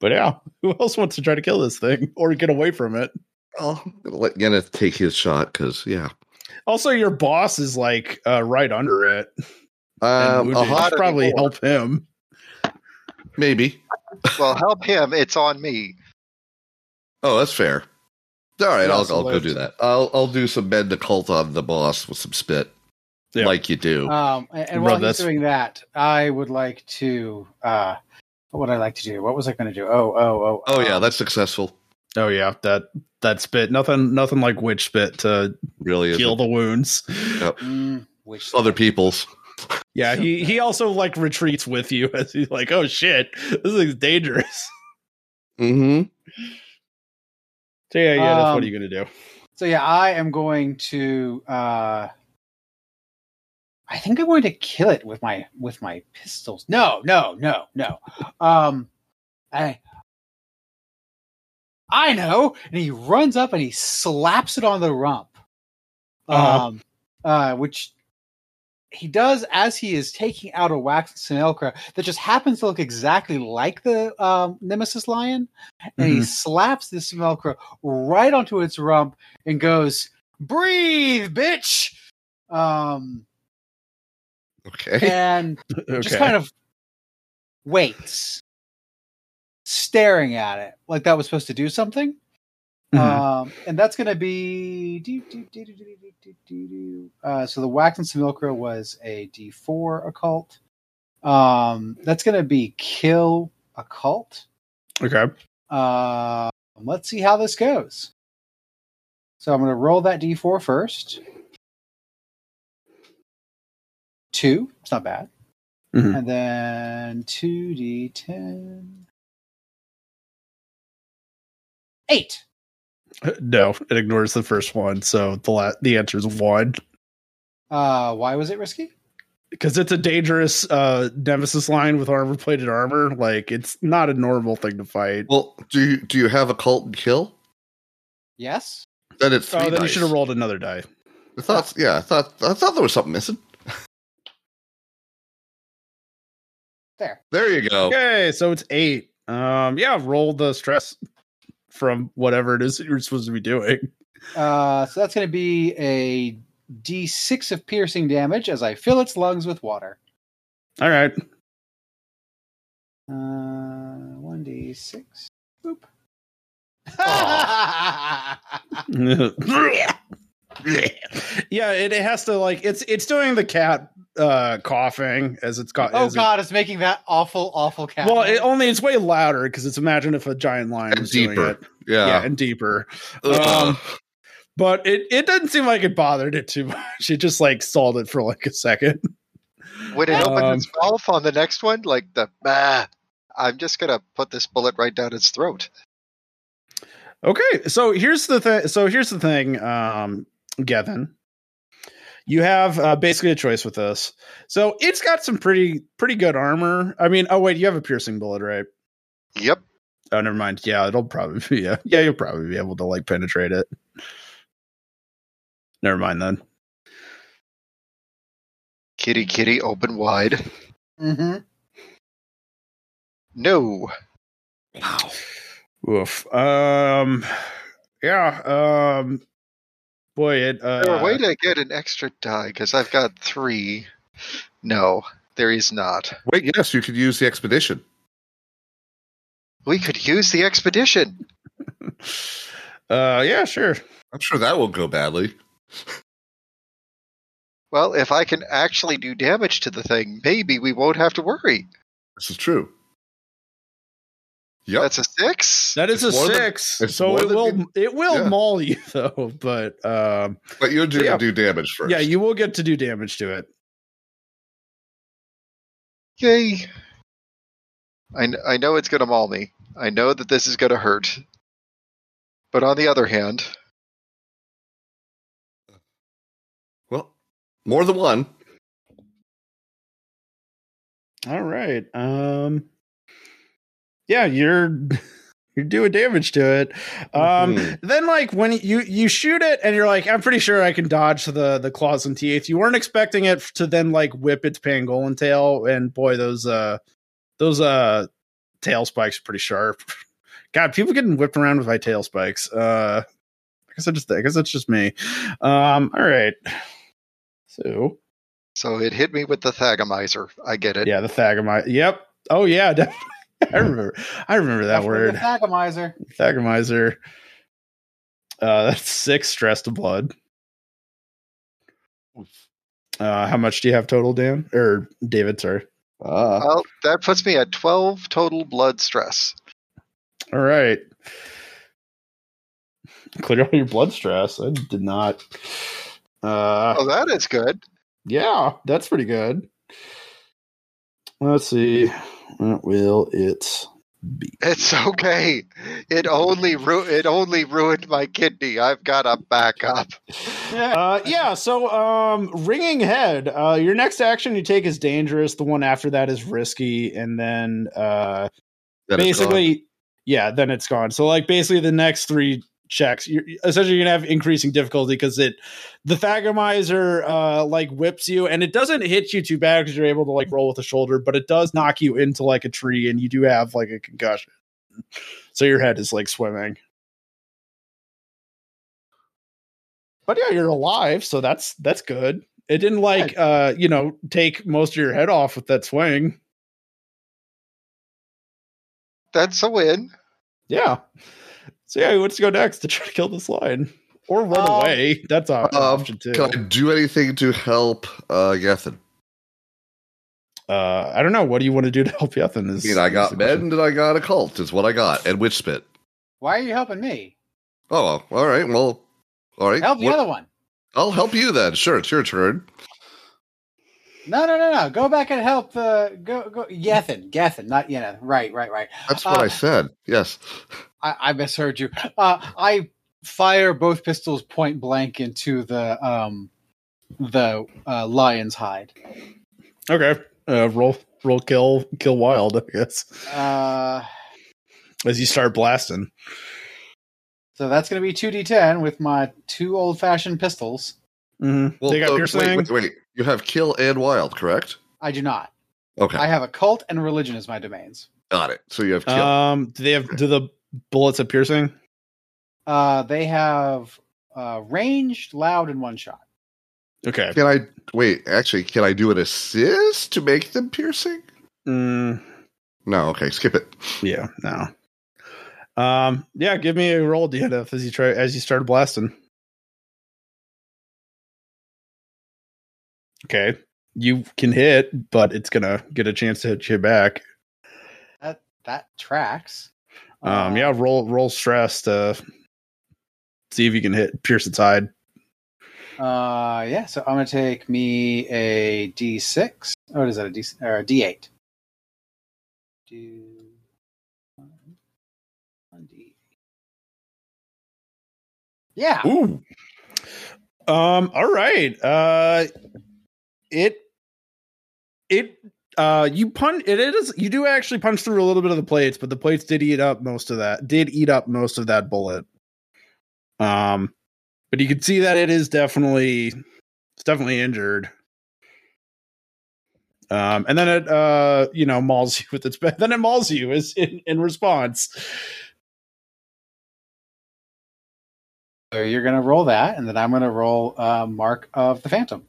S1: But yeah, who else wants to try to kill this thing or get away from it?
S3: Oh, I'm gonna let Yenna take his shot because yeah.
S1: Also, your boss is like uh, right under it.
S3: Um,
S1: and would
S3: aha,
S1: probably help him.
S3: maybe.
S2: Well, help him. It's on me.
S3: Oh, that's fair. All right,
S1: Yeah,
S3: I'll,
S1: so
S3: I'll go
S1: left.
S3: do that. I'll I'll do some mend the cult on the boss with some spit,
S1: Yeah.
S3: like you do.
S4: Um, and, and
S1: Bro,
S4: while he's
S1: that's-
S4: doing that, I would like to. Uh, what would I like to do? What was I going to do? Oh, oh, oh.
S3: oh yeah,
S4: um,
S3: that's successful.
S1: Oh yeah, that that spit. Nothing nothing like witch spit to
S3: Really is
S1: heal the wounds.
S4: mm, which
S3: other people's.
S1: Yeah, he [LAUGHS] he also like retreats with you as he's like, oh shit, this is dangerous.
S3: Mm-hmm.
S1: So yeah, yeah, that's what
S4: Um,
S1: are you gonna do?
S4: So yeah, I am going to. Uh, I think I'm going to kill it with my with my pistols. No, no, no, no. Um, I. I know, and he runs up and he slaps it on the rump,
S1: Uh-huh.
S4: um, uh, which he does as he is taking out a wax Sinelcra that just happens to look exactly like the um, Nemesis lion, and he
S1: Mhm.
S4: slaps this Sinelcra right onto its rump and goes, "Breathe, bitch." Um,
S3: Okay.
S4: and just kind of waits staring at it like that was supposed to do something.
S1: [CLEARS THROAT] Mhm.
S4: Um, and that's going to be. doo, doo, doo, doo, doo, doo, doo, doo, doo. Uh, so the Wax and Simulacra was a D4 occult. Um, that's going to be Kill Occult.
S1: okay.
S4: Uh, let's see how this goes. So I'm going to roll that D4 first. Two. It's not bad.
S1: Mhm.
S4: And then 2D10. Eight.
S1: [LAUGHS] No, it ignores the first one. So the la- the answer is one
S4: Uh, why was it risky?
S1: because it's a dangerous uh, nemesis line with armor plated armor. Like it's not a normal thing to fight.
S3: Well, do you do you have a cult and kill?
S4: Yes.
S3: Then it's three
S1: oh, then you
S3: dice.
S1: should have rolled another die.
S3: I thought, yeah, I thought I thought there was something missing.
S4: There.
S3: There you go.
S1: Okay, so it's eight. Um, yeah, roll the stress from whatever it is that you're supposed to be doing.
S4: Uh, so that's going to be a D6 of piercing damage as I fill its lungs with water.
S1: All right. [LAUGHS]
S4: Uh, 1D6. Boop. [LAUGHS]
S1: yeah, it, it has to like it's it's doing the cat uh coughing as it's got.
S4: oh
S1: as it-
S4: god, it's making that awful, awful cat.
S1: well, it only it's way louder because it's imagine if a giant lion
S3: And
S1: was doing
S3: deeper.
S1: it.
S3: Yeah. Uh,
S1: yeah, and deeper.
S3: Ugh.
S1: Um, But it it doesn't seem like it bothered it too [LAUGHS] much. It just like stalled it for like a second. [LAUGHS]
S2: When it
S1: Um,
S2: opens its mouth on the next one, like the bah, I'm just gonna put this bullet right down its throat.
S1: Okay, so here's the thing. So here's the thing, um, Gavin. You have uh, basically a choice with this. So it's got some pretty pretty good armor. I mean, oh wait, you have a piercing bullet, right?
S2: Yep.
S1: Oh, never mind. Yeah, it'll probably be, [LAUGHS] yeah yeah you'll probably be able to like penetrate it. Never mind then.
S2: Kitty kitty open wide.
S4: Mhm.
S2: No.
S1: Oof. Um. Yeah. Um. Boy, it. Uh,
S2: Is there a way to get an extra die? Because I've got three. No, there is not.
S3: Wait, yes, you could use the expedition.
S2: We could use the expedition.
S1: uh. Yeah. Sure.
S3: I'm sure that won't go badly.
S2: Well, if I can actually do damage to the thing, maybe we won't have to worry.
S3: This is true. Yep.
S2: That's a six.
S1: That is
S3: It's
S1: a
S3: more than-
S1: six,
S3: it's
S1: so
S3: more
S1: it
S3: than
S1: will
S3: you-
S1: it will
S3: yeah.
S1: maul you though. But um,
S3: but you're doing
S1: yeah.
S3: do damage first.
S1: yeah, you will get to do damage to it.
S2: Yay. I, kn- I know it's going to maul me. I know that this is going to hurt. But on the other hand,
S3: Well, more than one.
S1: All right. Um, yeah, you're [LAUGHS] you're doing damage to it. Um,
S3: Mhm.
S1: Then, like when you you shoot it, and you're like, I'm pretty sure I can dodge the the claws and teeth. You weren't expecting it to then like whip its pangolin tail, and boy, those uh those uh tail spikes are pretty sharp. [LAUGHS] God, people getting whipped around with my tail spikes. Uh, I guess I just I guess that's just me. Um, all right. So
S2: so it hit me with the Thagomizer. I get it.
S1: yeah, the Thagomizer. Yep. Oh yeah, [LAUGHS] definitely. I remember. I remember that
S4: Definitely
S1: word,
S4: a Thagomizer.
S1: Thagomizer. Uh, that's six stress to blood. Uh, how much do you have total, Dan or David? Sorry.
S3: Ah.
S2: Well, that puts me at 12 total blood stress.
S1: All right. Clear all your blood stress. I did not. Uh,
S2: Oh, that is good.
S1: yeah, that's pretty good. Let's see. What will it be?
S2: It's okay. It only ru- it only ruined my kidney. I've got a backup.
S1: [LAUGHS] uh, yeah. So, um, ringing head. Uh, your next action you take is dangerous. The one after that is risky, and then uh,
S3: That is gone.
S1: basically, yeah, then it's gone. So, like, basically, the next three checks, you're essentially you're gonna have increasing difficulty because it, the thagomizer, uh, like whips you, and it doesn't hit you too bad because you're able to like roll with the shoulder, but it does knock you into like a tree, and you do have like a concussion. So your head is like swimming. But yeah, you're alive, so that's that's good. It didn't like uh, you know, take most of your head off with that swing.
S2: that's a win.
S1: Yeah. So yeah, he wants to go next to try to kill this lion or run
S2: Um,
S1: away. That's an
S3: um,
S1: option too.
S3: Can I do anything to help uh, Gethin?
S1: uh, I don't know. What do you want to do to help Yethan?
S3: I
S1: Is,
S3: mean, I
S1: is
S3: got
S1: the question.
S3: men and I got a cult, is what I got, and witch spit.
S4: Why are you helping me?
S3: Oh, all right. Well, all right.
S4: Help the
S3: What-
S4: other one.
S3: I'll help you then. Sure, it's your turn.
S4: No, no, no, no. Go back and help the go go Gethin, Gethin, not Yenna. Right, right, right.
S3: That's what
S4: Uh,
S3: I said. Yes.
S4: I, I misheard you. Uh, I fire both pistols point blank into the um the uh, lion's hide.
S1: Okay. Uh, roll, roll, kill, kill wild. I guess
S4: Uh,
S1: as you start blasting.
S4: so that's going to be two d10 with my two old fashioned pistols.
S1: Mm-hmm. they got
S3: uh,
S1: piercing.
S3: wait, wait, wait. You have kill and wild, correct?
S4: I do not.
S3: Okay,
S4: I have occult and religion as my domains.
S3: got it. So you have kill.
S1: Um, do they have do the bullets have piercing?
S4: Uh, they have uh, ranged, loud, and one shot.
S1: Okay.
S3: can I wait? Actually, can I do an assist to make them piercing?
S1: Mm,
S3: No. Okay, skip it.
S1: yeah. No. Um. Yeah. Give me a roll, DNF, as you try as you start blasting. Okay. You can hit, but it's gonna get a chance to hit you back.
S4: That that tracks.
S1: Um. Yeah. Roll. Roll stress to see if you can hit pierce its hide.
S4: Uh, yeah. So I'm gonna take me a D6. Oh, what is that a D or a D8? D. one D8. Yeah.
S1: Ooh. Um. All right. Uh. It. It. Uh. You punch. It is. You do actually punch through a little bit of the plates, but the plates did eat up most of that. Did eat up most of that bullet. Um. But you can see that it is definitely. It's definitely injured. Um, and then it, uh, you know, mauls [LAUGHS] you with its back. Then it mauls you is in, in response.
S4: So you're gonna roll that, and then I'm gonna roll uh, Mark of the Phantom.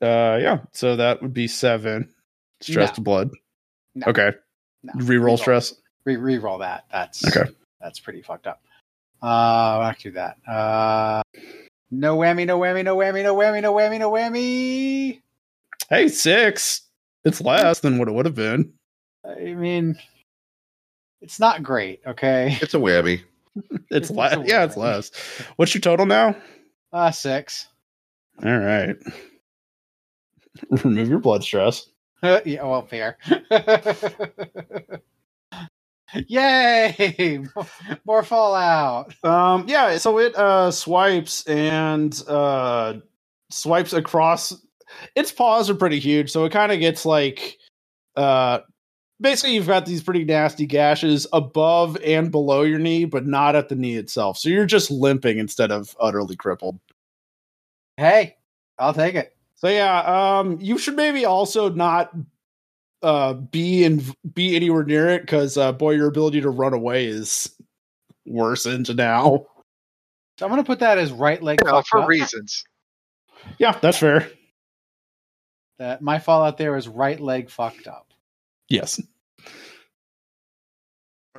S1: Uh, yeah. So that would be seven stress
S4: No.
S1: to blood.
S4: No.
S1: Okay.
S4: No,
S1: Reroll stress.
S4: Re- reroll that. That's
S1: Okay.
S4: That's pretty fucked up. Uh, I'll not do that. Uh, no whammy, no whammy, no whammy, no whammy, no whammy, no whammy.
S1: Hey, six. It's less than what it would have been. [LAUGHS]
S4: I mean, it's not great. Okay,
S3: It's a whammy.
S1: It's
S4: a
S1: less. Yeah, it's
S4: win.
S1: less. What's your total now?
S4: uh, six. [LAUGHS]
S1: All right. [LAUGHS] Remove your blood stress.
S4: yeah, well, fair. [LAUGHS] Yay! [LAUGHS] More Fallout.
S1: Um, yeah, so it uh swipes and uh swipes across its paws are pretty huge, so it kind of gets like uh basically you've got these pretty nasty gashes above and below your knee, but not at the knee itself. So you're just limping instead of utterly crippled.
S4: Hey, I'll take it.
S1: So yeah, um, you should maybe also not uh be in be anywhere near it because uh, boy, your ability to run away is worsened now.
S4: So I'm gonna put that as right leg.
S2: You know,
S4: fucked
S2: for
S4: up.
S2: reasons.
S1: Yeah, that's fair.
S4: That my Fallout there is right leg fucked up.
S1: Yes.
S3: All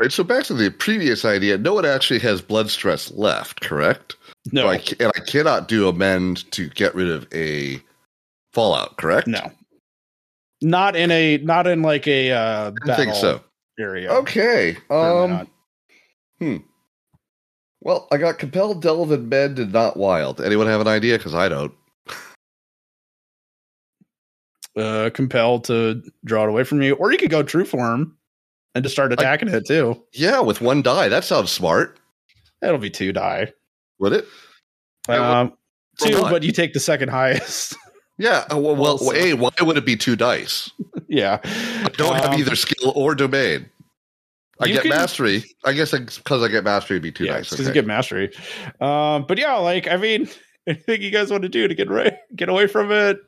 S3: right. So back to the previous idea. No one actually has blood stress left, correct?
S1: No.
S3: So I ca- and I cannot do amend to get rid of a fallout, correct?
S1: no. Not in a not in like a uh
S3: I
S1: battle
S3: think so.
S1: area.
S3: Okay.
S1: Certainly
S3: Um.
S1: not.
S3: Well, I got compelled, delve, and bend, and not wild. Anyone have an idea? Because I don't.
S1: uh compelled to draw it away from you. Or you could go true form and just start attacking it too.
S3: Yeah, with one die, that sounds smart.
S1: That'll be two die.
S3: Would it? I will-
S1: Um
S3: for
S1: two,
S3: what?
S1: but you take the second highest. [LAUGHS]
S3: Yeah. uh, Well, well
S1: Also-
S3: hey, why would it be two dice?
S1: yeah.
S3: I don't
S1: Um,
S3: have either skill or domain. I
S1: you
S3: get
S1: can-
S3: mastery. I guess because I get mastery, it'd be two
S1: yeah,
S3: dice.
S1: because
S3: okay.
S1: you get mastery. Um, but yeah, like I mean, [LAUGHS] anything you guys want to do to get right, get away from it,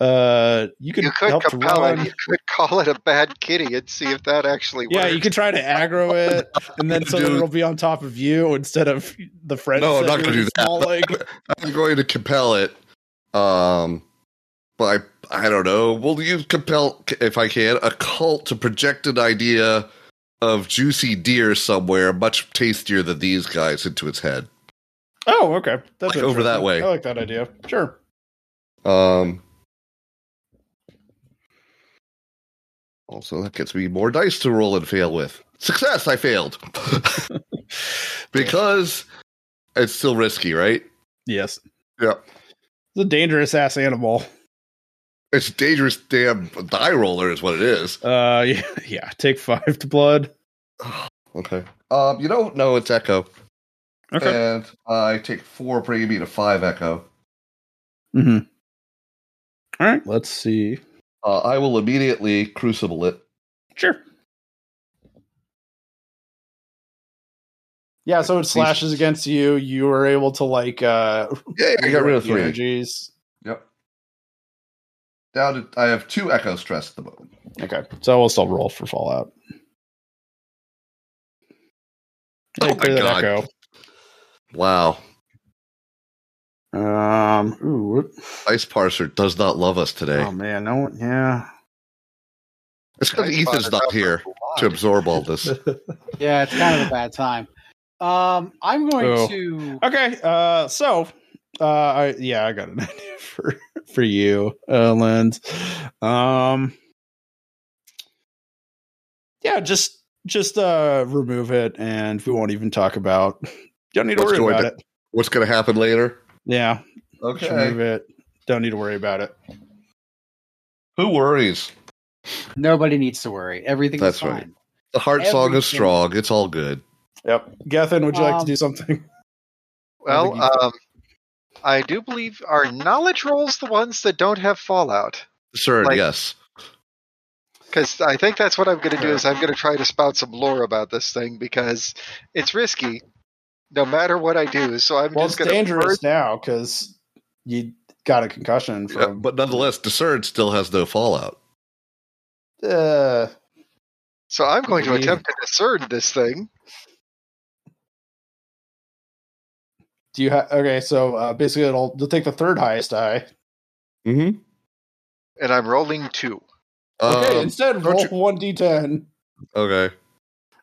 S1: uh, you can
S2: You could
S1: help to
S2: compel it.
S1: run.
S2: You could call it a bad kitty and see if that actually works.
S1: Yeah, you could try to [LAUGHS] aggro it, and then so that
S3: Dude.
S1: it'll be on top of you instead of the friend.
S3: No, I'm not [LAUGHS] gonna do that.
S1: Small leg.
S3: I'm going to compel it. Um, but I don't know. We'll use compel if I can a cult to project an idea of juicy deer somewhere much tastier than these guys into its head.
S1: Oh, okay. That's
S3: Like, over that
S1: interesting.
S3: way.
S1: I like that idea. Sure.
S3: Um. Also, that gets me more dice to roll and fail with. Success, I failed [LAUGHS] because it's still risky, right?
S1: Yes.
S3: Yeah.
S1: It's a dangerous ass animal.
S3: It's a dangerous. Damn die roller is what it is.
S1: Uh, [LAUGHS] yeah, yeah. Take five to blood.
S3: Okay. Um, you don't know it's Echo,
S1: Okay.
S3: and I take four, bringing me to five Echo.
S1: Mhm. All right. Let's see.
S3: Uh, I will immediately crucible it.
S1: Sure. Yeah, so it slashes against you. You were able to like uh
S3: Yeah, I got rid of
S1: the
S3: three.
S1: energies.
S3: Yep. Down to I have two Echo stress at the moment.
S1: Okay. So we'll still roll for fallout.
S3: Oh my
S1: clear that
S3: God. Wow.
S1: echo. Um ooh, whoop.
S3: Ice Parser does not love us today.
S1: oh man, no one- yeah. [LAUGHS]
S3: it's because
S2: Ice
S3: Ethan's
S2: Parser
S3: not
S2: does
S3: here
S2: lot.
S3: to absorb all
S1: [LAUGHS]
S3: this.
S4: Yeah, it's kind of a bad time. Um, I'm going
S1: Oh.
S4: to.
S1: Okay, uh so uh I yeah, I got an [LAUGHS] idea for for you, uh Lens. Um Yeah, just just uh remove it and we won't even talk about [LAUGHS] you don't need to
S3: Let's
S1: worry
S3: go
S1: about
S3: into-
S1: it.
S3: What's going to happen later?
S1: Yeah, just remove
S3: Okay.
S1: it. Don't need to worry about it.
S3: Who worries?
S4: Nobody needs to worry. Everything's
S3: That's
S4: fine.
S3: right. The heart song is
S4: Everything.
S3: strong. It's all good.
S1: Yep. Gethin, would you like to
S4: Um,
S1: do something?
S2: Well,
S1: I think
S2: um, I do believe are knowledge rolls the ones that don't have Fallout?
S3: Sir,
S2: Like-
S3: yes.
S2: Because I think that's what I'm going to do is I'm going to try to spout some lore about this thing because it's risky, no matter what I do. So I'm
S1: Well, it's
S2: just going to
S1: dangerous now because you got a concussion
S3: Yeah,
S1: from
S3: Uh, but nonetheless, Discern still has no fallout.
S1: uh,
S2: So I'm going to
S1: Yeah.
S2: attempt to discern this thing.
S1: do you have okay? So uh, basically, it'll you'll take the third highest eye.
S3: Mm-hmm.
S2: and I'm rolling two.
S1: Okay,
S3: Okay.
S1: instead
S3: Um, don't
S1: roll
S3: you-
S1: one d10,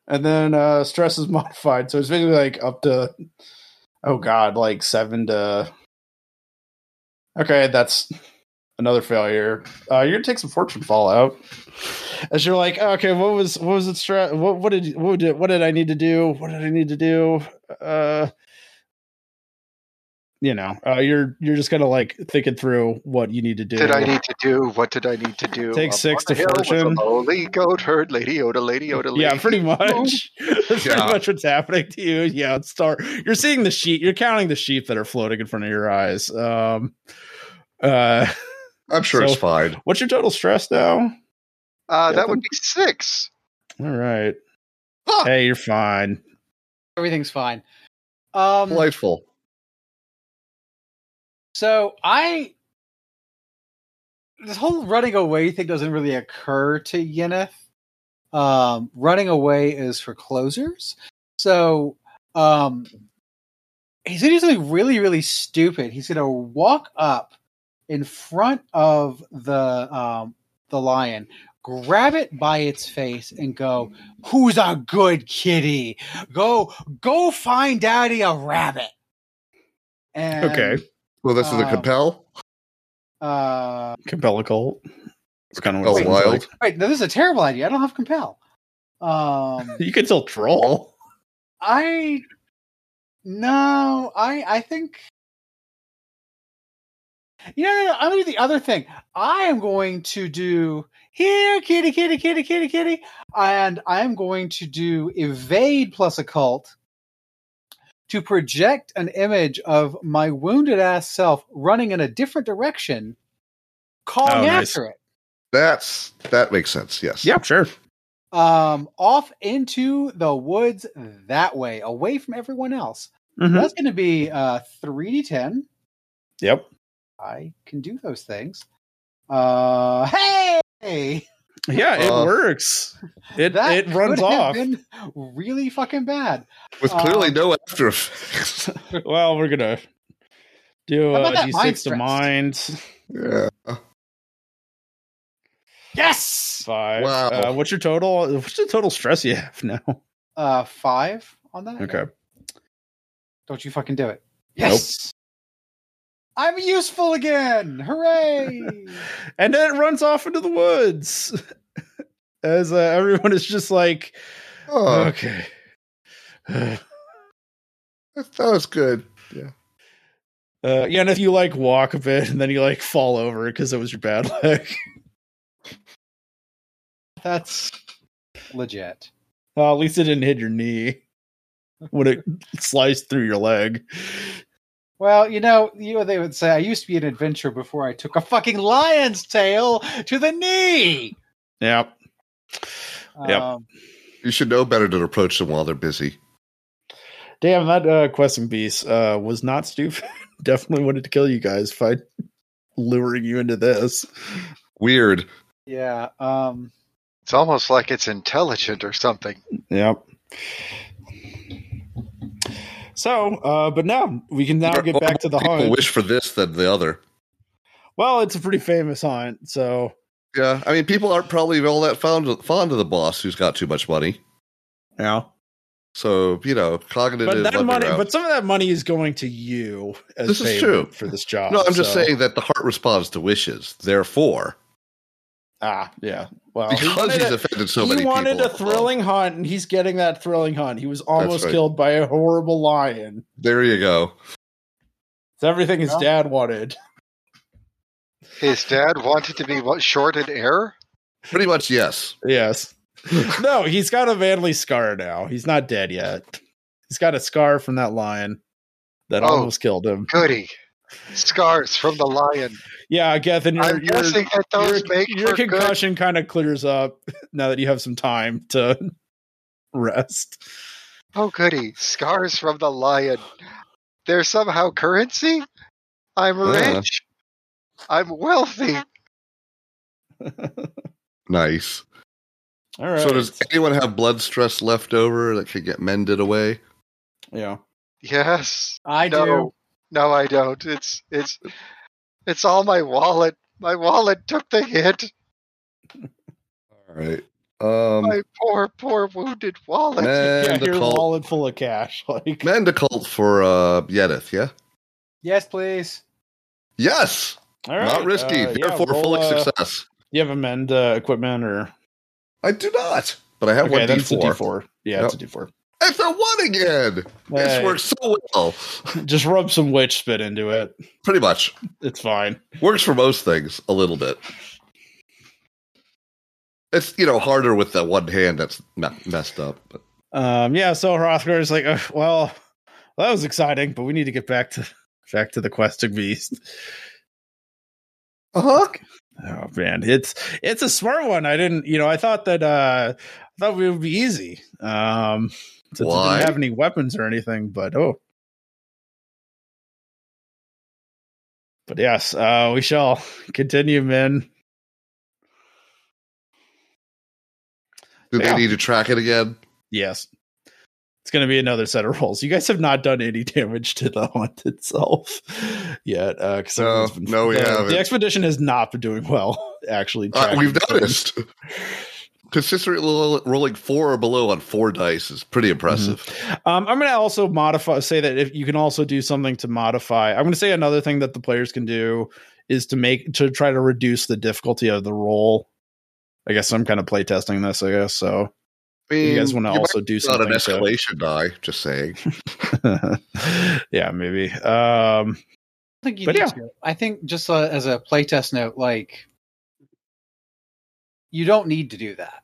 S1: and then uh, stress is [LAUGHS] modified, so it's basically like up to oh god, like seven to. Okay, that's another failure. Uh, you're gonna take some fortune fallout as you're like, "Oh, okay, what was what was it? Stress? What what did what did what did I need to do? What did I need to do? Uh, you know, uh, you're you're just kind of like thinking through what you need to do.
S2: Did I need to do? What did I need to do?
S1: Take
S2: Up
S1: six to
S2: on the hill with a
S1: fortune.
S2: Lowly goat herd, lady Oda, lady Oda, lady.
S1: Yeah,
S4: [LAUGHS]
S1: pretty much. [LAUGHS] That's
S3: Yeah.
S1: pretty much what's happening to you. Yeah, it's start. You're seeing the sheep. You're counting the sheep that are floating in front of your eyes. Um, uh,
S3: I'm sure
S1: So-
S3: it's fine.
S1: what's your total stress now?
S2: Uh, that would be six.
S1: All right.
S3: Ah!
S1: Hey, you're fine.
S4: Everything's fine. Um,
S3: Delightful.
S4: So I this whole running away thing doesn't really occur to Yeneth. Um, running away is for closers. So um, he's gonna do something really, really stupid. He's gonna walk up in front of the um, the lion, grab it by its face, and go, "Who's a good kitty? Go, go find Daddy a rabbit." And
S1: Okay.
S3: Well, this is a
S4: Uh,
S3: compel.
S4: uh,
S1: Compel a cult. It's kind of
S3: Compel
S1: what it seems
S3: wild.
S1: like.
S4: wait, no, this is a terrible idea. I don't have compel.
S1: [LAUGHS]
S4: Um,
S1: You can still troll.
S4: I no, I I think you know. No, no, I'm gonna do the other thing. I am going to do here, kitty, kitty, kitty, kitty, kitty, and I am going to do evade plus occult to project an image of my wounded ass self running in a different direction, calling
S1: Oh, nice.
S4: after it.
S3: That's that makes sense. Yes.
S1: Yeah, sure.
S4: um off into the woods that way away from everyone else
S1: Mhm.
S4: that's going to be uh 3d10
S1: Yep.
S4: i can do those things uh hey
S1: Yeah, it
S3: Uh,
S1: works. It it runs
S4: could
S1: off.
S4: have been really fucking bad
S3: With clearly
S4: Um,
S3: no after effects.
S1: Well, we're gonna do
S4: How
S1: uh,
S4: about that
S1: d6
S4: mind
S1: to
S4: stress?
S1: mind.
S3: yeah.
S4: Yes.
S1: Five.
S3: Wow.
S1: Uh, what's your total? What's the total stress you have now?
S4: Uh, five on that.
S1: Okay.
S4: Don't you fucking do it.
S1: Nope.
S4: Yes. I'm useful again.
S1: [LAUGHS]
S4: Hooray.
S1: And then it runs off into the woods [LAUGHS] as uh, everyone is just like,
S3: Oh,
S1: okay. [SIGHS]
S3: that, that was good.
S1: Uh, yeah, and if you like walk a bit and then you like fall over because it was your bad [LAUGHS] leg.
S4: That's legit.
S1: Well, at least it didn't hit your knee when it sliced through your leg.
S4: Well, you know, you know, they would say I used to be an adventurer before I took a fucking lion's tail to the knee.
S1: Yeah. Yep.
S4: Um,
S3: You should know better than approach them while they're busy.
S1: Damn, that uh, questing beast uh, was not stupid. [LAUGHS] Definitely wanted to kill you guys by luring you into this.
S3: Weird.
S4: yeah. Um,
S2: It's almost like it's intelligent or something.
S1: Yep. So, uh, but now we can now get back to the
S3: People
S1: hunt.
S3: wish for this than the other.
S1: Well, it's a pretty famous hunt, so
S3: Yeah, I mean, people aren't probably all that fond fond of the boss who's got too much money.
S1: yeah.
S3: So you know, cognitive.
S1: But that
S3: leveling
S1: money,
S3: around.
S1: but some of that money is going to you. As
S3: This
S1: payment
S3: is true.
S1: for this job.
S3: no, I'm just
S1: so-
S3: saying that the heart responds to wishes. Therefore,
S1: Ah, yeah. Well, he
S3: because
S1: wanted
S3: he's
S1: a-
S3: offended so
S1: he
S3: many
S1: wanted
S3: people,
S1: a thrilling hunt, and he's getting that thrilling hunt. He was almost
S3: right.
S1: killed by a horrible lion.
S3: um, There you go.
S1: It's everything his
S4: Yeah.
S1: dad wanted.
S2: His dad wanted to be what, short and air.
S3: Pretty much, yes.
S1: Yes. [LAUGHS] no, he's got a manly scar now. He's not dead yet. He's got a scar from that lion that
S2: Oh.
S1: almost killed him.
S2: Goody. Scars from the lion.
S1: Yeah, Gethin, your,
S2: I'm
S1: your,
S2: guessing that those
S1: your,
S2: make
S1: your
S2: for good
S1: concussion kind of clears up [LAUGHS] now that you have some time to [LAUGHS] rest.
S2: Oh, goody. Scars from the lion. They're somehow currency? I'm
S3: Yeah.
S2: rich. I'm wealthy.
S3: Nice.
S1: All right.
S3: So, does anyone have blood stress left over that could get mended away?
S1: yeah.
S2: Yes.
S4: I
S2: no.
S4: do.
S2: No, I don't. It's it's it's all my wallet. My wallet took the hit.
S3: All right. Um,
S2: My poor, poor wounded wallet.
S1: yeah,
S3: mend
S1: your
S3: a cult.
S1: wallet full of cash. [LAUGHS] Like
S3: Mend a cult for uh, Yedith. Yeah.
S4: Yes, please.
S3: Yes.
S1: All right,
S3: Not risky.
S1: uh, yeah,
S3: therefore,
S1: roll,
S3: full
S1: uh,
S3: success.
S1: You have amend uh, equipment or
S3: I do not. But I have
S1: okay,
S3: one
S1: that's
S3: D4.
S1: a D4. Yeah, it's a D4.
S3: It's a one again. This
S1: Hey,
S3: works so well.
S1: Just rub some witch spit into it.
S3: Pretty much
S1: It's fine.
S3: works for most things a little bit. It's you know harder with the one hand that's me- messed up. But
S1: Um, yeah. So Hrothgar is like, "Ugh, well, that was exciting, but we need to get back to back to the questing beast.
S3: uh huh.
S1: Oh man, it's it's a smart one. I didn't, you know, I thought that uh I thought it would be easy. Um, since it
S3: Why?
S1: didn't have any weapons or anything, but oh. But yes, uh, we shall continue, men.
S3: Do
S1: Yeah.
S3: they need to track it again?
S1: Yes. It's going to be another set of [LAUGHS] rolls. You guys have not done any damage to the hunt itself [LAUGHS] yet. Uh, 'cause
S3: No,
S1: everyone's been-
S3: no, we
S1: the,
S3: haven't.
S1: The expedition has not been doing well, [LAUGHS] actually.
S3: Uh, we've
S1: tracking things.
S3: noticed. Consistently lo- rolling four or below on four dice is pretty impressive.
S1: Um, I'm going to also modify, say that if you can also do something to modify. I'm going to say another thing that the players can do is to make, to try to reduce the difficulty of the roll. I guess I'm kind of playtesting this, I guess. So
S3: I
S1: you guys want
S3: mean,
S1: to
S3: Mm, might
S1: also do
S3: be on
S1: something.
S3: an
S1: to-
S3: escalation die? Just saying.
S1: [LAUGHS] yeah, maybe. Um,
S4: I think you
S1: But
S4: need
S1: yeah.
S4: to. I think just uh, as a playtest note, like you don't need to do that.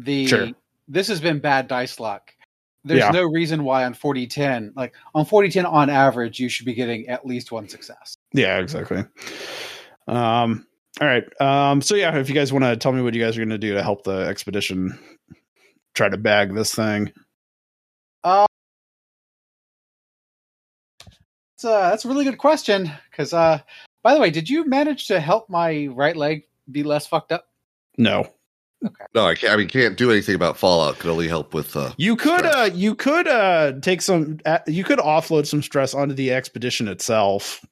S4: The
S1: Sure.
S4: this has been bad dice luck. There's
S1: Yeah.
S4: no reason why on 4010, like on 4010 on average, you should be getting at least one success.
S1: Yeah, exactly. Um, all right. Um, so yeah, if you guys want to tell me what you guys are going to do to help the expedition try to bag this thing.
S4: Uh, That's a, that's a really good question. Because uh, by the way, did you manage to help my right leg be less fucked up?
S1: No,
S3: No, I can't. I mean, can't do anything about Fallout. Can only help with uh,
S1: you could,
S3: Stress.
S1: uh, you could, uh, take some, uh, you could offload some stress onto the expedition itself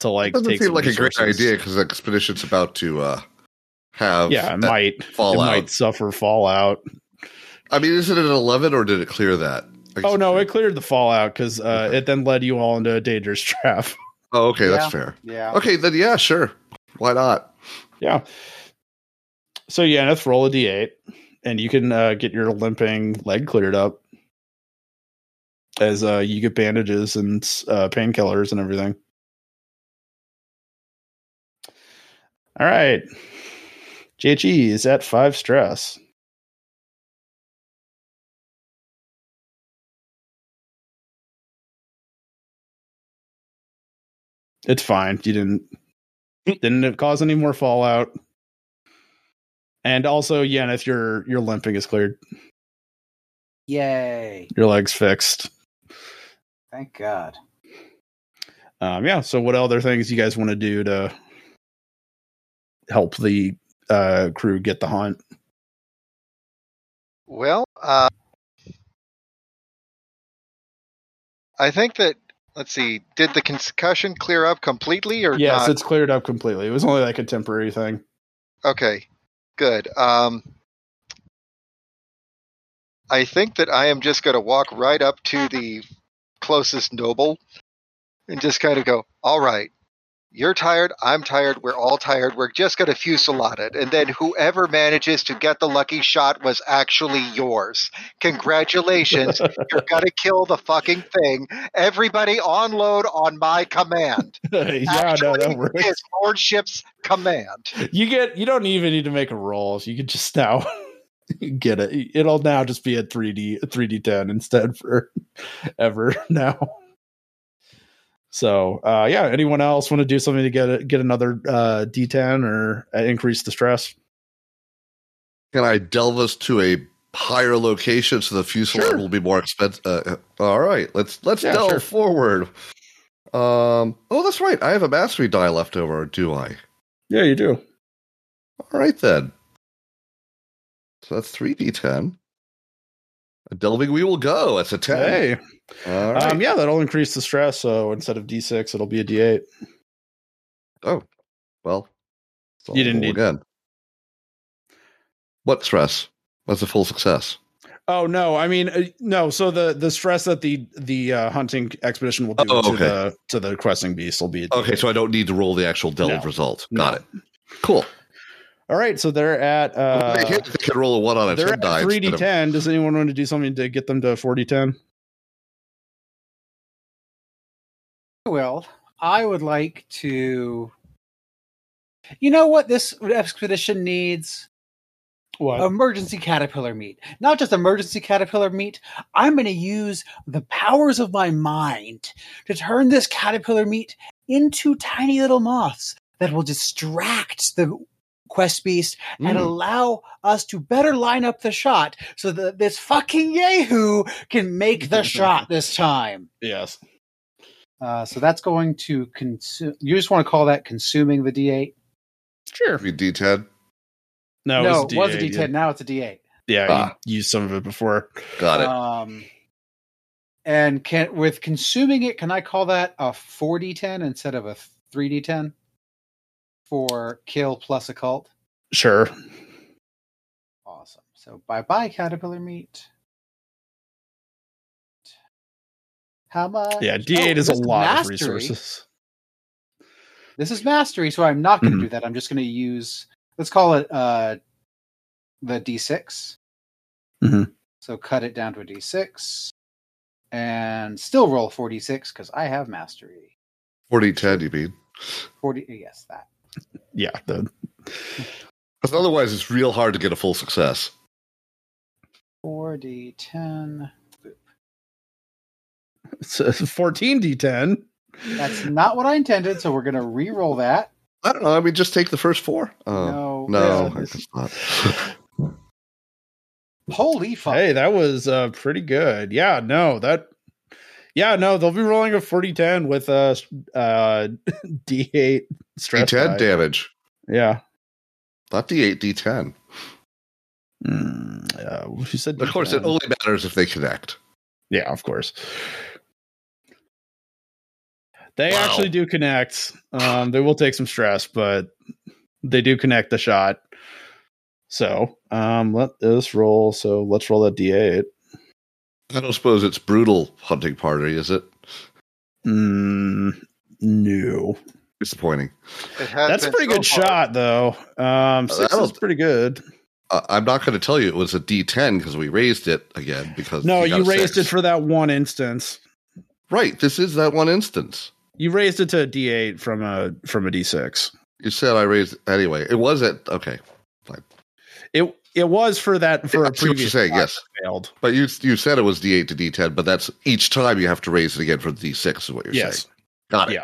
S1: to like,
S3: doesn't
S1: take
S3: seem
S1: some
S3: like a great
S1: resources.
S3: idea because the expedition's about to uh, have
S1: yeah, it might it
S3: fallout.
S1: might suffer fallout.
S3: I mean, is it an eleven or did it clear that? I guess
S1: Oh no, it
S3: cleared.
S1: cleared the fallout because uh,
S3: Okay.
S1: it then led you all into a dangerous [LAUGHS] trap.
S3: Oh, okay,
S4: Yeah.
S3: that's fair.
S4: Yeah.
S3: Okay, then yeah, sure. Why not?
S1: Yeah. So Yaneth, roll a d8, and you can uh, get your limping leg cleared up as uh, you get bandages and uh, painkillers and everything. All right. JG is at five stress. It's fine. You didn't didn't cause any more fallout. And also, Yeneth, your your limping is cleared.
S4: Yay.
S1: Your leg's fixed.
S4: Thank God.
S1: Um, yeah. So, what other things you guys want to do to help the uh, crew get the hunt?
S2: Well, uh, I think that let's see. Did the concussion clear up completely or
S1: Yes,
S2: not?
S1: it's cleared up completely. It was only like a temporary thing. [LAUGHS]
S2: Okay, good. Um, I think that I am just going to walk right up to the closest noble and just kind of go, "All right, you're tired. I'm tired. We're all tired. We're just going to fusillade it, and then whoever manages to get the lucky shot was actually yours. Congratulations. you're going to kill the fucking thing. Everybody on load on
S1: [LAUGHS]
S2: my command.
S1: yeah, no,
S2: Actually,
S1: that works.
S2: His lordship's command."
S1: You get. You don't even need to make a roll. You can just now [LAUGHS] get it. It'll now just be a three D three D ten instead for [LAUGHS] ever now. So uh, yeah, anyone else want to do something to get a, get another uh, D ten or uh, increase the stress?
S3: Can I delve us to a higher location so the fuselage
S1: Sure.
S3: will be more expensive? Uh, uh, all right, let's let's
S1: Yeah,
S3: delve
S1: sure.
S3: forward. Um. Oh, that's right. I have a mastery die left over. Do I?
S1: Yeah, you do.
S3: All right then. So that's three d10. Delving, we will go. That's a ten.
S1: Hey,
S3: All right.
S1: um, yeah, that'll increase the stress. So instead of D six, it'll be a D eight.
S3: Oh, well. it's all
S1: You didn't
S3: full
S1: need-
S3: again. What stress? That's a full success.
S1: Oh no, I mean uh, no. So the the stress that the the uh, hunting expedition will do
S3: Oh,
S1: to
S3: okay.
S1: the to the questing beast will be a D8.
S3: Okay, so I don't need to roll the actual delve
S1: No.
S3: result.
S1: No.
S3: Got it. Cool.
S1: All right, so they're at uh,
S3: they, hit, they can roll a one on a
S1: they're
S3: ten
S1: at
S3: die.
S1: three D
S3: instead of-
S1: ten. Does anyone want to do something to get them to four D ten?
S4: Well, I would like to. You know what this expedition needs?
S1: What?
S4: Oh. Emergency caterpillar meat. Not just emergency caterpillar meat. I'm going to use the powers of my mind to turn this caterpillar meat into tiny little moths that will distract the quest beast and
S3: Mm.
S4: allow us to better line up the shot so that this fucking Yahoo can make
S1: [LAUGHS]
S4: the shot this time.
S1: yes.
S4: Uh, so that's going to consume. You just want to call that consuming the D8?
S1: Sure.
S3: Three D10.
S1: No,
S4: no,
S1: it
S4: it was a
S1: D
S4: D10. Now it's a D8.
S1: Yeah,
S3: Ah.
S1: you used some of it before.
S3: Got
S1: Uh,
S3: it.
S4: Um, and can with consuming it, can I call that a 4D10 instead of a 3D10 for kill plus occult?
S1: Sure.
S4: Awesome. So bye bye caterpillar meat. How much?
S1: Yeah, D eight
S4: Oh,
S1: is a
S4: this
S1: lot of
S4: mastery.
S1: resources.
S4: This is mastery, so I'm not going to
S1: Mhm.
S4: do that. I'm just going to use let's call it uh the D6.
S1: Mhm.
S4: So cut it down to a D6, and still roll 46 because I have mastery.
S3: Four D ten. You mean?
S4: 40. Yes, that.
S1: Yeah. The,
S3: Because otherwise, it's real hard to get a full success.
S4: 4D10.
S1: it's a fourteen D ten.
S4: That's not what I intended, so we're going to re-roll that.
S3: I don't know. I mean, just take the first four. Uh,
S4: no,
S3: no,
S4: this-
S3: I
S4: this-
S3: guess [LAUGHS] not.
S4: holy fuck!
S1: Hey, that was uh, pretty good. Yeah, no, that. Yeah, no, they'll be rolling a 40-10 with a uh, [LAUGHS] D8 stress
S3: D10
S1: die.
S3: damage,
S1: Yeah.
S3: not D8. D10.
S1: Mm, yeah, who said
S3: Hmm. Of course, it
S1: D10?
S3: only matters if they connect.
S1: Yeah, of course. They
S3: Wow.
S1: actually do connect. Um, they will take some stress, but They do connect the shot. So um, let this roll. So let's roll that d8.
S3: I don't suppose it's brutal hunting party, is it?
S1: Mm, no.
S3: Disappointing.
S2: It has
S1: That's a
S2: been
S1: pretty
S2: so
S1: good
S2: far.
S1: shot, though. Um, six
S3: that'll-
S1: is pretty good.
S3: Uh, I'm not going to tell you it was a D10 because we raised it again. Because
S1: No,
S3: got
S1: you
S3: a
S1: raised
S3: six.
S1: it for that one instance.
S3: right. This is that one instance.
S1: You raised it to a d8 from a from a d6.
S3: You said I raised anyway. It was at okay,
S1: It it was for that for
S3: I
S1: a
S3: see what you're
S1: previous
S3: saying,
S1: shot
S3: yes.
S1: that failed.
S3: but you you said it was D8 to D10, but that's each time you have to raise it again from D6 is what you're
S1: yes,
S3: saying. Got it.
S1: Yeah.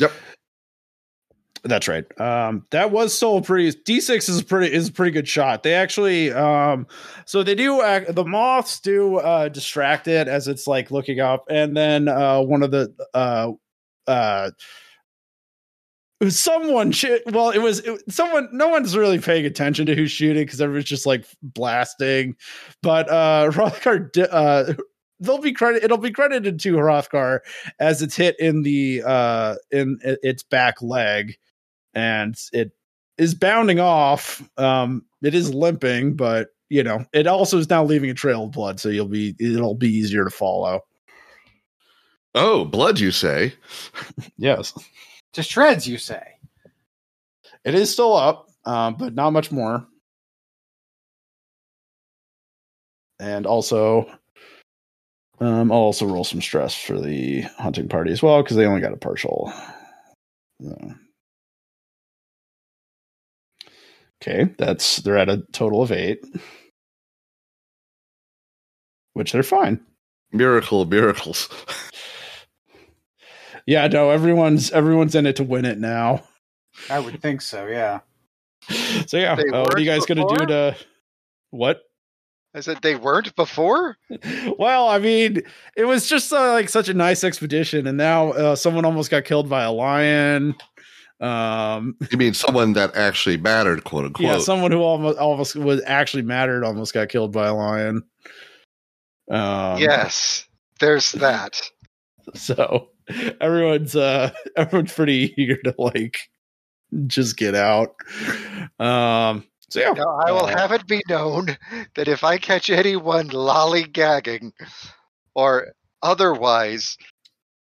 S3: Yep.
S1: That's right. Um, that was still a pretty D6 is a pretty is a pretty good shot. They actually um so they do act, the moths do uh distract it as it's like looking up and then uh one of the uh uh someone sh- well it was it, someone no one's really paying attention to who's shooting because everyone's just like blasting but uh [LAUGHS] Rothgar di- uh they'll be credit it'll be credited to Hrothgar as it's hit in the uh in i- its back leg and it is bounding off um it is limping but you know it also is now leaving a trail of blood so you'll be it'll be easier to follow
S3: Oh, blood, you say?
S1: yes
S4: To shreds, you say.
S1: it is still up um but not much more and also um i'll also roll some stress for the hunting party as well because they only got a partial So. Okay, that's they're at a total of eight, which they're fine.
S3: Miracle, of miracles. [LAUGHS]
S1: Yeah, no, everyone's everyone's in it to win it now. [LAUGHS]
S4: I would think so, yeah.
S1: So yeah,
S2: They
S1: uh, what are you guys
S2: weren't
S1: gonna do
S2: before?
S1: to what?
S2: I said they weren't before.
S1: Well, I mean, it was just uh, like such a nice expedition, and now uh, someone almost got killed by a lion. Um, [LAUGHS]
S3: you mean someone that actually mattered, quote unquote?
S1: Yeah, someone who almost almost was actually mattered almost got killed by a lion. Um,
S2: yes, there's that.
S1: [LAUGHS] so everyone's uh [LAUGHS] everyone's pretty eager to like just get out um so yeah
S2: Now I will
S1: Uh,
S2: have it be known that if I catch anyone lollygagging or otherwise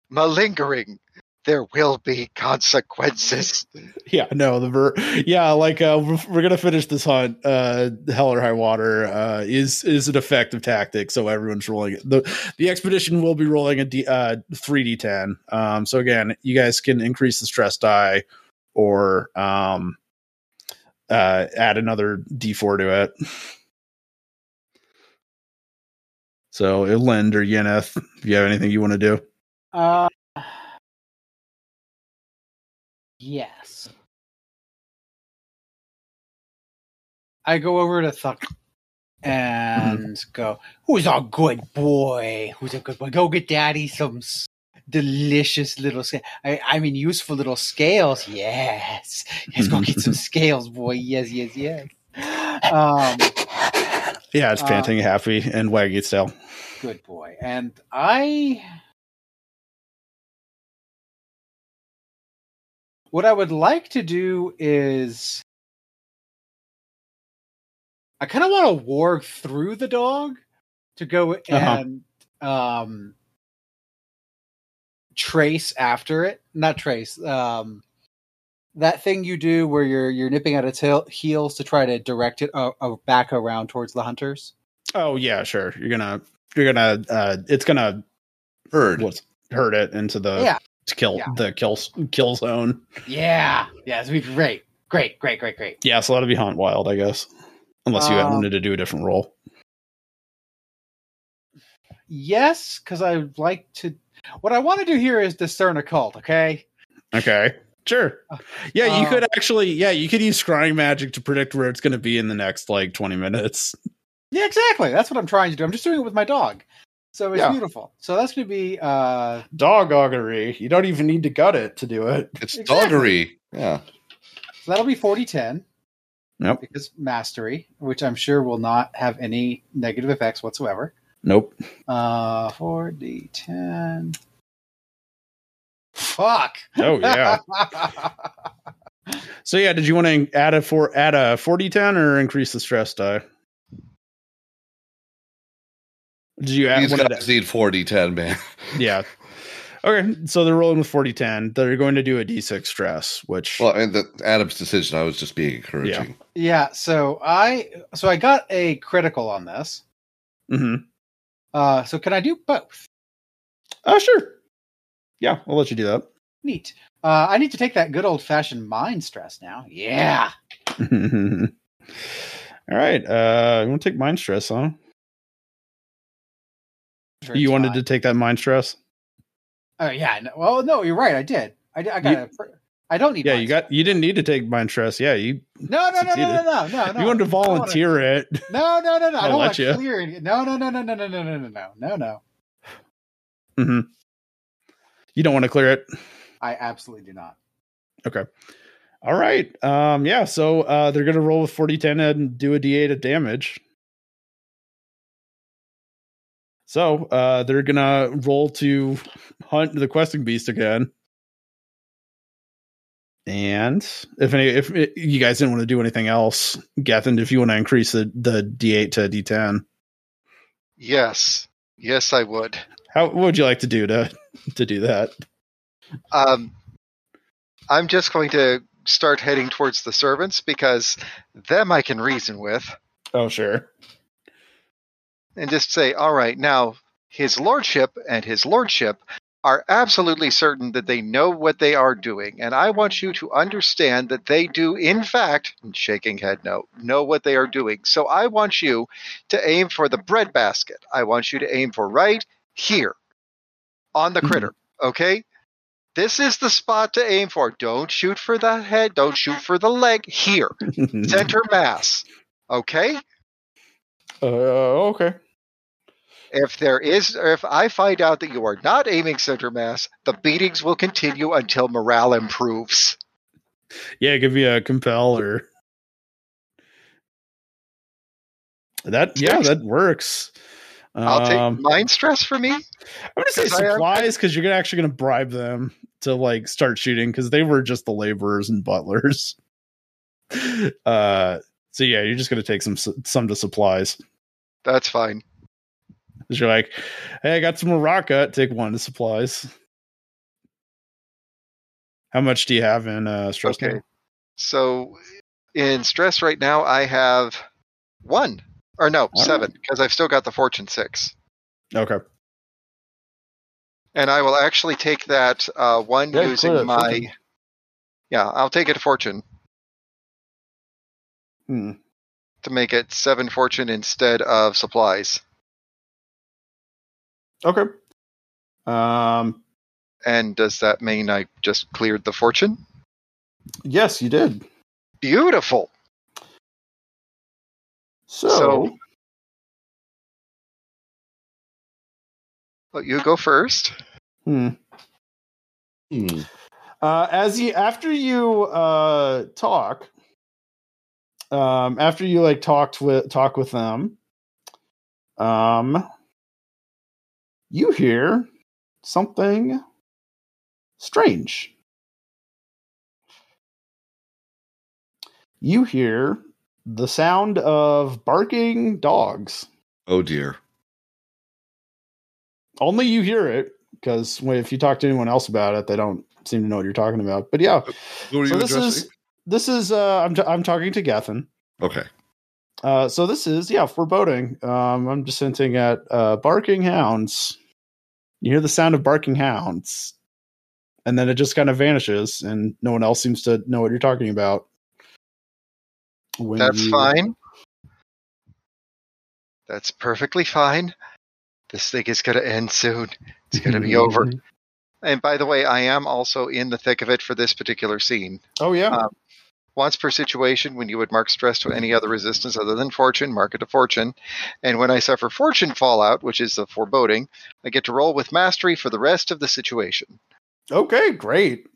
S2: malingering, there will be consequences.
S1: yeah no the ver- yeah like uh we're, we're gonna finish this hunt uh hell or high water uh is is an effective tactic so everyone's rolling it. the the expedition will be rolling a d uh 3d10 um so again you guys can increase the stress die or um uh add another d4 to it so Lind or yeneth if you have anything you want to do
S4: Uh, yes. I go over to Thuck and go, Who's a good boy? Who's a good boy? Go get daddy some s- delicious little scales. I, I mean, useful little scales. Yes. Yes, go get some scales, boy. Yes, yes, yes. Um,
S1: yeah it's
S4: Uh,
S1: panting happy and wagging its tail
S4: good boy. And I. What I would like to do is. I kind of want to warg through the dog to go
S1: Uh-huh.
S4: and um, trace after it. Not trace. Um, that thing you do where you're you're nipping at its heel, heels to try to direct it uh, uh, back around towards the hunters.
S1: Oh yeah, sure. You're gonna you're gonna uh it's gonna
S3: Heard.
S1: what's hurt it into the
S4: Yeah.
S1: to kill
S4: Yeah.
S1: the kill kill zone.
S4: Yeah, yeah, it's gonna be great, great, great, great, great.
S1: Yeah, so that'll be hunt wild, I guess. Unless you
S4: Um,
S1: wanted to do a different role.
S4: Yes, because I would like to. What I want to do here is discern a cult. Okay.
S1: Okay. Sure. Yeah, you
S4: Uh,
S1: could actually yeah, you could use scrying magic to predict where it's gonna be in the next like twenty minutes. [LAUGHS]
S4: Yeah, exactly. That's what I'm trying to do. I'm just doing it with my dog, so it's
S1: Yeah.
S4: beautiful. So that's gonna be. uh
S1: Dog augury. You don't even need to gut it to do it.
S3: It's
S4: Exactly.
S3: doggery. Yeah.
S4: So that'll be forty ten.
S1: Nope.
S4: Because mastery, which I'm sure will not have any negative effects whatsoever.
S1: Nope.
S4: Uh, four d ten. Fuck. [LAUGHS]
S1: Oh yeah. So yeah, did you want to add a four add a forty ten or increase the stress die? Did you add
S3: These
S1: one of
S3: guys need 40 10, man. [LAUGHS]
S1: Yeah. Okay, so they're rolling with 40 10. They're going to do a d6 stress, which
S3: Well, and the Adam's decision, I was just being encouraging.
S4: Yeah, so I so I got a critical on this.
S1: Mhm.
S4: Uh, so can I do both?
S1: Oh, sure. Yeah, I'll let you do [LAUGHS]
S4: Neat. Uh, I need to take that good old fashioned mind stress now. Yeah.
S1: that. All right. Uh you want to take mind stress, huh?
S4: Sure,
S1: You
S4: it's
S1: wanted
S4: fine.
S1: to take that mind stress?
S4: Oh yeah. No, well, no, you're right. I did. I, did- I got.
S1: You-
S4: a, fr- I don't need.
S1: Yeah,
S4: mind
S1: you got you didn't need to take mind stress. Yeah, you
S4: stress. No, no, no, no, no, no, no, no.
S1: you wanted to
S4: I don't wanna-
S1: volunteer it. [LAUGHS]
S4: No, no, no, no. I
S1: I'll
S4: don't
S1: let
S4: want
S1: you.
S4: to clear. any- No, no, no, no, no, no, no, no, no, no, no, no.
S1: You don't want to clear it.
S4: I absolutely do not.
S1: All right. Um yeah, so uh they're going to roll with 40 10 and do a d8 of damage. So, uh they're going to roll to hunt the questing beast again. And if any if eh, you guys didn't want to do anything else, Gethin, if you want to increase the the d8 to d10,
S2: Yes. Yes, I would.
S1: how what would you like to do to to do that?
S2: Um, I'm just going to start heading towards the servants because them I can reason with
S1: Oh, sure. [LAUGHS]
S2: and just say, all right, now his lordship and his lordship are absolutely certain that they know what they are doing. And I want you to understand that they do, in fact, shaking head no, know what they are doing. So I want you to aim for the breadbasket. I want you to aim for right here on the
S1: Mhm.
S2: critter, okay? This is the spot to aim for. Don't shoot for the head. Don't shoot for the leg. Here,
S1: Mm-hmm.
S2: center mass. Okay?
S1: uh, okay.
S2: If there is, or if I find out that you are not aiming center mass, the beatings will continue until morale improves.
S1: Yeah, give me a compel or that. Yeah, that works.
S2: I'll
S1: Um,
S2: take mind stress for me.
S1: I'm gonna say
S2: 'cause I am-
S1: supplies because you're gonna actually gonna bribe them to like start shooting because they were just the laborers and butlers. [LAUGHS] Uh, so yeah, you're just gonna take some su- some to supplies.
S2: That's fine.
S1: 'Cause You're like, hey, I got some maraca. Take one to supplies. How much do you have in uh, stress?
S2: Okay.
S1: now?
S2: So in stress right now, I have one or no
S1: right.
S2: seven because I've still got the fortune six,
S1: Okay.
S2: and I will actually take that uh, one
S3: Yeah,
S2: using
S3: clear that
S2: my.
S3: fortune.
S2: Yeah, I'll take it to fortune
S1: Hmm.
S2: to make it seven fortune instead of supplies,
S1: Okay. Um.
S2: and does that mean I just cleared the fortune?
S1: Yes, you did.
S2: Beautiful.
S1: So,
S2: So- Well, you go first.
S1: hmm.
S3: Hmm.
S1: uh, as you after you uh, talk, um, after you like talked with talk with them, um, you hear something strange. You hear the sound of barking dogs.
S3: Oh, dear.
S1: only you hear it because if you talk to anyone else about it, they don't seem to know what you're talking about. But yeah,
S3: Who are
S1: so
S3: you
S1: this
S3: addressing?
S1: is this is uh, I'm t- I'm talking to Gethin.
S3: Okay.
S1: Uh, so this is yeah foreboding. Um, I'm just hinting at uh, barking hounds. You hear the sound of barking hounds, and then it just kind of vanishes, and no one else seems to know what you're talking about. When
S2: That's
S1: you-
S2: fine. That's perfectly fine. This thing is going to end soon. It's going to
S1: [LAUGHS]
S2: be over. And by the way, I am also in the thick of it for this particular scene.
S1: Oh yeah,
S2: Uh, Once per situation, when you would mark stress to any other resistance other than fortune, mark it to fortune. And when I suffer fortune fallout, which is the foreboding, I get to roll with mastery for the rest of the situation.
S1: Okay, great.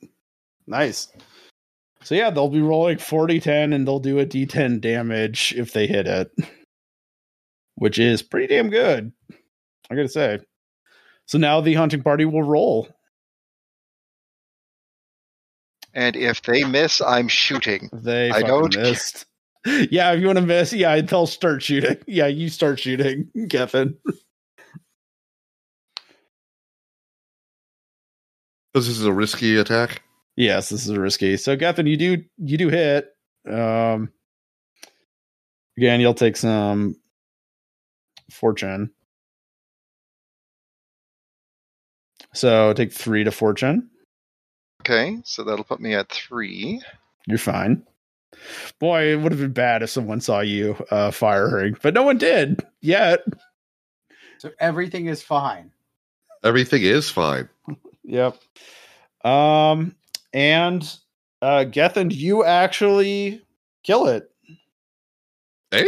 S1: Nice. So yeah, they'll be rolling 40 10 and they'll do a d10 damage if they hit it. Which is pretty damn good. I got to say. So now the hunting party will roll.
S2: And if they miss, I'm shooting.
S1: They
S2: I
S1: fucking
S2: don't
S1: missed. [LAUGHS] Yeah, if you want to miss, yeah, they'll start shooting. [LAUGHS] Yeah, you start shooting, [LAUGHS] Kevin.
S3: Because this is a risky attack.
S1: Yes, this is risky. So Gethin, you do you do hit. Um again, you'll take some fortune. So take three to fortune.
S2: Okay, so that'll put me at three.
S1: You're fine. Boy, it would have been bad if someone saw you uh firing, but no one did yet.
S4: So everything is fine.
S3: Everything is fine.
S1: Yep. Um and uh Gethin, you actually kill it.
S3: Eh?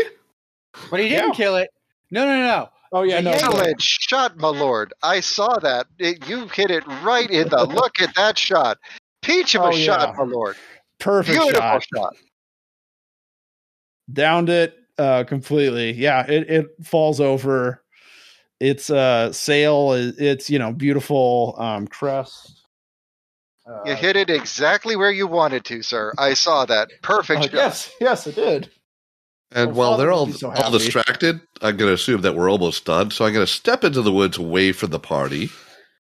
S4: But he didn't
S1: Yeah.
S4: kill it. No, no, no.
S1: Oh yeah, no.
S4: Yeah,
S1: sorry.
S2: Excellent shot, my lord. I saw that. It- you hit it right
S1: [LAUGHS]
S2: in the look at that shot. Peach of a
S1: Oh, yeah.
S2: shot, my lord.
S1: Perfect
S2: Beautiful
S1: shot.
S2: shot.
S1: downed it uh completely yeah it it falls over its uh sail is it's you know beautiful um crest uh,
S2: You hit it exactly where you wanted to, sir. I saw that. Perfect
S1: uh,
S2: shot.
S1: yes yes it did
S3: And
S1: Oh,
S3: while
S1: Father
S3: they're
S1: would
S3: all,
S1: be so
S3: all
S1: happy.
S3: distracted, I'm going to assume that we're almost done. So I'm going to step into the woods away from the party,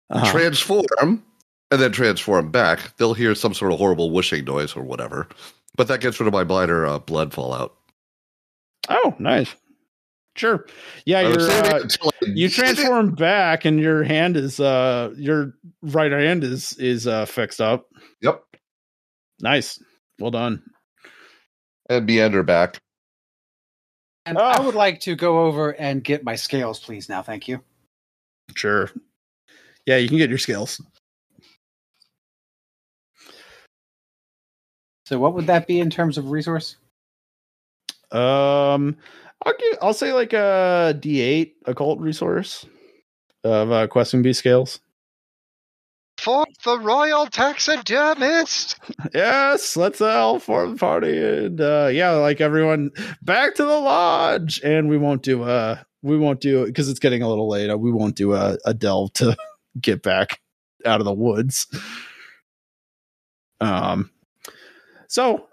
S1: Uh-huh.
S3: transform, and then transform back. They'll hear some sort of horrible whooshing noise or whatever. But that gets rid of my minor uh, blood fallout.
S1: oh nice sure yeah
S3: I was
S1: you're
S3: saving it
S1: uh,
S3: until I
S1: you
S3: needed it.
S1: transform back and your hand is uh your right hand is is uh fixed up
S3: Yep.
S1: nice well done
S3: And meander back.
S4: And
S1: Ah.
S4: I would like to go over and get my scales, please. Now, thank you.
S1: Sure. Yeah, you can get your skills.
S4: So, what would that be in terms of resource?
S1: Um, I'll give, I'll say like a D eight occult resource of uh, questing B scales.
S2: For the royal taxidermist.
S1: Yes, let's uh, all form the party and uh, yeah, like everyone back to the lodge. And we won't do uh we won't do because it's getting a little late. uh, We won't do a, a delve to [LAUGHS] get back out of the woods. Um, so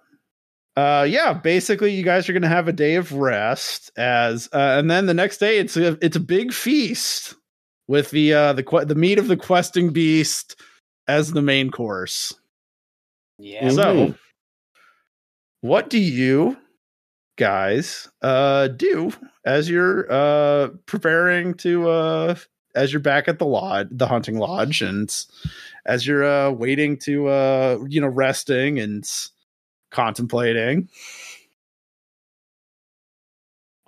S1: uh yeah basically you guys are gonna have a day of rest as uh, and then the next day it's a, it's a big feast with the uh the que- the meat of the questing beast as the main course
S4: Yeah.
S1: so
S3: Mhm.
S1: what do you guys uh do as you're uh preparing to uh as you're back at the lodge the hunting lodge and as you're uh waiting to uh you know resting and contemplating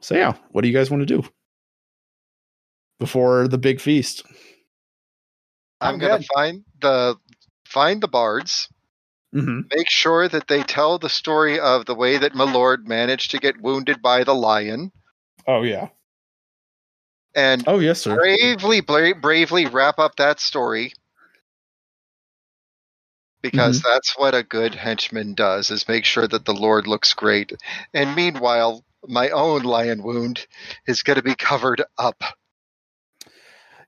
S1: so yeah what do you guys want to do before the big feast
S2: I'm,
S4: I'm
S2: gonna
S4: good.
S2: find the find the bards.
S1: mm-hmm.
S2: Make sure that they tell the story of the way that my lord managed to get wounded by the lion,
S1: oh yeah
S2: and
S1: oh yes sir
S2: bravely, bra- bravely wrap up that story. Because that's what a good henchman does: is make sure that the lord looks great, and meanwhile, my own lion wound is going to be covered up.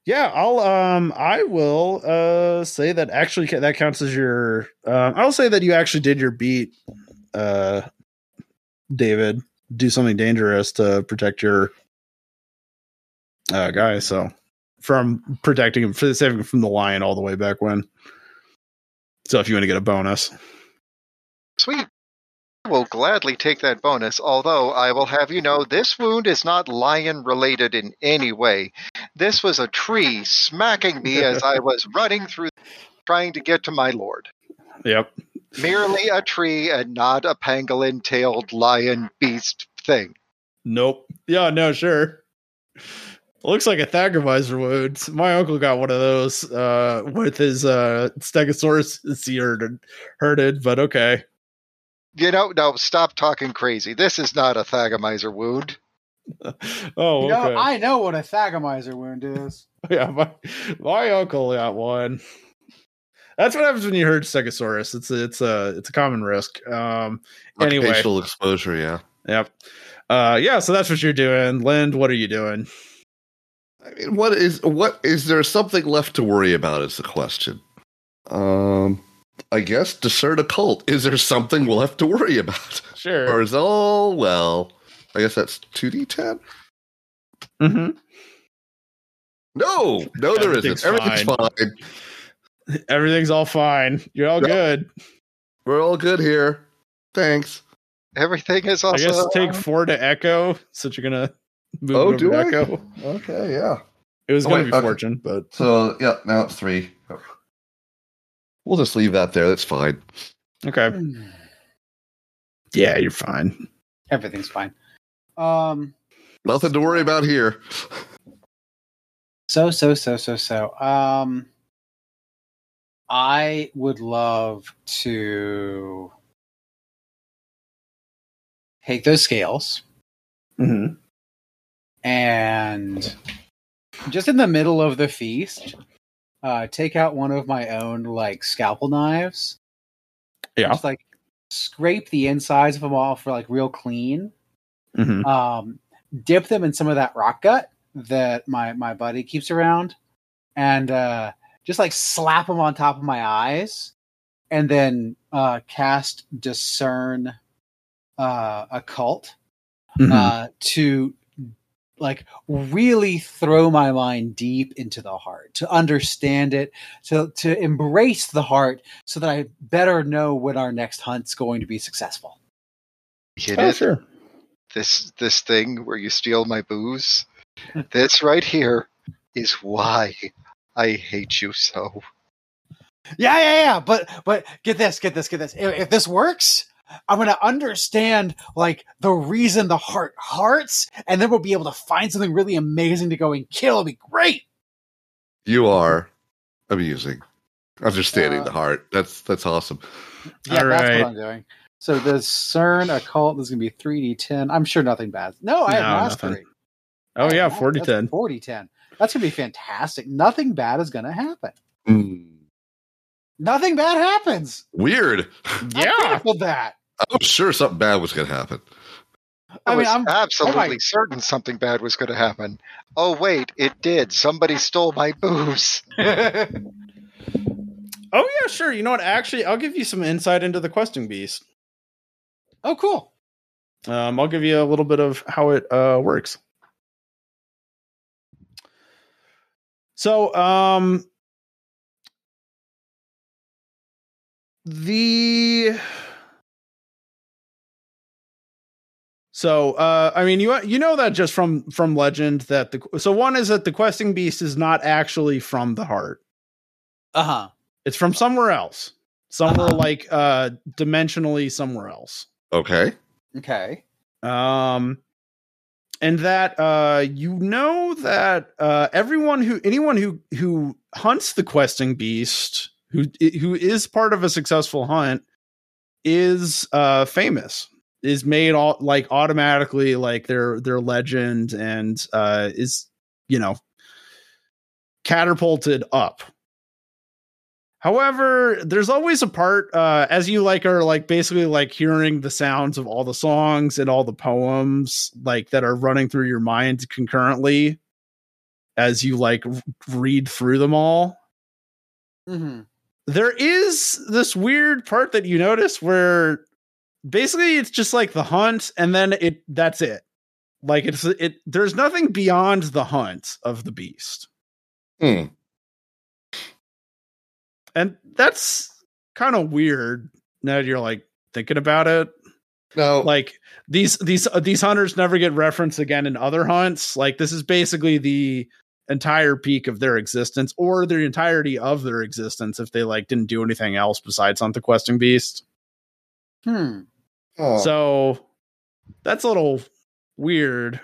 S1: Yeah, I'll um I will uh say that actually ca- that counts as your um I'll say that you actually did your beat uh David do something dangerous to protect your uh guy so from protecting him for saving him from the lion all the way back when so if you want to get a bonus
S2: Sweet. I will gladly take that bonus, although I will have you know this wound is not lion related in any way. This was a tree smacking me as I was running through trying to get to my lord.
S1: yep
S2: Merely a tree and not a pangolin tailed lion beast thing.
S1: Nope. Yeah, no, sure. Looks like a Thaggervisor wound. My uncle got one of those uh, with his uh, Stegosaurus is he herded, herded, but okay. [LAUGHS]
S2: You know, no, stop talking crazy. This is not a thagomizer wound.
S1: Oh,
S4: You know,
S1: okay.
S4: I know what a thagomizer wound
S1: [CLEARS THROAT]
S4: is.
S1: [LAUGHS] yeah, my, my uncle got one. That's what happens when you herd Stegosaurus. It's it's a it's a common risk. Um, Anyway.
S3: Occupational exposure, yeah.
S1: yep. Uh, yeah, so that's what you're doing, Lind. What are you doing?
S3: I mean, what is what is there something left to worry about? Is the question. Um, I guess, discern a cult. Is there something we'll have to worry about? Or
S1: Sure.
S3: is all well? I guess that's 2d10?
S1: Mhm.
S3: No, no, there
S1: Everything's
S3: isn't. Everything's
S1: fine.
S3: fine.
S1: Everything's all fine. You're all
S3: Yeah.
S1: good.
S3: We're all good here. Thanks.
S2: Everything is
S1: I
S2: also.
S1: guess take four to Echo, since you're gonna move
S3: Oh,
S1: it over
S3: do
S1: to
S3: I?
S1: Echo.
S3: Okay, yeah.
S1: It was
S3: Oh,
S1: gonna
S3: wait,
S1: be
S3: okay.
S1: Fortune, but
S3: So, yeah, now it's three. We'll just leave that there. That's fine.
S1: okay. Yeah, you're fine.
S4: Everything's fine. Um,
S3: Nothing to worry about here.
S4: so so so so so. Um, I would love to take those scales
S1: Mm-hmm.
S4: and just in the middle of the feast, uh, take out one of my own like scalpel knives.
S1: Yeah.
S4: Just like scrape the insides of them all for like real clean.
S1: Mm-hmm.
S4: um, dip them in some of that rock gut that my my buddy keeps around, and uh, just like slap them on top of my eyes, and then uh, cast discern uh, occult
S1: Mm-hmm. Hmm.
S4: uh, to like really throw my mind deep into the heart to understand it to to embrace the heart so that i better know when our next hunt's going to be successful
S2: You
S1: oh,
S2: did
S1: sure.
S2: this this thing where you steal my booze. this right here is why I hate you so.
S4: Yeah, yeah, yeah. But but get this, get this, get this. If, if this works, I'm gonna understand like the reason the heart hearts, and then we'll be able to find something really amazing to go and kill. It'll be great.
S3: You are amusing. Understanding
S4: Uh,
S3: the heart. That's that's awesome.
S4: Yeah,
S1: All
S4: that's
S1: right.
S4: what I'm doing. So the CERN occult is gonna be 3D10. I'm sure nothing bad. No, I
S1: No,
S4: have
S1: nothing.
S4: mastery.
S1: Oh yeah,
S4: That-
S1: forty
S4: that's
S1: ten.
S4: 4010. That's gonna be fantastic. Nothing bad is gonna happen.
S3: Mm.
S4: Nothing bad happens.
S3: Weird.
S4: I'm
S1: Yeah.
S4: good with that.
S3: I'm sure something bad was going to happen.
S4: I mean,
S2: was
S4: I'm-
S2: absolutely
S4: I might-
S2: certain something bad was going to happen. Oh wait, it did. Somebody stole my booze. [LAUGHS]
S1: Oh yeah, sure. You know what? Actually, I'll give you some insight into the questing beast.
S4: Oh, cool.
S1: Um, I'll give you a little bit of how it uh, works. So, um, the so uh, I mean you you know that just from from legend that the so one is that the questing beast is not actually from the heart.
S4: Uh huh.
S1: It's from somewhere else, somewhere
S4: Uh-huh.
S1: like uh, dimensionally somewhere else.
S3: Okay.
S4: Okay.
S1: um and that uh you know that uh everyone who anyone who who hunts the questing beast who who is part of a successful hunt is uh famous is made all like automatically like their their legend and uh is you know catapulted up However, there's always a part uh, as you like are like basically like hearing the sounds of all the songs and all the poems like that are running through your mind concurrently as you like r- read through them all.
S4: Mm-hmm.
S1: There is this weird part that you notice where basically it's just like the hunt and then it that's it. Like it's it there's nothing beyond the hunt of the beast.
S3: Hmm.
S1: and that's kind of weird now that you're like thinking about it
S3: Now,
S1: like these these uh, these hunters never get referenced again in other hunts like this is basically the entire peak of their existence or the entirety of their existence if they like didn't do anything else besides hunt the questing beast
S4: Hmm.
S3: oh,
S1: so that's a little weird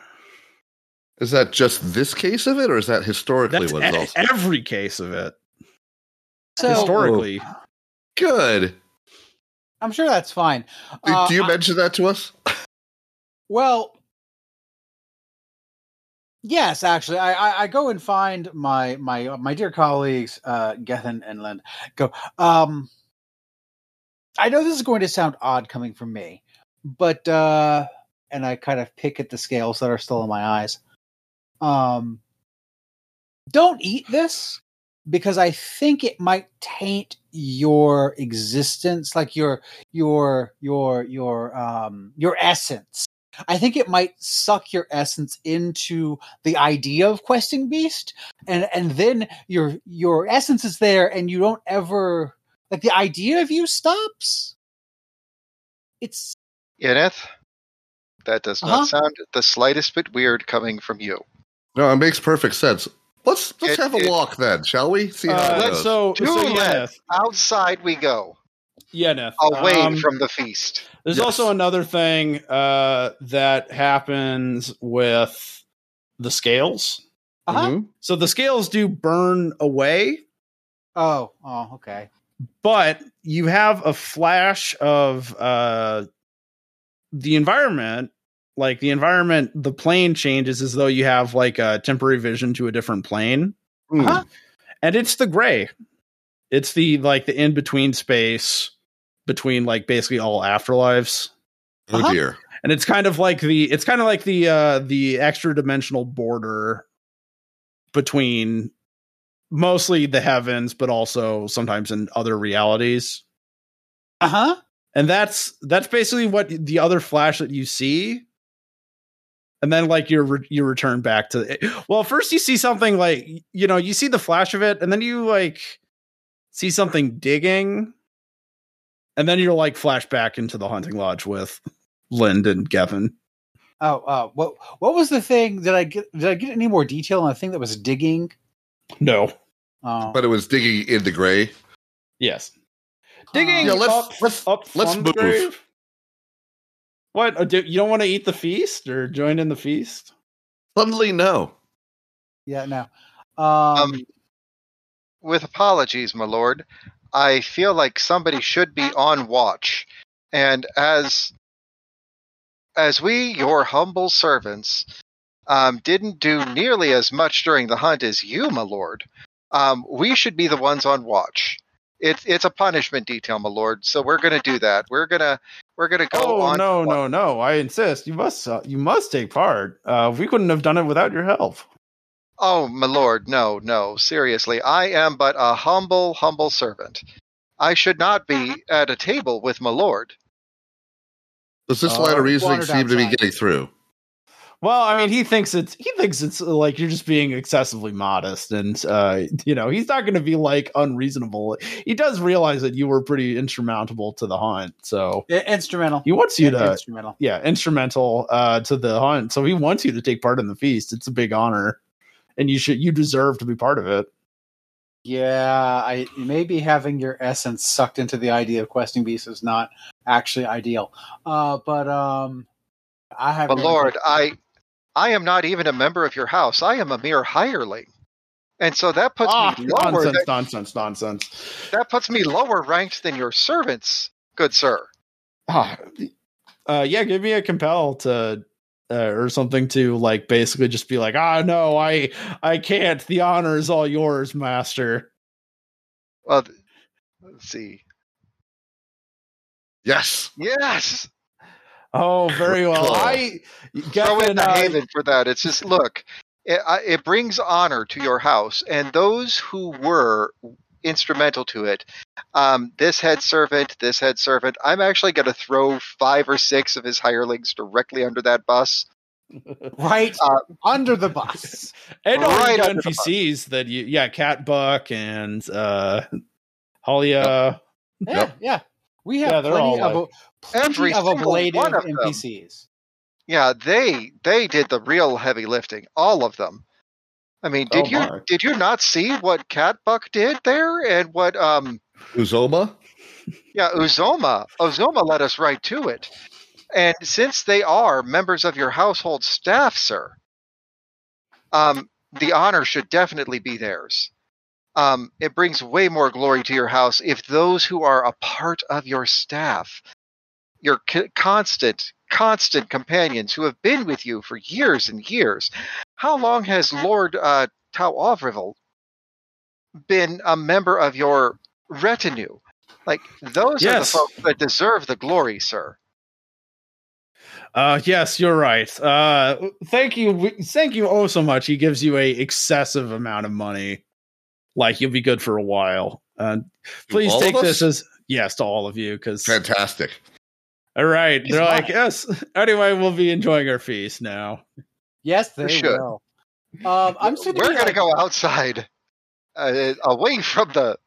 S3: is that just this case of it, or is that historically
S1: that's
S3: what it's
S1: e-
S3: also?
S1: every case of it
S4: So
S1: historically
S3: Good.
S4: I'm sure that's fine.
S3: Do,
S4: Uh,
S3: do you
S4: I-
S3: mention that to us?
S4: well, yes, actually, I, I, I go and find my my uh, my dear colleagues, uh, Gethin and Lind. Go. Um, I know this is going to sound odd coming from me, but uh, and I kind of pick at the scales that are still in my eyes. Um, don't eat this because I think it might taint your existence, like your your your your um your essence. I think it might suck your essence into the idea of questing beast, and and then your your essence is there, and you don't ever like the idea of you stops. It's
S2: Ineth, that does not
S4: Uh-huh.
S2: sound the slightest bit weird coming from you.
S3: No, it makes perfect sense. Let's let's
S2: It-
S3: have a
S2: it-
S3: walk then, shall we? See how
S1: Uh,
S3: it
S2: let's-
S3: goes.
S1: so,
S2: Do
S1: so
S2: that.
S1: Yeneth,
S2: Outside we go,
S1: Yeneth.
S2: away
S1: um,
S2: from the feast.
S1: There's
S3: Yes.
S1: also another thing uh, that happens with the scales.
S4: uh-huh.
S3: Mhm.
S1: So the scales do burn away,
S4: oh oh okay
S1: but you have a flash of uh, the environment. Like the environment, the plane changes as though you have like a temporary vision to a different plane,
S3: Hmm.
S4: Uh-huh.
S1: and it's the gray. It's the like the in between space between like basically all afterlives.
S3: Oh
S4: Uh-huh.
S3: dear.
S1: and it's kind of like the it's kind of like the uh the extra dimensional border between mostly the heavens but also sometimes in other realities
S4: uh huh
S1: and that's that's basically what the other flash that you see and then like you re- you return back to well first you see something like you know you see the flash of it and then you like see something digging and then you're like flash back into the hunting lodge with Lind and Gavin
S4: oh uh, what what was the thing did I get did I get any more detail on the thing that was digging
S1: No.
S4: oh
S3: But it was digging in the gray.
S1: Yes. Digging
S3: Yeah, let's-
S1: up,
S3: let's-
S1: up
S3: let's
S1: from
S3: move.
S1: the grave. What? uh, do- you don't want to eat the feast or join in the feast?
S3: Suddenly, no.
S4: yeah no
S2: Um,
S4: um,
S2: with apologies, my lord, I feel like somebody should be on watch. And as as we, your humble servants, um, didn't do nearly as much during the hunt as you, my lord, um, we should be the ones on watch. It's it's a punishment detail, my lord. So we're gonna do that. We're gonna we're gonna go
S1: oh
S2: on.
S1: no,
S2: watch.
S1: no, no! I insist. You must, uh, you must take part. Uh, we couldn't have done it without your help.
S2: Oh, my lord, no, no, seriously. I am but a humble, humble servant. I should not
S1: Uh-huh.
S2: be at a table with my lord.
S3: Does this
S1: Uh,
S3: line of reasoning
S4: watered
S3: seem to be
S4: outside.
S3: getting through?
S1: Well, I mean, he thinks it's he thinks it's uh, like you're just being excessively modest, and uh, you know he's not going to be like unreasonable. He does realize that you were pretty insurmountable to the hunt, so
S4: i- instrumental
S1: he wants you
S4: Yeah,
S1: to
S4: instrumental
S1: yeah instrumental uh to the hunt so he wants you to take part in the feast it's a big honor and you should you deserve to be part of it
S4: yeah I maybe having your essence sucked into the idea of questing beasts is not actually ideal uh but um I have
S2: My
S4: no
S2: lord,
S4: intention-
S2: I I am not even a member of your house. I am a mere hireling. And so that puts
S1: ah,
S2: me lower
S1: nonsense
S2: that,
S1: nonsense nonsense
S2: that puts me lower ranked than your servants, good sir.
S1: Ah. uh yeah give me a compel to uh, or something to like basically just be like ah no i i can't the honor is all yours master
S2: Well, th- let's see.
S3: Yes.
S2: Yes.
S1: oh very well
S3: Cool.
S1: i
S2: Throw in
S1: Gavin,
S2: the
S1: uh,
S2: haven for that. It's just look, it, I- it brings honor to your house, and those who were instrumental to it. Um, this head servant, this head servant. I'm actually going to throw five or six of his hirelings directly under that bus.
S4: [LAUGHS] right
S2: uh,
S4: under the
S2: [LAUGHS]
S4: bus
S1: and all
S2: Right
S1: the
S2: under the bus.
S1: npcs that you yeah cat buck and uh Halia.
S4: Yeah,
S3: Yep.
S4: yeah. We
S1: Yeah,
S4: have
S1: they're
S4: plenty
S1: all
S4: of
S1: like-
S4: plenty
S2: Every
S4: of
S2: single
S4: ablative
S2: one of them.
S4: NPCs.
S2: Yeah, they they did the real heavy lifting, all of them. I mean, did
S1: Oh,
S2: you
S1: my.
S2: did you not see what Catbuck did there and what um
S3: Uzoma?
S2: Yeah, Uzoma. Uzoma led us right to it. And since they are members of your household staff, sir, um, the honor should definitely be theirs. Um, it brings way more glory to your house if those who are a part of your staff, your c- constant, constant companions who have been with you for years and years. How long has Lord uh, Tau Avrivel been a member of your retinue? Like those are the
S1: Yes.
S2: folks that deserve the glory, sir.
S1: Uh, yes, you're right. Uh, thank you, thank you oh so much. He gives you a excessive amount of money Like you'll be good for a while. Uh,
S3: To
S1: please
S3: all
S1: take
S3: of us?
S1: this as yes to all of you because
S3: Fantastic.
S1: all right,
S4: He's
S1: they're like
S4: lying.
S1: yes. [LAUGHS] Anyway, we'll be enjoying our feast now.
S4: Yes, they
S2: should.
S4: will. Um, I'm sitting.
S2: We're
S4: here
S2: going to
S4: like-
S2: go outside, uh, away from the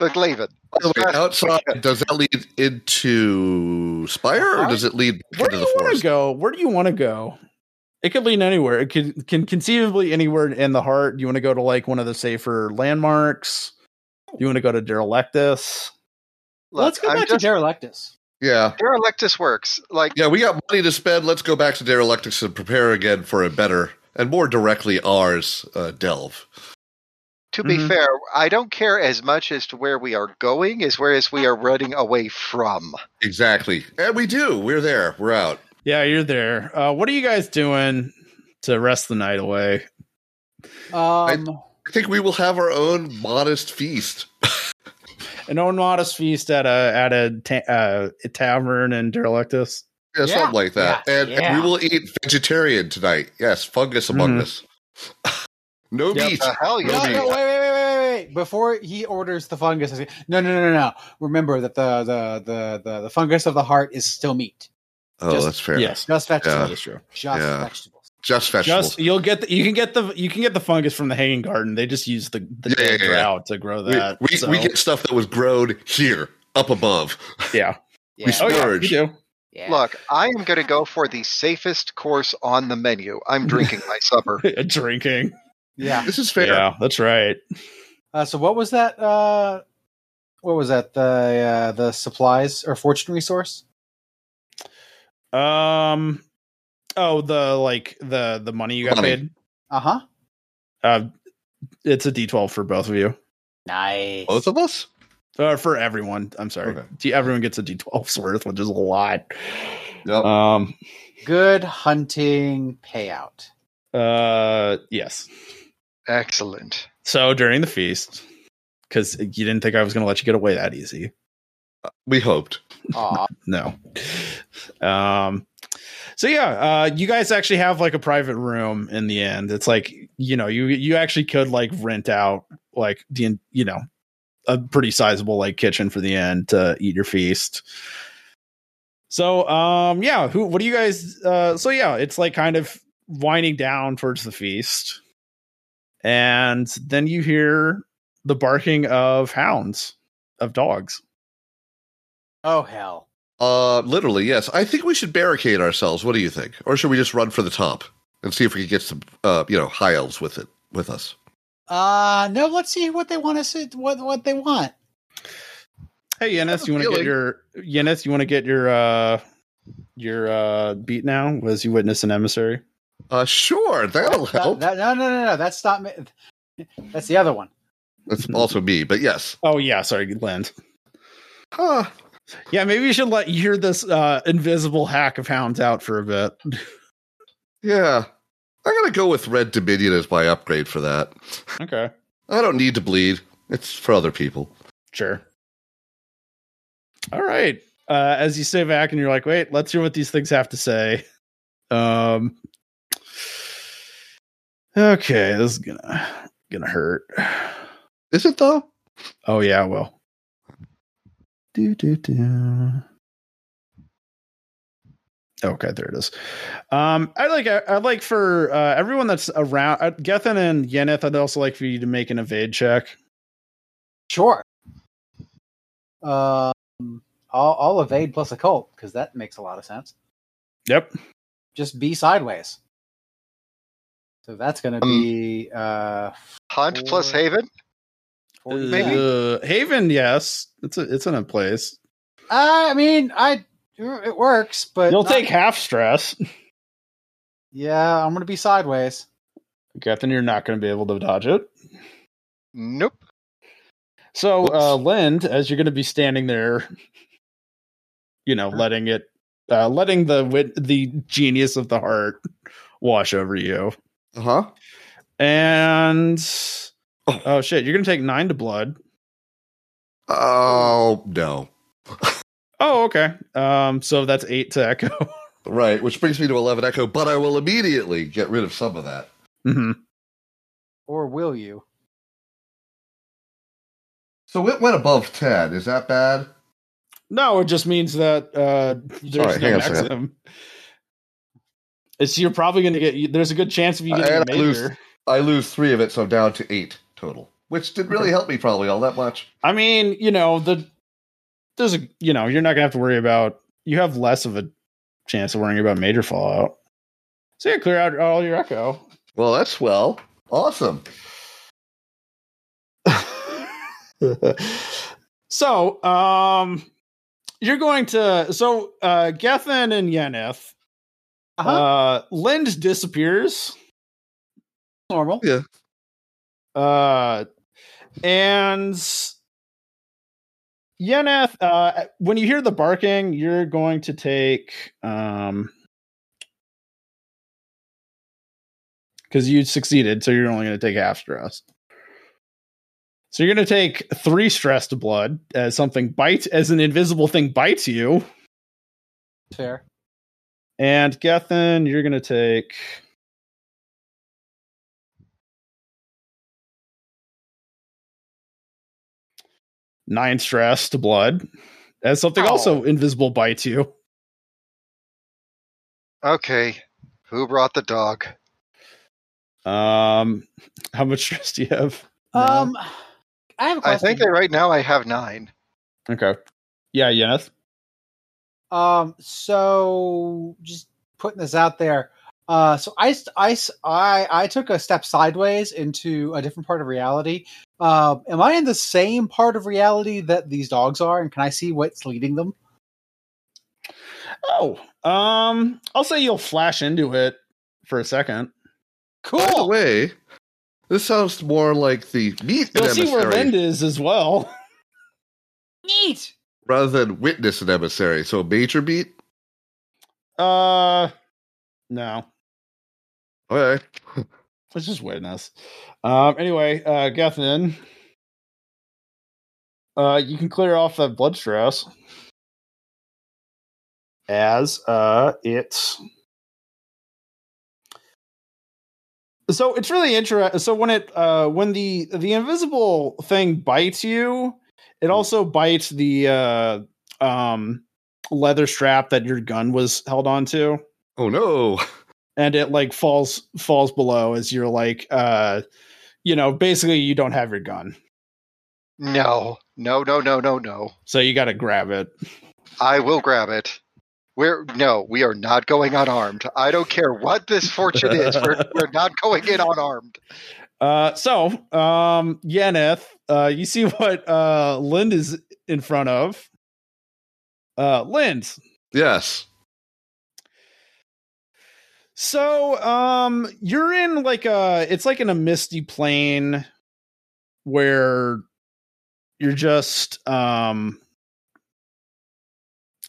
S2: the Glaven.
S3: By the way, uh, outside, does that lead into Spire or does it lead
S1: Where do
S3: into the
S1: you want to
S3: forest?
S1: go? Where do you want to go? It could lead anywhere. It could can conceivably anywhere in the heart. Do you want to go to like one of the safer landmarks? Do you want to go to Derelictus?
S2: Look,
S4: Let's go
S2: I'm
S4: back
S2: just,
S4: to Derelictus.
S3: Yeah.
S2: Derelictus works. Like
S3: Yeah, we got money to spend. Let's go back to Derelictus and prepare again for a better and more directly ours uh, delve.
S2: to be
S1: Mhm.
S2: fair, I don't care as much as to where we are going as where as we are running away from.
S3: Exactly. And we do. We're there. We're out.
S1: Yeah, you're there. Uh, what are you guys doing to rest the night away?
S4: Um,
S3: I think we will have our own modest feast.
S1: An own modest feast at a at a, ta- uh, a tavern in Derelictus.
S3: Yeah,
S4: Yeah.
S3: something like that.
S4: Yeah.
S3: and, and
S4: Yeah.
S3: we will eat vegetarian tonight. Yes, fungus among
S1: Mhm.
S3: us. [LAUGHS] no
S1: Yep. Uh,
S3: meat.
S2: The hell,
S4: no,
S3: Ruby.
S4: no, wait, wait, wait, wait, wait, wait! Before he orders the fungus, I say, no, no, no, no, no. Remember that the the the the, the fungus of the heart is still meat,
S3: Oh,
S4: Just-
S3: that's fair.
S1: Yes,
S4: just vegetables,
S1: that's true.
S4: just
S3: Yeah.
S4: vegetables.
S3: Just vegetables.
S1: Just you'll get the, you can get the you can get the fungus from the hanging garden. They just use the the
S3: Yeah,
S1: dead
S3: yeah, yeah.
S1: drought to grow
S3: we,
S1: that.
S3: we,
S1: so,
S3: we get stuff that was grown here, up above.
S1: [LAUGHS]
S3: [LAUGHS]
S1: yeah.
S3: We
S1: Oh yeah, you
S3: splurge.
S1: do.
S2: Look, I am going to go for the safest course on the menu. I'm drinking my supper.
S1: [LAUGHS] Drinking.
S4: Yeah.
S3: This is fair.
S1: Yeah, that's right.
S4: Uh, so what was that? Uh, what was that? The uh, the supplies or fortune resource?
S1: Um oh the like the the money you got
S3: Money.
S1: paid.
S4: Uh huh.
S1: Uh it's a D twelve for both of you.
S4: Nice.
S3: Both of us?
S1: Uh, for everyone. I'm sorry.
S3: Okay.
S1: D- everyone gets a D 12s worth, which is a lot.
S3: Yep.
S1: Um
S4: Good hunting payout.
S1: uh yes.
S2: Excellent.
S1: So during the feast, because you didn't think I was gonna let you get away that easy.
S3: we hoped.
S4: Aw.
S1: no. Um, so yeah, uh, you guys actually have like a private room in the end. It's like you know you you actually could like rent out like the en- you know a pretty sizable like kitchen for the end to eat your feast. So um yeah, who what do you guys uh so yeah, it's like kind of winding down towards the feast. And then you hear the barking of hounds of dogs.
S4: Oh hell.
S3: Uh, literally, yes. I think we should barricade ourselves. What do you think? Or should we just run for the top and see if we can get some, uh, you know, high elves with it with us?
S4: Uh no. Let's see what they want to see. What what they want.
S1: Hey Yenis,
S3: have
S1: you
S3: a
S1: want to get
S3: feeling.
S1: your Yenis, you want to get your uh your uh beat now? Was you witness an emissary?
S3: Uh, sure, that'll
S4: That-
S3: help.
S4: that- no no no no. That's not. me. That's the other one.
S3: That's also me, but yes.
S1: Oh yeah, sorry, Lind.
S3: Huh.
S1: Yeah, maybe you should let you hear this uh invisible hack of hounds out for a bit.
S3: Yeah. I'm gonna go with Red Dominion as my upgrade for that.
S1: Okay.
S3: I don't need to bleed. It's for other people.
S1: Sure. All right. Uh as you sit back and you're like, wait, let's hear what these things have to say. Um Okay, this is gonna gonna hurt.
S3: Is it though?
S1: Oh yeah, well. Do do do. Okay, there it is. Um, I like I, would like for uh, everyone that's around uh, Gethin and Yeneth. I'd also like for you to make an evade check.
S4: Sure. Um, I'll, I'll evade plus a cult because that makes a lot of sense.
S1: Yep.
S4: Just be sideways. So that's going to be uh,
S2: Hunt plus
S4: Four.
S2: Haven.
S4: 40 Uh,
S1: uh, Haven. Yes, it's a, it's in a place.
S4: I mean, I it works, but
S1: You'll
S4: not-
S1: take half stress.
S4: Yeah, I'm going to be sideways.
S1: Gethin, you're not going to be able to dodge it.
S2: Nope.
S1: So,
S3: Whoops.
S1: uh, Lind, as you're going to be standing there, you
S3: Uh-huh.
S1: know, letting it, uh, letting the wit- the genius of the heart wash over you,
S3: Uh huh.
S1: and
S3: Oh.
S1: oh shit, you're going to take nine to blood.
S3: Oh no.
S1: Oh, okay. Um, so that's eight to echo. [LAUGHS]
S3: Right, which brings me to eleven echo, but I will immediately
S1: Mm-hmm.
S3: get rid of some of that.
S1: Mhm.
S4: Or will you?
S3: So it went above 10. Is that bad?
S1: No, it just means that uh, there's
S3: All right, hang
S1: no
S3: on a
S1: maximum. It's you're probably going to get. you- There's a good chance of you
S3: Uh,
S1: getting a
S3: and I lose.
S1: major.
S3: I lose three of it, so I'm down to eight total, which didn't really help me probably all that much.
S1: I mean, you know the there's a you know you're not going to have to worry about. You have less of a chance of worrying about major fallout. So yeah, clear out all your echo.
S3: Well, that's swell. Awesome.
S1: so um you're going to so uh gethin and yeneth uh
S4: Uh-huh.
S1: lind disappears
S4: Normal.
S1: uh and yeneth uh when you hear the barking you're going to take um because you succeeded so you're only going to take half stress so you're going to take three stress to blood as something bites as an invisible thing bites you
S4: Fair.
S1: and Gethin, you're going to take. Nine stress to blood. As something
S4: Ow.
S1: also invisible bites you.
S2: Okay. Who brought the dog?
S1: Um, how much [LAUGHS] stress do you have?
S4: Um, I have
S2: I
S4: a question.
S2: think that right now I have nine.
S1: Okay. Yeah, yes.
S4: Um, so just putting this out there. Uh, so I, s- I, s- I, I took a step sideways into a different part of reality. Um, am I in the same part of reality that these dogs are, and can I see what's leading them?
S1: Oh, um, I'll say you'll flash into it for a second.
S3: By the
S4: Cool.
S3: way, this sounds more like the meat
S1: You'll
S3: and
S1: see where
S3: emissary
S1: Lind is as well.
S4: Neat.
S3: rather than witness and emissary. So major beat?
S1: Uh, no.
S3: Okay.
S1: Let's just witness. Um, anyway, uh, Gethin, uh, you can clear off that blood stress as uh, it's. So it's really interesting. So when it uh, when the the invisible thing bites you, it also bites the uh, um, leather strap that your gun was held onto
S3: Oh no. [LAUGHS]
S1: and it like falls falls below as you're like uh you know basically you don't have your gun
S2: No. No, no, no, no, no.
S1: so you got to grab it
S2: I will grab it. We're no, we are not going unarmed. I don't care what this fortune is. We're, we're not going in unarmed.
S1: uh so um yeneth uh you see [LAUGHS] what uh lind is in front of uh lind
S3: Yes.
S1: so um you're in like a it's like in a misty plane where you're just um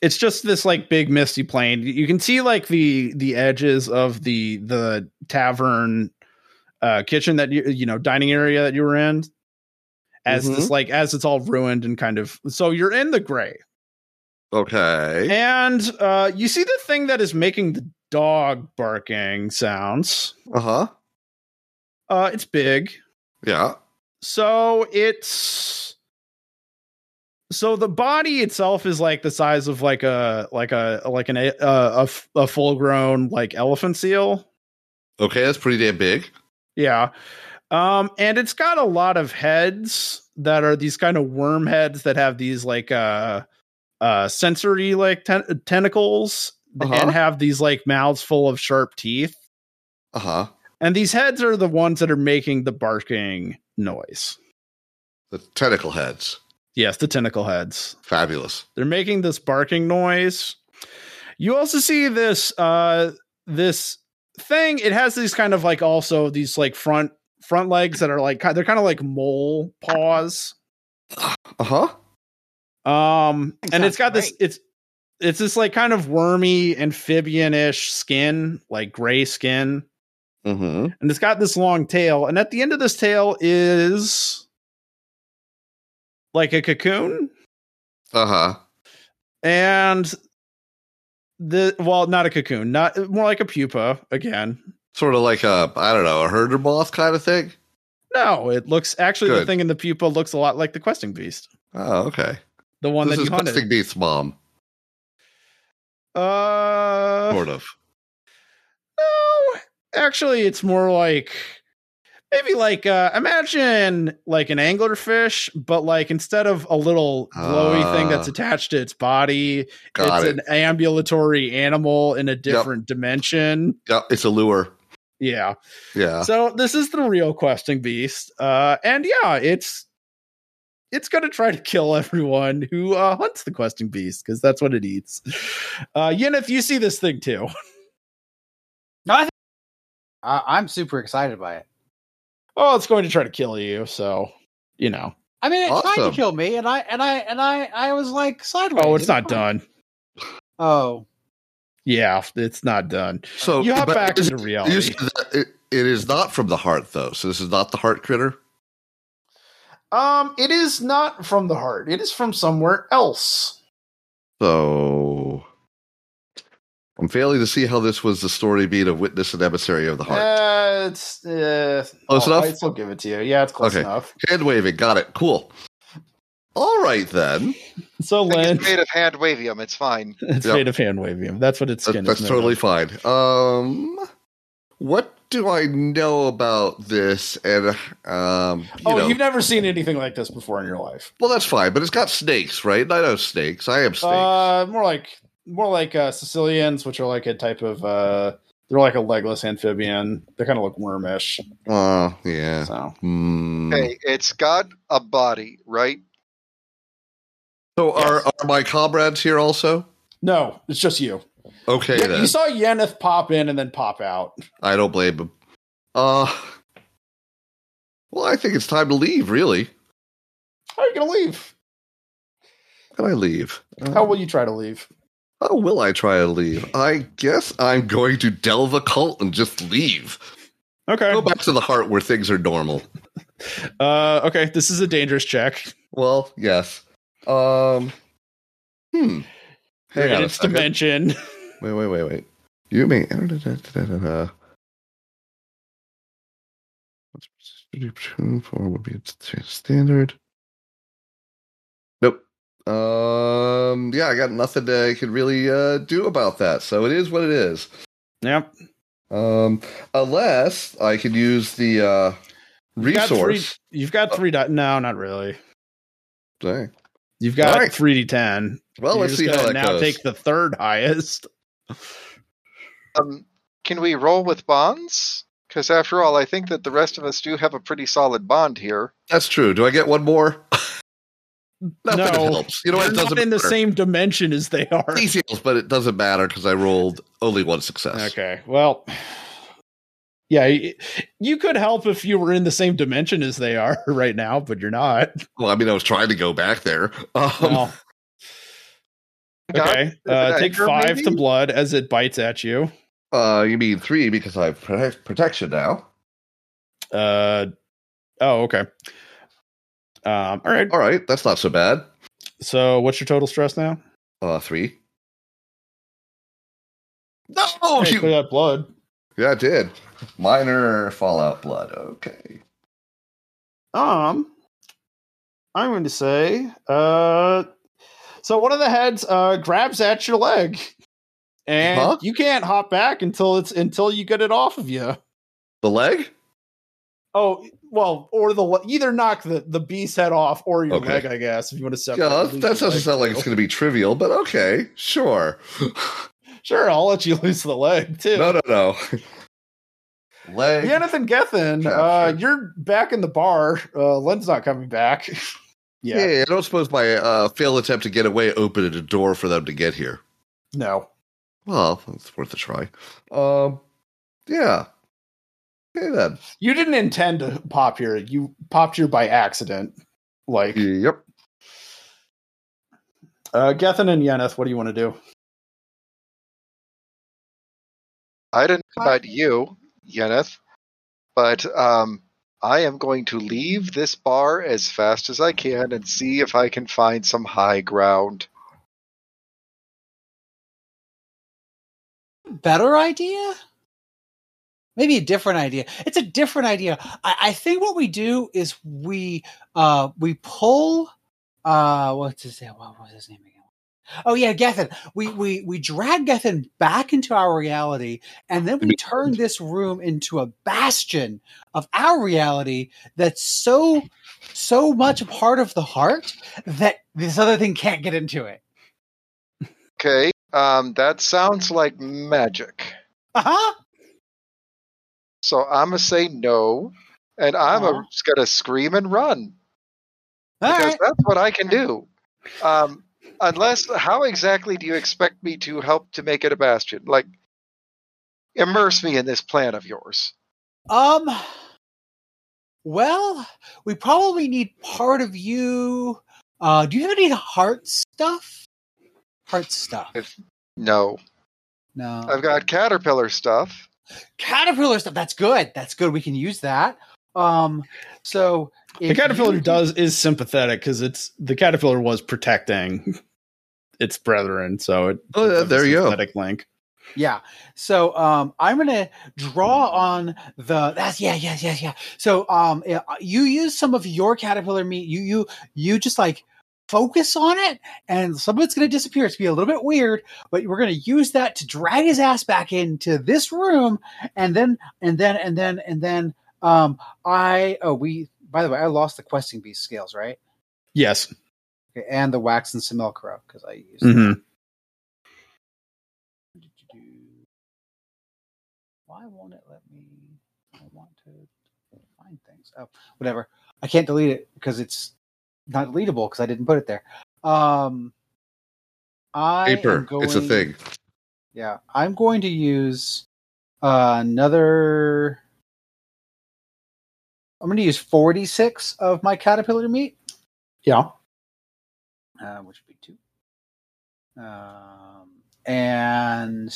S1: it's just this like big misty plane you can see like the the edges of the the tavern uh kitchen that you you know dining area that you were in as this like as it's all ruined and kind of so you're in the gray
S3: Okay.
S1: and uh, you see the thing that is making the dog barking sounds.
S3: Uh huh.
S1: Uh, it's big.
S3: Yeah.
S1: So it's so the body itself is like the size of like a like a like an a, a, a full grown like elephant seal.
S3: Okay, that's pretty damn big.
S1: Yeah. Um, and it's got a lot of heads that are these kind of worm heads that have these like uh uh sensory like ten- tentacles
S3: Uh-huh.
S1: and have these like mouths full of sharp teeth.
S3: Uh huh.
S1: And these heads are the ones that are making the barking noise.
S3: The tentacle heads.
S1: Yes, the tentacle heads.
S3: Fabulous.
S1: They're making this barking noise. You also see this uh this thing. It has these kind of like also these like front front legs that are like ki- they're kind of like mole paws.
S3: Uh huh.
S1: Um and
S4: That sounds
S1: it's got this
S4: great.
S1: it's it's this like kind of wormy amphibian-ish skin, like gray skin.
S3: Mm hmm.
S1: and it's got this long tail and at the end of this tail is like a cocoon
S3: Uh huh.
S1: and the well not a cocoon not more like a pupa again
S3: Sort of like a, I don't know, a herder moth kind of thing.
S1: No, it looks actually the
S3: Good.
S1: thing in the pupa looks a lot like the questing beast,
S3: Oh, okay.
S1: the one
S3: this
S1: that
S3: is
S1: you hunted.
S3: Questing Beast's mom,
S1: uh,
S3: sort of.
S1: No, actually, it's more like maybe like uh, imagine like an anglerfish, but like instead of a little glowy thing that's
S3: Ah.
S1: attached to its body, [LAUGHS]
S3: Got
S1: it's
S3: it.
S1: an ambulatory animal in a different dimension.
S3: Yeah, it's a lure.
S1: Yeah.
S3: Yeah.
S1: So this is the real questing beast, uh, and yeah, it's it's going to try to kill everyone who uh, hunts the questing beast because that's what it eats. Uh, Yin, if you see this thing too. [LAUGHS]
S4: No, I think I, I'm super excited by it.
S1: oh, it's going to try to kill you. So, you know,
S4: I mean, it tried
S3: Awesome.
S4: to kill me, and I and I and I I was like sideways.
S1: oh, it's not
S4: fine.
S1: done.
S4: Oh,
S1: Yeah, it's not done.
S3: So
S1: You hop
S3: Oh, but
S1: back
S3: is-
S1: into reality.
S3: you said that it, it is not from the heart, though. So this is not the heart critter.
S1: Um, it is not from the heart. It is from somewhere else.
S3: So I'm failing to see how this was the story beat of Witness and Emissary of the Heart.
S1: Uh, it's uh,
S3: Close enough?
S1: I still give it to you. Yeah, it's close
S3: Okay.
S1: enough.
S3: Hand waving, got it. Cool. All right then.
S1: So,
S2: I think
S1: Lynn,
S2: It's made of hand wavium. It's fine.
S1: it's
S3: Yep.
S1: made of hand wavium. That's what its
S3: That-
S1: skin
S3: that's
S1: is. made
S3: totally
S1: of.
S3: fine. Um, what do I know about this? And um, you
S1: oh,
S3: know,
S1: you've never seen anything like this before in your life.
S3: well, that's fine. But it's got snakes, right? And I know snakes. I am snakes.
S1: Uh, more like more like uh, Sicilians, which are like a type of uh, they're like a legless amphibian. They kind of look wormish.
S3: Uh, yeah.
S1: So,
S3: Hmm.
S2: Hey, it's got a body, right?
S3: So are are my comrades here also?
S1: no, it's just you.
S3: Okay,
S1: Yeah,
S3: then.
S1: you saw Yeneth pop in and then pop out.
S3: I don't blame them. Uh, well, I think it's time to leave. Really,
S1: How are you gonna leave?
S3: can I leave?
S1: How will you try to leave?
S3: How will I try to leave? I guess I'm going to delve a cult and just leave.
S1: Okay.
S3: Go back to the heart where things are normal.
S1: Uh, okay. This is a dangerous check.
S3: Well, yes. Um. Hmm. Hang
S1: In
S3: on a
S1: its
S3: second.
S1: dimension. [LAUGHS]
S3: Wait, wait, wait, wait. You may. da-da-da-da-da-da. What's perception for would be its standard. Nope. Um. Yeah, I got nothing that I could really uh, do about that. So it is what it is.
S1: Yep.
S3: Um. Unless I could use the uh,
S1: You've got three-
S3: resource.
S1: You've got three. Di- no, not really.
S3: Dang.
S1: You've got
S3: All right.
S1: three d ten.
S3: Well, let's see how that
S1: now
S3: goes.
S1: take the third highest.
S2: Um, can we roll with bonds? Because after all, I think that the rest of us do have a pretty solid bond here.
S3: That's true. Do I get one more? [LAUGHS] Nothing
S1: No.
S3: helps. You know what?
S1: They're
S3: It
S1: not
S3: doesn't
S1: in the
S3: matter.
S1: same dimension as they are.
S3: details, but it doesn't matter because I rolled only one success.
S1: Okay. Well. [SIGHS] Yeah, y- you could help if you were in the same dimension as they are [LAUGHS] right now, but you're [LAUGHS] not.
S3: Well, I mean, I was trying to go back there. [LAUGHS] Um,
S1: Well. Okay.
S2: God,
S1: Uh,
S2: an
S1: take
S2: anchor,
S1: five to
S2: maybe?
S1: blood as it bites at you.
S3: uh, you mean three because I have protect- protection now.
S1: Uh, oh, okay. Um, all right.
S3: All right, that's not so bad.
S1: So, what's your total stress now?
S3: Uh, three. No,
S1: Hey,
S3: you-
S1: put that blood.
S3: yeah, I did. Minor fallout blood. Okay.
S1: Um, I'm going to say, uh, so one of the heads uh grabs at your leg, and
S3: Huh?
S1: you can't hop back until it's until you get it off of you.
S3: The leg?
S1: Oh, well, or the le- either knock the the beast head off or your
S3: Okay.
S1: leg, I guess, if you want to separate.
S3: Yeah,
S1: lose
S3: that,
S1: your
S3: that doesn't
S1: leg,
S3: sound like
S1: too.
S3: it's going to be trivial, but okay, sure.
S1: Sure, I'll let you [LAUGHS] lose the leg too.
S3: no, no, no. [LAUGHS] leg.
S1: Yanneth and Gethin,
S3: Yeah,
S1: uh,
S3: sure.
S1: you're back in the bar. Uh, Len's not coming back. [LAUGHS]
S3: yeah.
S1: yeah,
S3: I don't suppose my uh, failed attempt to get away opened a door for them to get here.
S1: no.
S3: Well, it's worth a try. Um, yeah. Okay then.
S1: You didn't intend to pop here. You popped here by accident. Like,
S3: Yep.
S1: uh, Gethin and Yenneth, what do you want to do?
S2: I don't know about you, Yeneth, but um, I am going to leave this bar as fast as I can and see if I can find some high ground.
S4: better idea. maybe a different idea. It's a different idea. I, I think what we do is we uh we pull uh what's his name? What was his name again? Oh yeah, Gethin. We we we drag Gethin back into our reality, and then we turn this room into a bastion of our reality that's so so much a part of the heart that this other thing can't get into it.
S2: Okay, um, that sounds like magic.
S4: Uh-huh.
S2: So I'm gonna say no, and I'm
S4: Aw.
S2: a, just gonna scream and run
S4: All
S2: because
S4: right.
S2: that's what I can do. Um, unless, how exactly do you expect me to help to make it a bastion? Like, immerse me in this plan of yours.
S4: Um. Well, we probably need part of you. Uh, do you have any heart stuff? Heart stuff.
S2: If- No,
S4: No.
S2: I've got caterpillar stuff.
S4: caterpillar stuff. That's good. That's good. We can use that. Um. So
S1: The
S4: if
S1: caterpillar
S4: you-
S1: does is sympathetic because it's the caterpillar was [LAUGHS] protecting its brethren, so it,
S3: Oh, yeah,
S1: it's a
S3: there you go.
S1: sympathetic Link.
S4: Yeah. So um, I'm gonna draw on the. That's yeah, yes, yes, yeah. So um, yeah, you use some of your caterpillar meat. You you you just like focus on it, and some of it's gonna disappear. It's gonna be a little bit weird, but we're gonna use that to drag his ass back into this room, and then and then and then and then um, I oh we. By the way, I lost the questing beast scales, right?
S1: Yes.
S4: Okay, and the wax and simulacra because I used.
S1: hmm
S4: Why won't it let me? I want to find things. Oh, whatever. I can't delete it because it's not deletable because I didn't put it there. Um, I
S3: Paper.
S4: am going,
S3: It's a thing.
S4: Yeah, I'm going to use uh, another. I'm going to use 46 of my caterpillar meat
S1: Yeah.
S4: uh, which would be two. Um, and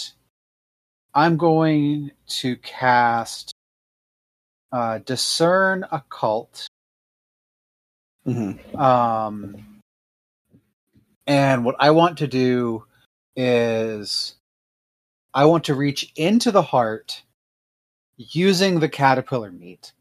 S4: I'm going to cast uh, discern occult.
S1: hmm
S4: Um, and what I want to do is I want to reach into the heart using the caterpillar meat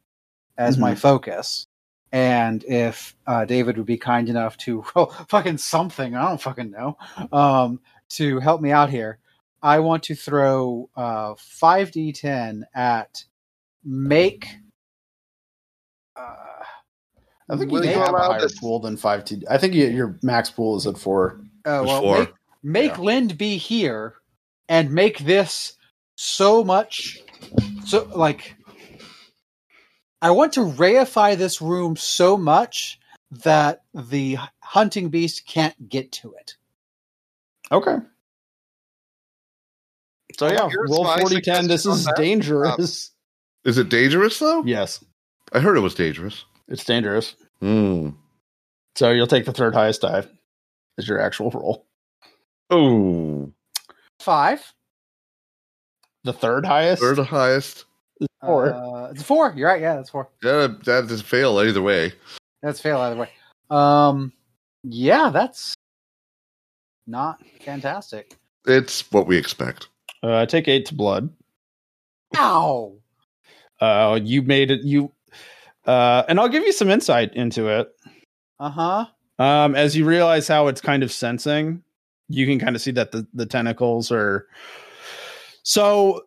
S4: as my focus. And if uh, David would be kind enough to [LAUGHS] roll fucking something, I don't fucking know, um, to help me out here, I want to throw uh, 5d10 at make. Uh,
S5: I think
S2: Will
S5: you
S2: you
S5: may have a
S2: allow
S5: higher
S2: this-
S5: pool than five. T- I think you, your max pool is at four.
S4: Oh
S3: There's
S4: well,
S3: four.
S4: make make
S5: Yeah.
S4: Lind be here and make this so much so like I want to reify this room so much that the hunting beast can't get to it.
S5: Okay. So yeah,
S2: Here's
S5: roll
S2: my
S5: 40 10. This
S2: suggestion on
S5: is
S1: [LAUGHS]
S2: that.
S5: dangerous.
S3: Is it dangerous though?
S5: yes,
S3: I heard it was dangerous.
S5: it's dangerous.
S3: Hmm.
S5: So you'll take the third highest dive as your actual roll.
S3: Oh,
S4: Five.
S5: The third highest.
S3: they're the highest.
S5: Four.
S4: Uh, it's four. You're right. Yeah, that's four.
S3: That that doesn't fail either way.
S4: That's fail either way. Um, yeah, that's not fantastic.
S3: It's what we expect.
S1: Uh, take eight to blood.
S4: Ow.
S1: Uh, you made it. You, uh, and I'll give you some insight into it.
S4: Uh huh.
S1: Um, as you realize how it's kind of sensing, you can kind of see that the, the tentacles are so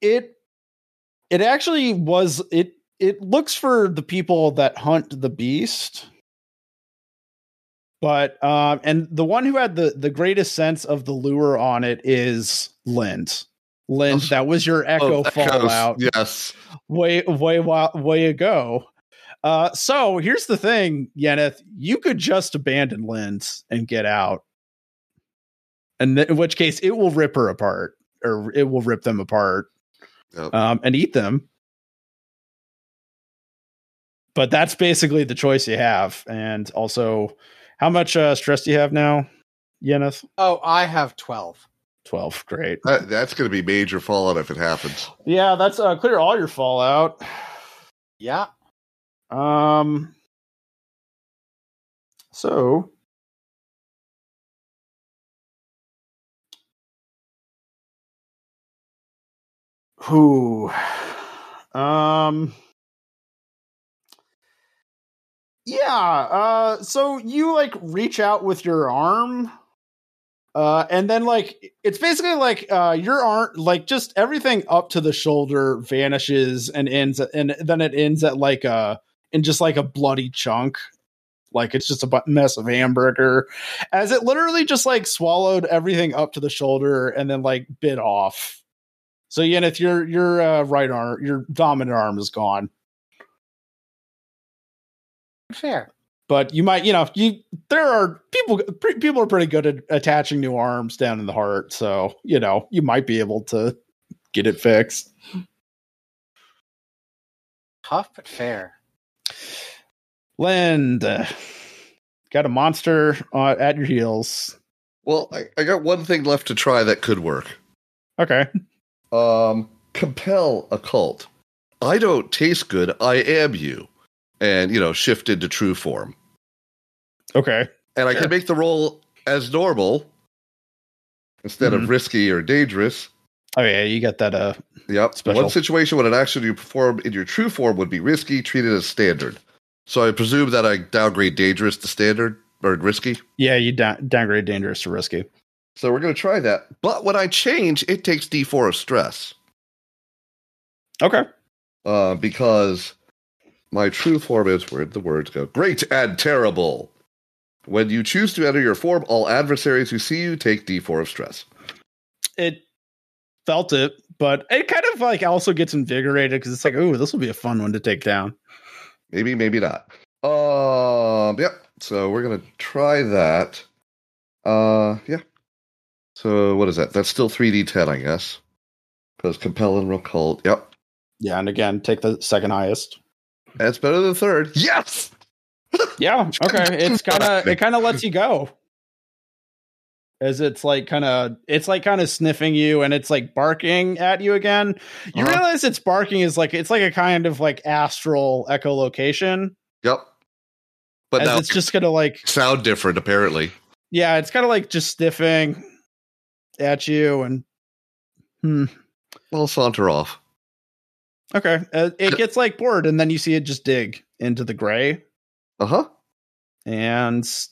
S1: it it actually was it it looks for the people that hunt the beast. But um and the one who had the the greatest sense of the lure on it is Lind. Lind,
S3: Oh,
S1: that was your echo
S3: Oh, that
S1: fallout
S3: goes- Yes.
S1: way way wa- way ago. Uh, so here's the thing, Yeneth, you could just abandon Lens and get out, and th- in which case it will rip her apart, or it will rip them apart,
S3: Yep.
S1: um, and eat them. But that's basically the choice you have, and also, how much uh, stress do you have now, Yeneth?
S4: Oh, I have twelve.
S1: Twelve. Great.
S3: That, that's going to be major fallout if it happens.
S1: Yeah, that's uh, clear all your fallout.
S4: Yeah.
S1: Um. So. Who? Um. Yeah. Uh. So you like reach out with your arm, uh, and then like it's basically like uh, your arm, like just everything up to the shoulder vanishes and ends, and then it ends at like uh, a in just like a bloody chunk. Like it's just a bu- mess of hamburger, as it literally just like swallowed everything up to the shoulder and then like bit off so Yenith, your your uh, right arm, your dominant arm is gone,
S4: Fair.
S1: but you might, you know, you there are people pre- people are pretty good at attaching new arms down in the heart, so you know you might be able to get it fixed.
S4: Tough but fair.
S1: Lind, uh, got a monster uh, at your heels.
S3: Well, I, I got one thing left to try that could work.
S1: Okay,
S3: um, compel a cult. I don't taste good. I am you, and you know, shift into true form,
S1: okay,
S3: and I
S1: Sure.
S3: can make the role as normal instead
S1: Mhm.
S3: of risky or dangerous.
S1: oh yeah, you got that. Uh,
S3: Yep.
S1: Special.
S3: One situation when an action you perform in your true form would be risky, treated as standard. So I presume that I downgrade dangerous to standard or risky.
S1: yeah, you down- downgrade dangerous to risky.
S3: So we're going to try that. But when I change, it takes D4 of stress.
S1: Okay,
S3: uh, because my true form is where the words go great and terrible. When you choose to enter your form, all adversaries who see you take d4 of stress.
S1: it felt it, but it kind of like also gets invigorated because it's like, ooh, this will be a fun one to take down.
S3: Maybe, maybe not. Um, yep. So we're gonna try that. Uh, yeah. So what is that? That's still 3d10, I guess. Because compel and recall. Yep.
S1: Yeah, and again, take the second highest.
S3: That's better than third. Yes.
S1: Yeah, okay. It's kind [LAUGHS] of it kind of lets you go. As it's like kind of it's like kind of sniffing you and it's like barking at you again. You
S3: Uh-huh.
S1: realize it's barking is like it's like a kind of like astral echolocation.
S3: Yep. But
S1: as
S3: now
S1: it's just gonna like
S3: sound different apparently.
S1: yeah, it's kind of like just sniffing at you and hmm.
S3: Well, saunter off.
S1: Okay. Uh, it gets like bored, and then you see it just dig into the gray,
S3: Uh huh.
S1: and s-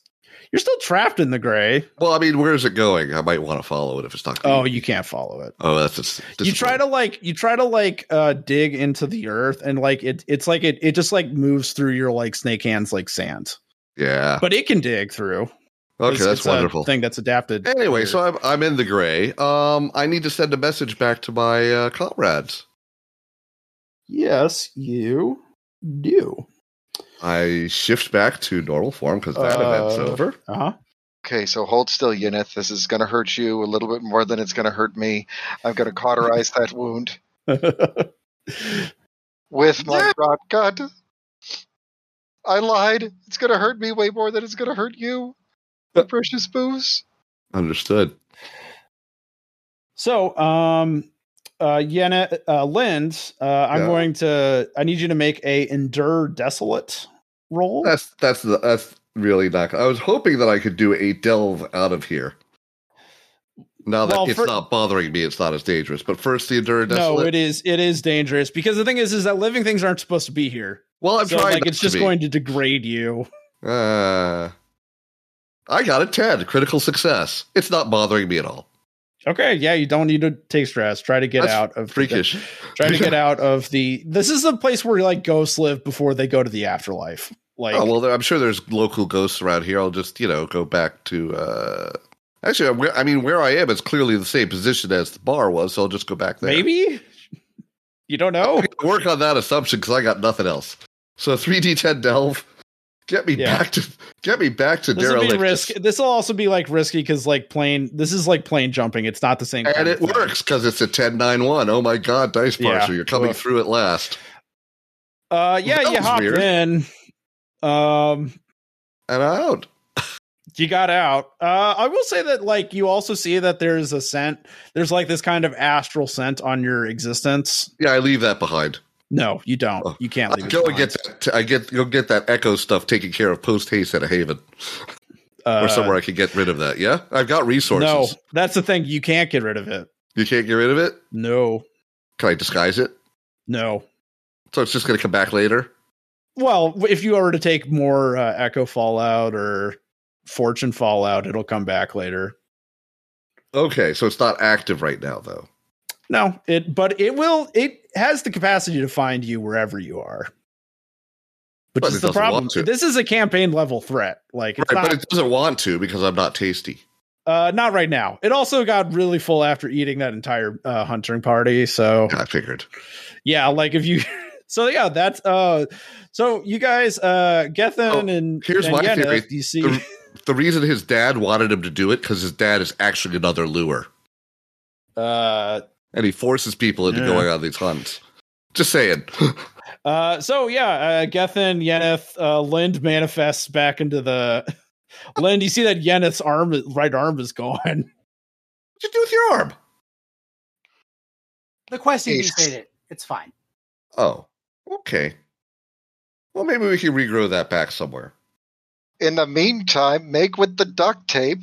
S1: you're still trapped in the gray.
S3: Well, I mean, where is it going? I might want to follow it if it's not. Clean.
S1: Oh, you can't follow it.
S3: oh, that's just
S1: You try to like, you try to like, uh, dig into the earth, and like it, it's like it, it just like moves through your like snake hands like sand,
S3: Yeah.
S1: but it can dig through.
S3: Okay,
S1: It's- uh,
S3: that's
S1: it's a
S3: wonderful.
S1: thing that's adapted.
S3: Anyway,
S1: here.
S3: so I'm I'm in the gray. Um, I need to send a message back to my uh, comrades.
S1: yes, you do.
S3: I shift back to normal form because that
S1: Uh,
S3: event's over.
S1: Uh [LAUGHS] huh.
S2: Okay, so hold still, Yinith. This is going to hurt you a little bit more than it's going to hurt me. I'm going to cauterize that wound with my
S3: Yeah.
S2: rod gun. I lied. It's going to hurt me way more than it's going to hurt you. The precious booze.
S3: Understood.
S1: So, um, uh, Yana, uh, Lind, uh, I'm
S3: Yeah.
S1: going to, I need you to make a endure desolate roll.
S3: That's that's the, that's really not. I was hoping that I could do a delve out of here. Now that
S1: Well,
S3: it's
S1: fir-
S3: not bothering me, it's not as dangerous. But first, the endurance.
S1: no, it is, it is dangerous because the thing is, is that living things aren't supposed to be here.
S3: Well, I'm
S1: so
S3: trying.
S1: like,
S3: not
S1: it's just
S3: to be.
S1: going to degrade you.
S3: Uh, I got a 10, critical success. It's not bothering me at all.
S1: Okay. Yeah. You don't need to take stress. Try to get
S3: That's
S1: out of [LAUGHS]
S3: Freakish.
S1: try
S3: [LAUGHS]
S1: to get out of the, this is the place where like ghosts live before they go to the afterlife. Like,
S3: oh, well, there, I'm sure there's local ghosts around here. I'll just, you know, go back to. Uh, actually, I'm, where- I mean, where I am is clearly the same position as the bar was, so I'll just go back there.
S1: maybe you don't know.
S3: Work on that assumption because I got nothing else. So 3D10 delve. Get me
S1: Yeah.
S3: back to get me back to
S1: This will be
S3: derelict,
S1: risk. This will also be like risky because like plane. This is like plane jumping. It's not the same.
S3: and
S1: kind
S3: it
S1: of thing.
S3: works because it's a 10-9-1. Oh my god, dice
S1: Yeah.
S3: parser, you're coming
S1: Woof.
S3: through at last.
S1: Uh, yeah,
S3: That
S1: you
S3: was
S1: hopped
S3: weird.
S1: in. Um,
S3: And out.
S1: you got out. Uh, I will say that like you also see that there's a scent. There's like this kind of astral scent on your existence.
S3: Yeah, I leave that behind.
S1: No, you don't.
S3: Oh,
S1: you can't
S3: I
S1: leave. it
S3: go and get
S1: behind.
S3: that. I get go get that echo stuff taken care of post haste at a haven
S1: Uh,
S3: or somewhere I can get rid of that. Yeah, I've got resources.
S1: No, that's the thing. You can't get rid of it.
S3: You can't get rid of it.
S1: No.
S3: Can I disguise it?
S1: No.
S3: So it's just going to come back later.
S1: Well, if you were to take more uh, Echo Fallout or Fortune Fallout, it'll come back later.
S3: Okay, so it's not active right now, though.
S1: No, it but it will it has the capacity to find you wherever you are. Which
S3: But
S1: is
S3: it
S1: the
S3: doesn't want
S1: problem.
S3: to.
S1: This is a campaign level threat. Like it's
S3: right,
S1: not,
S3: but it doesn't want to because I'm not tasty.
S1: uh not right now. It also got really full after eating that entire uh hunting party, so
S3: I figured.
S1: yeah, like if you [LAUGHS] so yeah, that's uh so you guys uh Gethin and
S3: Oh, here's
S1: and
S3: my
S1: Yennefer,
S3: theory.
S1: you see
S3: The, the reason his dad wanted him to do it because his dad is actually another lure,
S1: [LAUGHS] uh
S3: and he forces people into
S1: Yeah.
S3: going on these hunts. Just saying. [GASPS]
S1: Uh, so yeah, uh, Gethin, Yeneth, uh, Lind manifests back into the. [LAUGHS] Lind, you see that Yeneth's arm, right arm, is gone. [LAUGHS]
S3: What'd you do with your arm?
S4: The quest
S2: Jesus.
S4: evade it. It's fine.
S3: Oh, okay. Well, maybe we can regrow that back somewhere.
S2: In the meantime, make with the duct tape.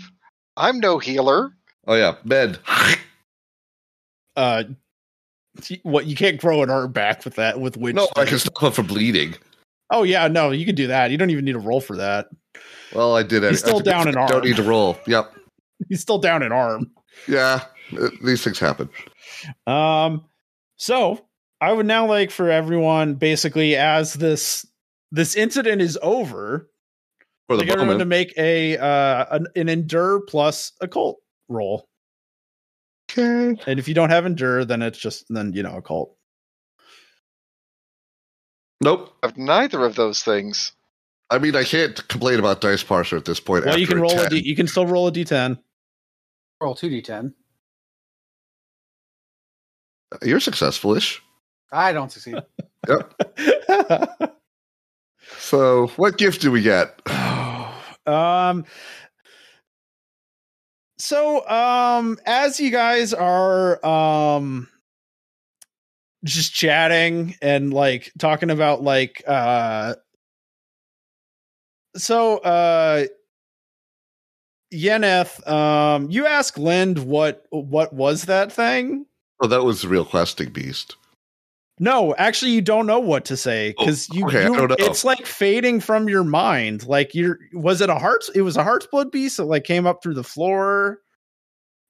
S2: I'm no healer.
S3: Oh yeah,
S1: [LAUGHS]
S3: med.
S1: Uh, what you can't grow an arm back with that with which?
S3: no, I can stop him from bleeding.
S1: Oh yeah, no, you can do that. You don't even need a roll for that. [LAUGHS]
S3: Well, I did. it.
S1: He's still
S3: I did-
S1: down an
S3: Don't
S1: arm.
S3: need to roll. Yep.
S1: He's still down an arm.
S3: Yeah. uh, These things happen.
S1: Um, so I would now like for everyone, basically, as this this incident is over,
S3: For the
S1: like everyone to
S3: moment.
S1: make a uh an, an endure plus occult roll.
S3: Okay.
S1: And if you don't have endure, then it's just then you know a cult.
S3: Nope.
S2: Of neither of those things.
S3: I mean, I can't complain about dice parser at this point.
S1: Well, you
S3: after
S1: can
S3: a
S1: roll a
S3: 10.
S1: d. You can still roll a
S3: [SIGHS]
S1: d10.
S4: Roll two d ten.
S3: You're successful-ish.
S4: I don't succeed.
S3: So, what gift do we get?
S1: [SIGHS] um. So, um, as you guys are um just chatting and like talking about like uh so uh Yeneth, um, you ask Lind what what was that thing?
S3: Oh, that was the real questing beast.
S1: No, actually, you don't know what to say because
S3: Oh,
S1: you,
S3: okay, I
S1: you-
S3: don't know.
S1: it's like fading from your mind. Like you're was it a heart's? It was a heart's blood piece that like came up through the floor.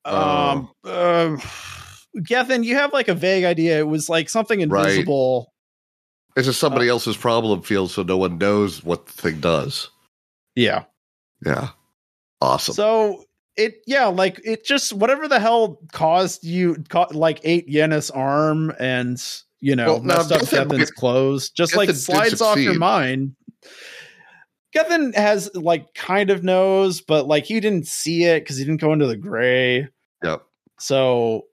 S1: Um,
S3: Oh.
S1: [SIGHS] uh, Gethin, you have like a vague idea. It was like something
S3: Right.
S1: invisible.
S3: It's just somebody
S1: Uh,
S3: else's problem field, so no one knows what the thing does.
S1: Yeah.
S3: Yeah. Awesome.
S1: So it yeah, like it just whatever the hell caused you ca- like ate Yenna's arm and you know
S3: Well, now,
S1: messed up
S3: Gethin-
S1: Gethin's clothes, just like
S3: Gethin did
S1: slides off your
S3: succeed.
S1: mind. Gethin has like kind of knows, but like he didn't see it because he didn't go into the gray.
S3: yep.
S1: So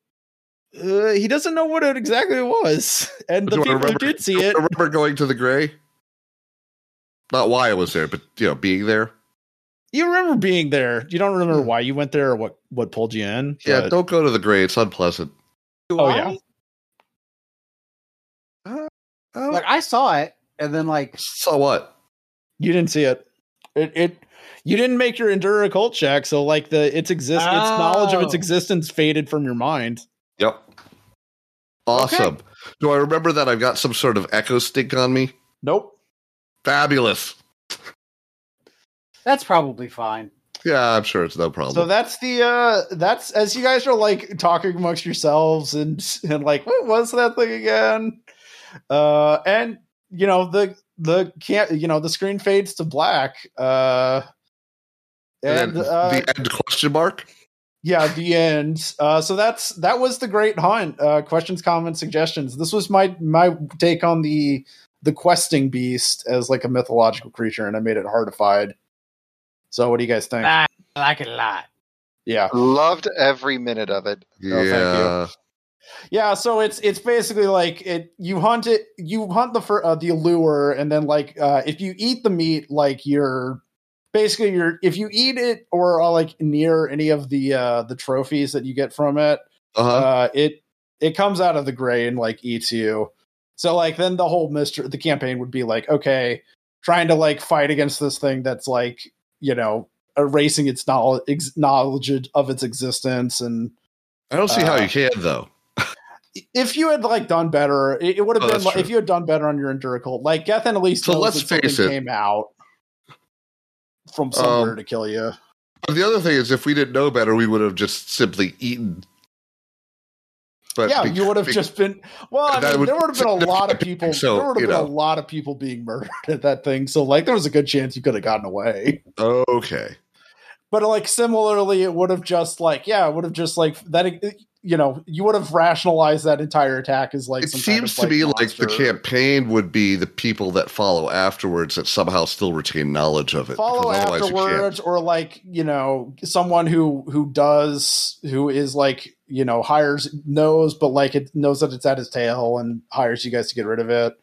S1: uh, he doesn't know what it exactly was. [LAUGHS] And the
S3: Do I
S1: people who
S3: remember-
S1: did see
S3: Do you
S1: it,
S3: Remember going to the gray? Not why I was there, but you know, being there.
S1: you remember being there. You don't remember
S3: Hmm.
S1: why you went there or what what pulled you in.
S3: Yeah,
S1: but-
S3: don't go to the gray. It's unpleasant.
S4: Do
S1: Oh,
S4: I?
S1: yeah.
S3: Oh,
S4: Like I saw it, and then like
S3: so what?
S1: You didn't see it. It it you didn't make your endure occult check, so like the its exist its knowledge of its
S4: Oh.
S1: existence faded from your mind.
S3: Yep. Awesome. Do I remember that I've got some sort of echo stink on me?
S1: Nope.
S3: Fabulous.
S4: that's probably fine.
S3: Yeah, I'm sure it's no problem.
S1: So that's the uh that's as you guys are like talking amongst yourselves and and like what was that thing again? Uh and you know the the can't you know the screen fades to black. Uh
S3: And
S1: and
S3: then
S1: uh,
S3: the end question mark.
S1: yeah the end uh, so that's that was the great hunt uh, questions comments suggestions this was my my take on the the questing beast as like a mythological creature and i made it hardified so what do you guys think
S4: I like it a lot.
S1: yeah
S2: Loved every minute of it.
S3: Yeah.
S1: Oh, thank you. yeah so it's it's basically like it you hunt it you hunt the fir- uh, the lure and then like uh, if you eat the meat like you're basically you're if you eat it or are like near any of the uh the trophies that you get from it
S3: Uh-huh.
S1: uh, it it comes out of the gray and like eats you. So like then the whole mystery, the campaign would be like, okay, trying to like fight against this thing that's like you know erasing its knowledge, ex- knowledge of its existence, and
S3: I don't see how
S1: uh,
S3: you can though.
S1: if you had like done better, it, it would
S3: Oh,
S1: have been
S3: that's
S1: like, if
S3: true.
S1: you had done better on your Endurical. Like Gethin at least
S3: So
S1: knows
S3: let's
S1: that something
S3: face it.
S1: came out from somewhere
S3: Um,
S1: to kill you.
S3: But the other thing is, if we didn't know better, we would have just simply eaten. But
S1: yeah, you would have
S3: be-
S1: just been. Well, I
S3: That
S1: mean,
S3: would-
S1: there would have been a lot of people.
S3: [LAUGHS] So,
S1: there would have
S3: you
S1: been a
S3: know.
S1: lot of people being murdered at that thing. So, like, there was a good chance you could have gotten away.
S3: okay.
S1: But like, similarly, it would have just like, yeah, it would have just like that. You know, you would have rationalized that entire attack as like.
S3: It
S1: some kind
S3: seems
S1: of,
S3: to me like
S1: monster.
S3: the campaign would be the people that follow afterwards that somehow still retain knowledge of it.
S1: follow
S3: because otherwise you can't.
S1: afterwards or like you know someone who who does who is like you know hires knows but like it knows that it's at his tail and hires you guys to get rid of it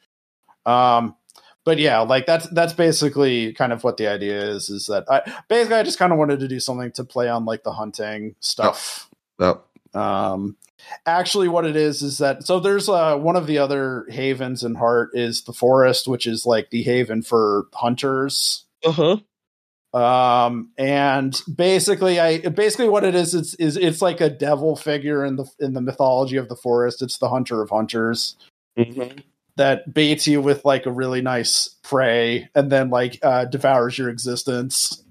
S1: um but yeah like that's that's basically kind of what the idea is is that i basically i just kind of wanted to do something to play on like the hunting
S3: Oh,
S1: stuff
S3: No.
S1: um, actually, what it is is that so there's uh, one of the other havens in Heart is the forest, which is like the haven for hunters.
S6: Uh-huh.
S1: Um, and basically, I basically what it is is is it's like a devil figure in the in the mythology of the forest. It's the hunter of hunters that baits you with like a really nice prey and then like uh, devours your existence.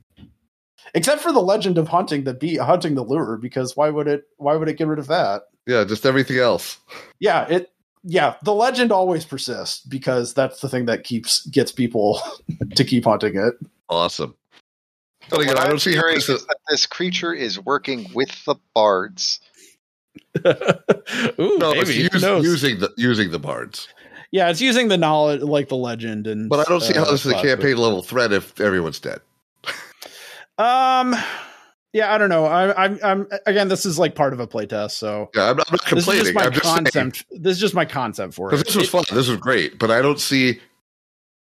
S1: Except for the legend of hunting the bee, hunting the lure, because why would it? Why would it get rid of that?
S3: Yeah, just everything else.
S1: yeah it yeah the legend always persists because that's the thing that keeps gets people [LAUGHS] to keep hunting it
S3: Awesome. But again,
S2: What
S3: I
S2: I'm
S3: don't see how
S2: hearing
S3: this is,
S2: is that this creature is working with the bards.
S7: [LAUGHS] Ooh,
S3: no, it's
S7: maybe. Who
S3: use-
S7: knows?
S3: using the using the bards.
S1: yeah it's using the knowledge like the legend and
S3: But I don't see
S1: uh,
S3: how this is a
S1: class, but-
S3: campaign level threat if everyone's dead.
S1: um yeah i don't know I, i'm i'm again this is like part of a playtest so
S3: Yeah, I'm not, I'm not
S1: this is just
S3: complaining.
S1: my
S3: I'm just saying
S1: concept this is just my concept for
S3: because
S1: it
S3: this was fun. This was great, but I don't see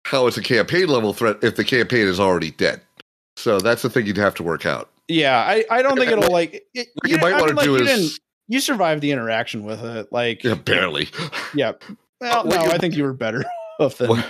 S3: how it's a campaign level threat if the campaign is already dead. So that's the thing you'd have to work out.
S1: yeah i i don't
S3: [LAUGHS]
S1: think it'll like it,
S3: What you, might
S1: I
S3: want to
S1: mean, like,
S3: do
S1: you
S3: is
S1: didn't- you survived the interaction with it like
S3: yeah, barely.
S1: yeah well
S3: What
S1: no
S3: you-
S1: i think you were better [LAUGHS] off than
S3: What-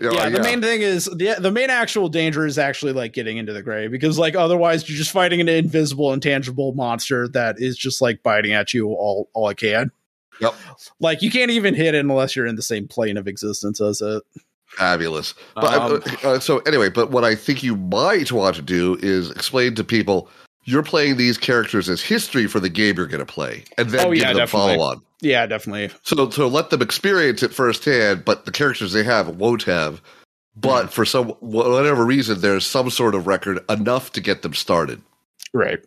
S3: You know,
S1: yeah, the
S3: yeah.
S1: main thing is the the main actual danger is actually like getting into the gray because like otherwise you're just fighting an invisible, intangible monster that is just like biting at you all all it can.
S3: Yep.
S1: Like you can't even hit it unless you're in the same plane of existence as it.
S3: fabulous. But
S1: Um,
S3: uh, uh, so anyway, but what I think you might want to do is explain to people you're playing these characters as history for the game you're going to play, and then
S1: Oh,
S3: give
S1: yeah,
S3: them
S1: definitely.
S3: follow on.
S1: Yeah, definitely.
S3: So so let them experience it firsthand, but the characters they have won't have.
S1: Hmm.
S3: But for some whatever reason, there's some sort of record enough to get them started.
S1: Right.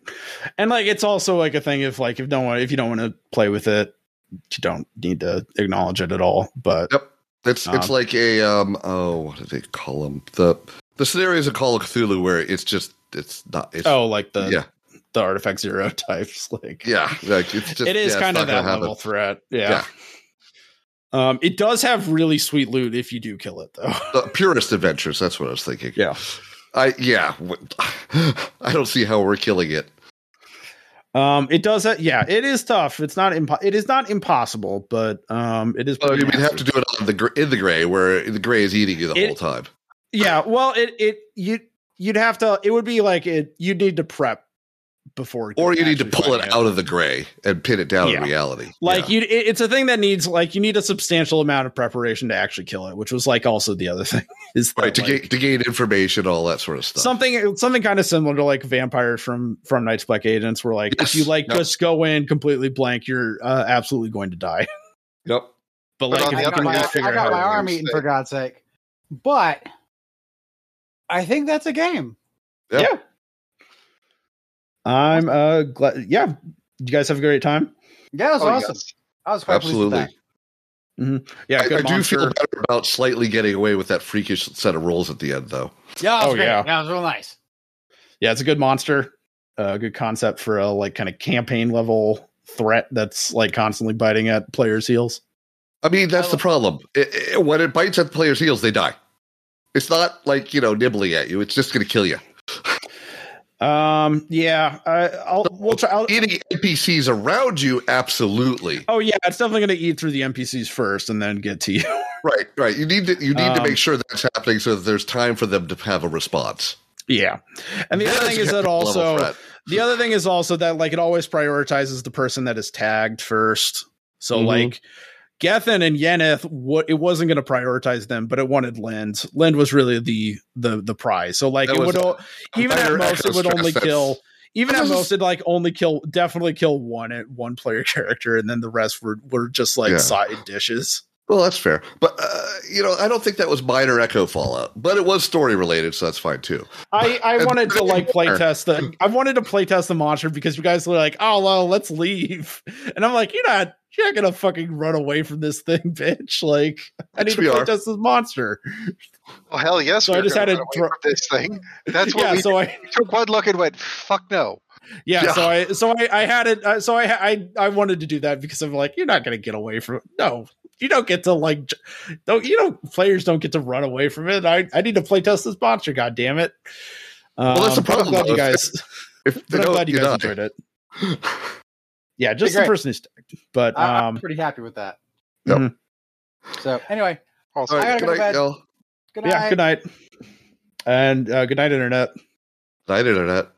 S1: And like it's also like a thing if like if no one if you don't want to play with it, you don't need to acknowledge it at all. But
S3: It's it's
S1: Um.
S3: like a um oh what do they call them the the scenario is a Call of Cthulhu where it's just it's not it's
S1: oh like the
S3: yeah
S1: the artifact zero [LAUGHS] types like
S3: yeah like it's just
S1: it is
S3: yeah, it's
S1: kind of
S3: not gonna
S1: that
S3: happen.
S1: level threat. Yeah. Um, it does have really sweet loot if you do kill it, though. [LAUGHS]
S3: The purest adventures. That's what I was thinking.
S1: Yeah.
S3: I yeah. w- [SIGHS] I don't see how we're killing it.
S1: Um, it does. Ha- yeah, it is tough. It's not. Impo- it is not impossible, but um, it is.
S3: Well,
S1: pretty
S3: Oh, you would have
S1: nasty.
S3: to do it on the gr- in the gray where the gray is eating you the
S1: It-
S3: whole time.
S1: Yeah. Well, it it you you'd have to. It would be like it. You'd need to prep before,
S3: or you need to
S1: actually
S3: pull it
S1: fighting
S3: out of the gray and pin it down
S1: Yeah.
S3: in reality.
S1: Like you,
S3: yeah.
S1: it, it's a thing that needs like you need a substantial amount of preparation to actually kill it, which was like also the other [LAUGHS] thing is that,
S3: right to,
S1: like,
S3: gain, to gain information, all that sort of stuff.
S1: something something kind of similar to like vampires from from Night's Black Agents, where like
S3: Yes.
S1: if you like
S3: Yep.
S1: just go in completely blank, you're uh, absolutely going to die. [LAUGHS]
S3: Yep.
S1: But
S2: But
S1: like
S2: on
S1: if
S2: the
S1: you
S2: other
S1: can
S2: hand,
S1: just
S2: I
S1: figure
S4: I got
S1: out,
S4: my
S1: how
S4: arm
S2: to
S4: eaten
S2: say.
S4: for God's sake. But I think that's a game.
S1: I'm uh glad. Yeah, you guys have a great time.
S4: Yeah, it was
S2: Oh,
S4: awesome.
S2: yes.
S4: I was quite pleased with
S3: Absolutely.
S4: that.
S1: Yeah,
S3: I, I do feel better about slightly getting away with that freakish set of rules at the end, though.
S4: Yeah, it was
S1: Oh,
S4: great.
S1: yeah.
S4: That was real nice.
S1: yeah, it's a good monster. A good concept for a like kind of campaign level threat that's like constantly biting at players' heels.
S3: I mean, that's the
S4: I love-
S3: problem. It- it- when it bites at the player's heels, they die. It's not like you know nibbling at you. It's just going to kill you.
S1: Um, yeah, I, I'll we'll try. I'll,
S3: Eating NPCs around you, absolutely.
S1: oh yeah, it's definitely going to eat through the NPCs first and then get to you. [LAUGHS]
S3: Right, right. You need to you need
S1: Um,
S3: to make sure that's happening so that there's time for them to have a response.
S1: Yeah. And the
S3: That
S1: other
S3: is
S1: thing
S3: a
S1: is that
S3: level
S1: also
S3: threat.
S1: the other thing is also that like it always prioritizes the person that is tagged first. So
S3: Mhm.
S1: like Gethin and Yeneth, what it wasn't going to prioritize them, but it wanted Lind. Lind was really the the the prize. So like
S3: That
S1: it
S3: was
S1: would o- even at
S3: entire
S1: most it would
S3: extra
S1: only
S3: stress.
S1: kill even
S3: That
S1: at
S3: was-
S1: most it'd like only kill definitely kill one at one player [LAUGHS] character, and then the rest were were just like
S3: Yeah.
S1: side dishes.
S3: Well, that's fair, but uh, you know, I don't think that was minor echo fallout, but it was story related, so that's fine too.
S1: I, I
S3: And-
S1: wanted to like play test the I wanted to play test the monster because you guys were like, oh well, let's leave. [LAUGHS] And I'm like, you're not you're not gonna fucking run away from this thing, [LAUGHS] bitch. Like I need
S3: Yes,
S1: to
S3: we
S1: play
S3: are.
S1: test this monster.
S2: Well, Oh, hell yes.
S1: So I
S2: we're
S1: just
S2: gonna
S1: had to
S2: run away
S1: dro-
S2: from this thing.
S1: [LAUGHS]
S2: That's what
S1: yeah,
S2: we
S1: so I
S2: took one look and went, "Fuck no."
S1: yeah,
S3: Yeah.
S1: so I so I, I had it uh, so I, I I wanted to do that because I'm like, you're not gonna get away from no. You don't get to like j- don't you don't players don't get to run away from it. I, I need to play test this monster, god damn it.
S3: Well, that's
S1: Um,
S3: the
S1: but I'm
S3: problem,
S1: glad you
S3: though, if-
S1: guys
S3: If they
S1: but I'm
S3: don't,
S1: glad you
S3: you
S1: guys
S3: die.
S1: enjoyed it. Yeah, just the
S4: Okay, great. Uh,
S1: person who stacked. But
S4: I,
S1: um
S4: am pretty happy with that.
S3: Yep.
S1: mhm.
S4: So anyway,
S2: Also,
S3: All
S4: I
S3: right,
S4: gotta
S3: good
S4: go to
S3: night,
S4: bed.
S3: y'all.
S4: good night.
S1: yeah, good night. And uh, good night, internet.
S3: Night, internet.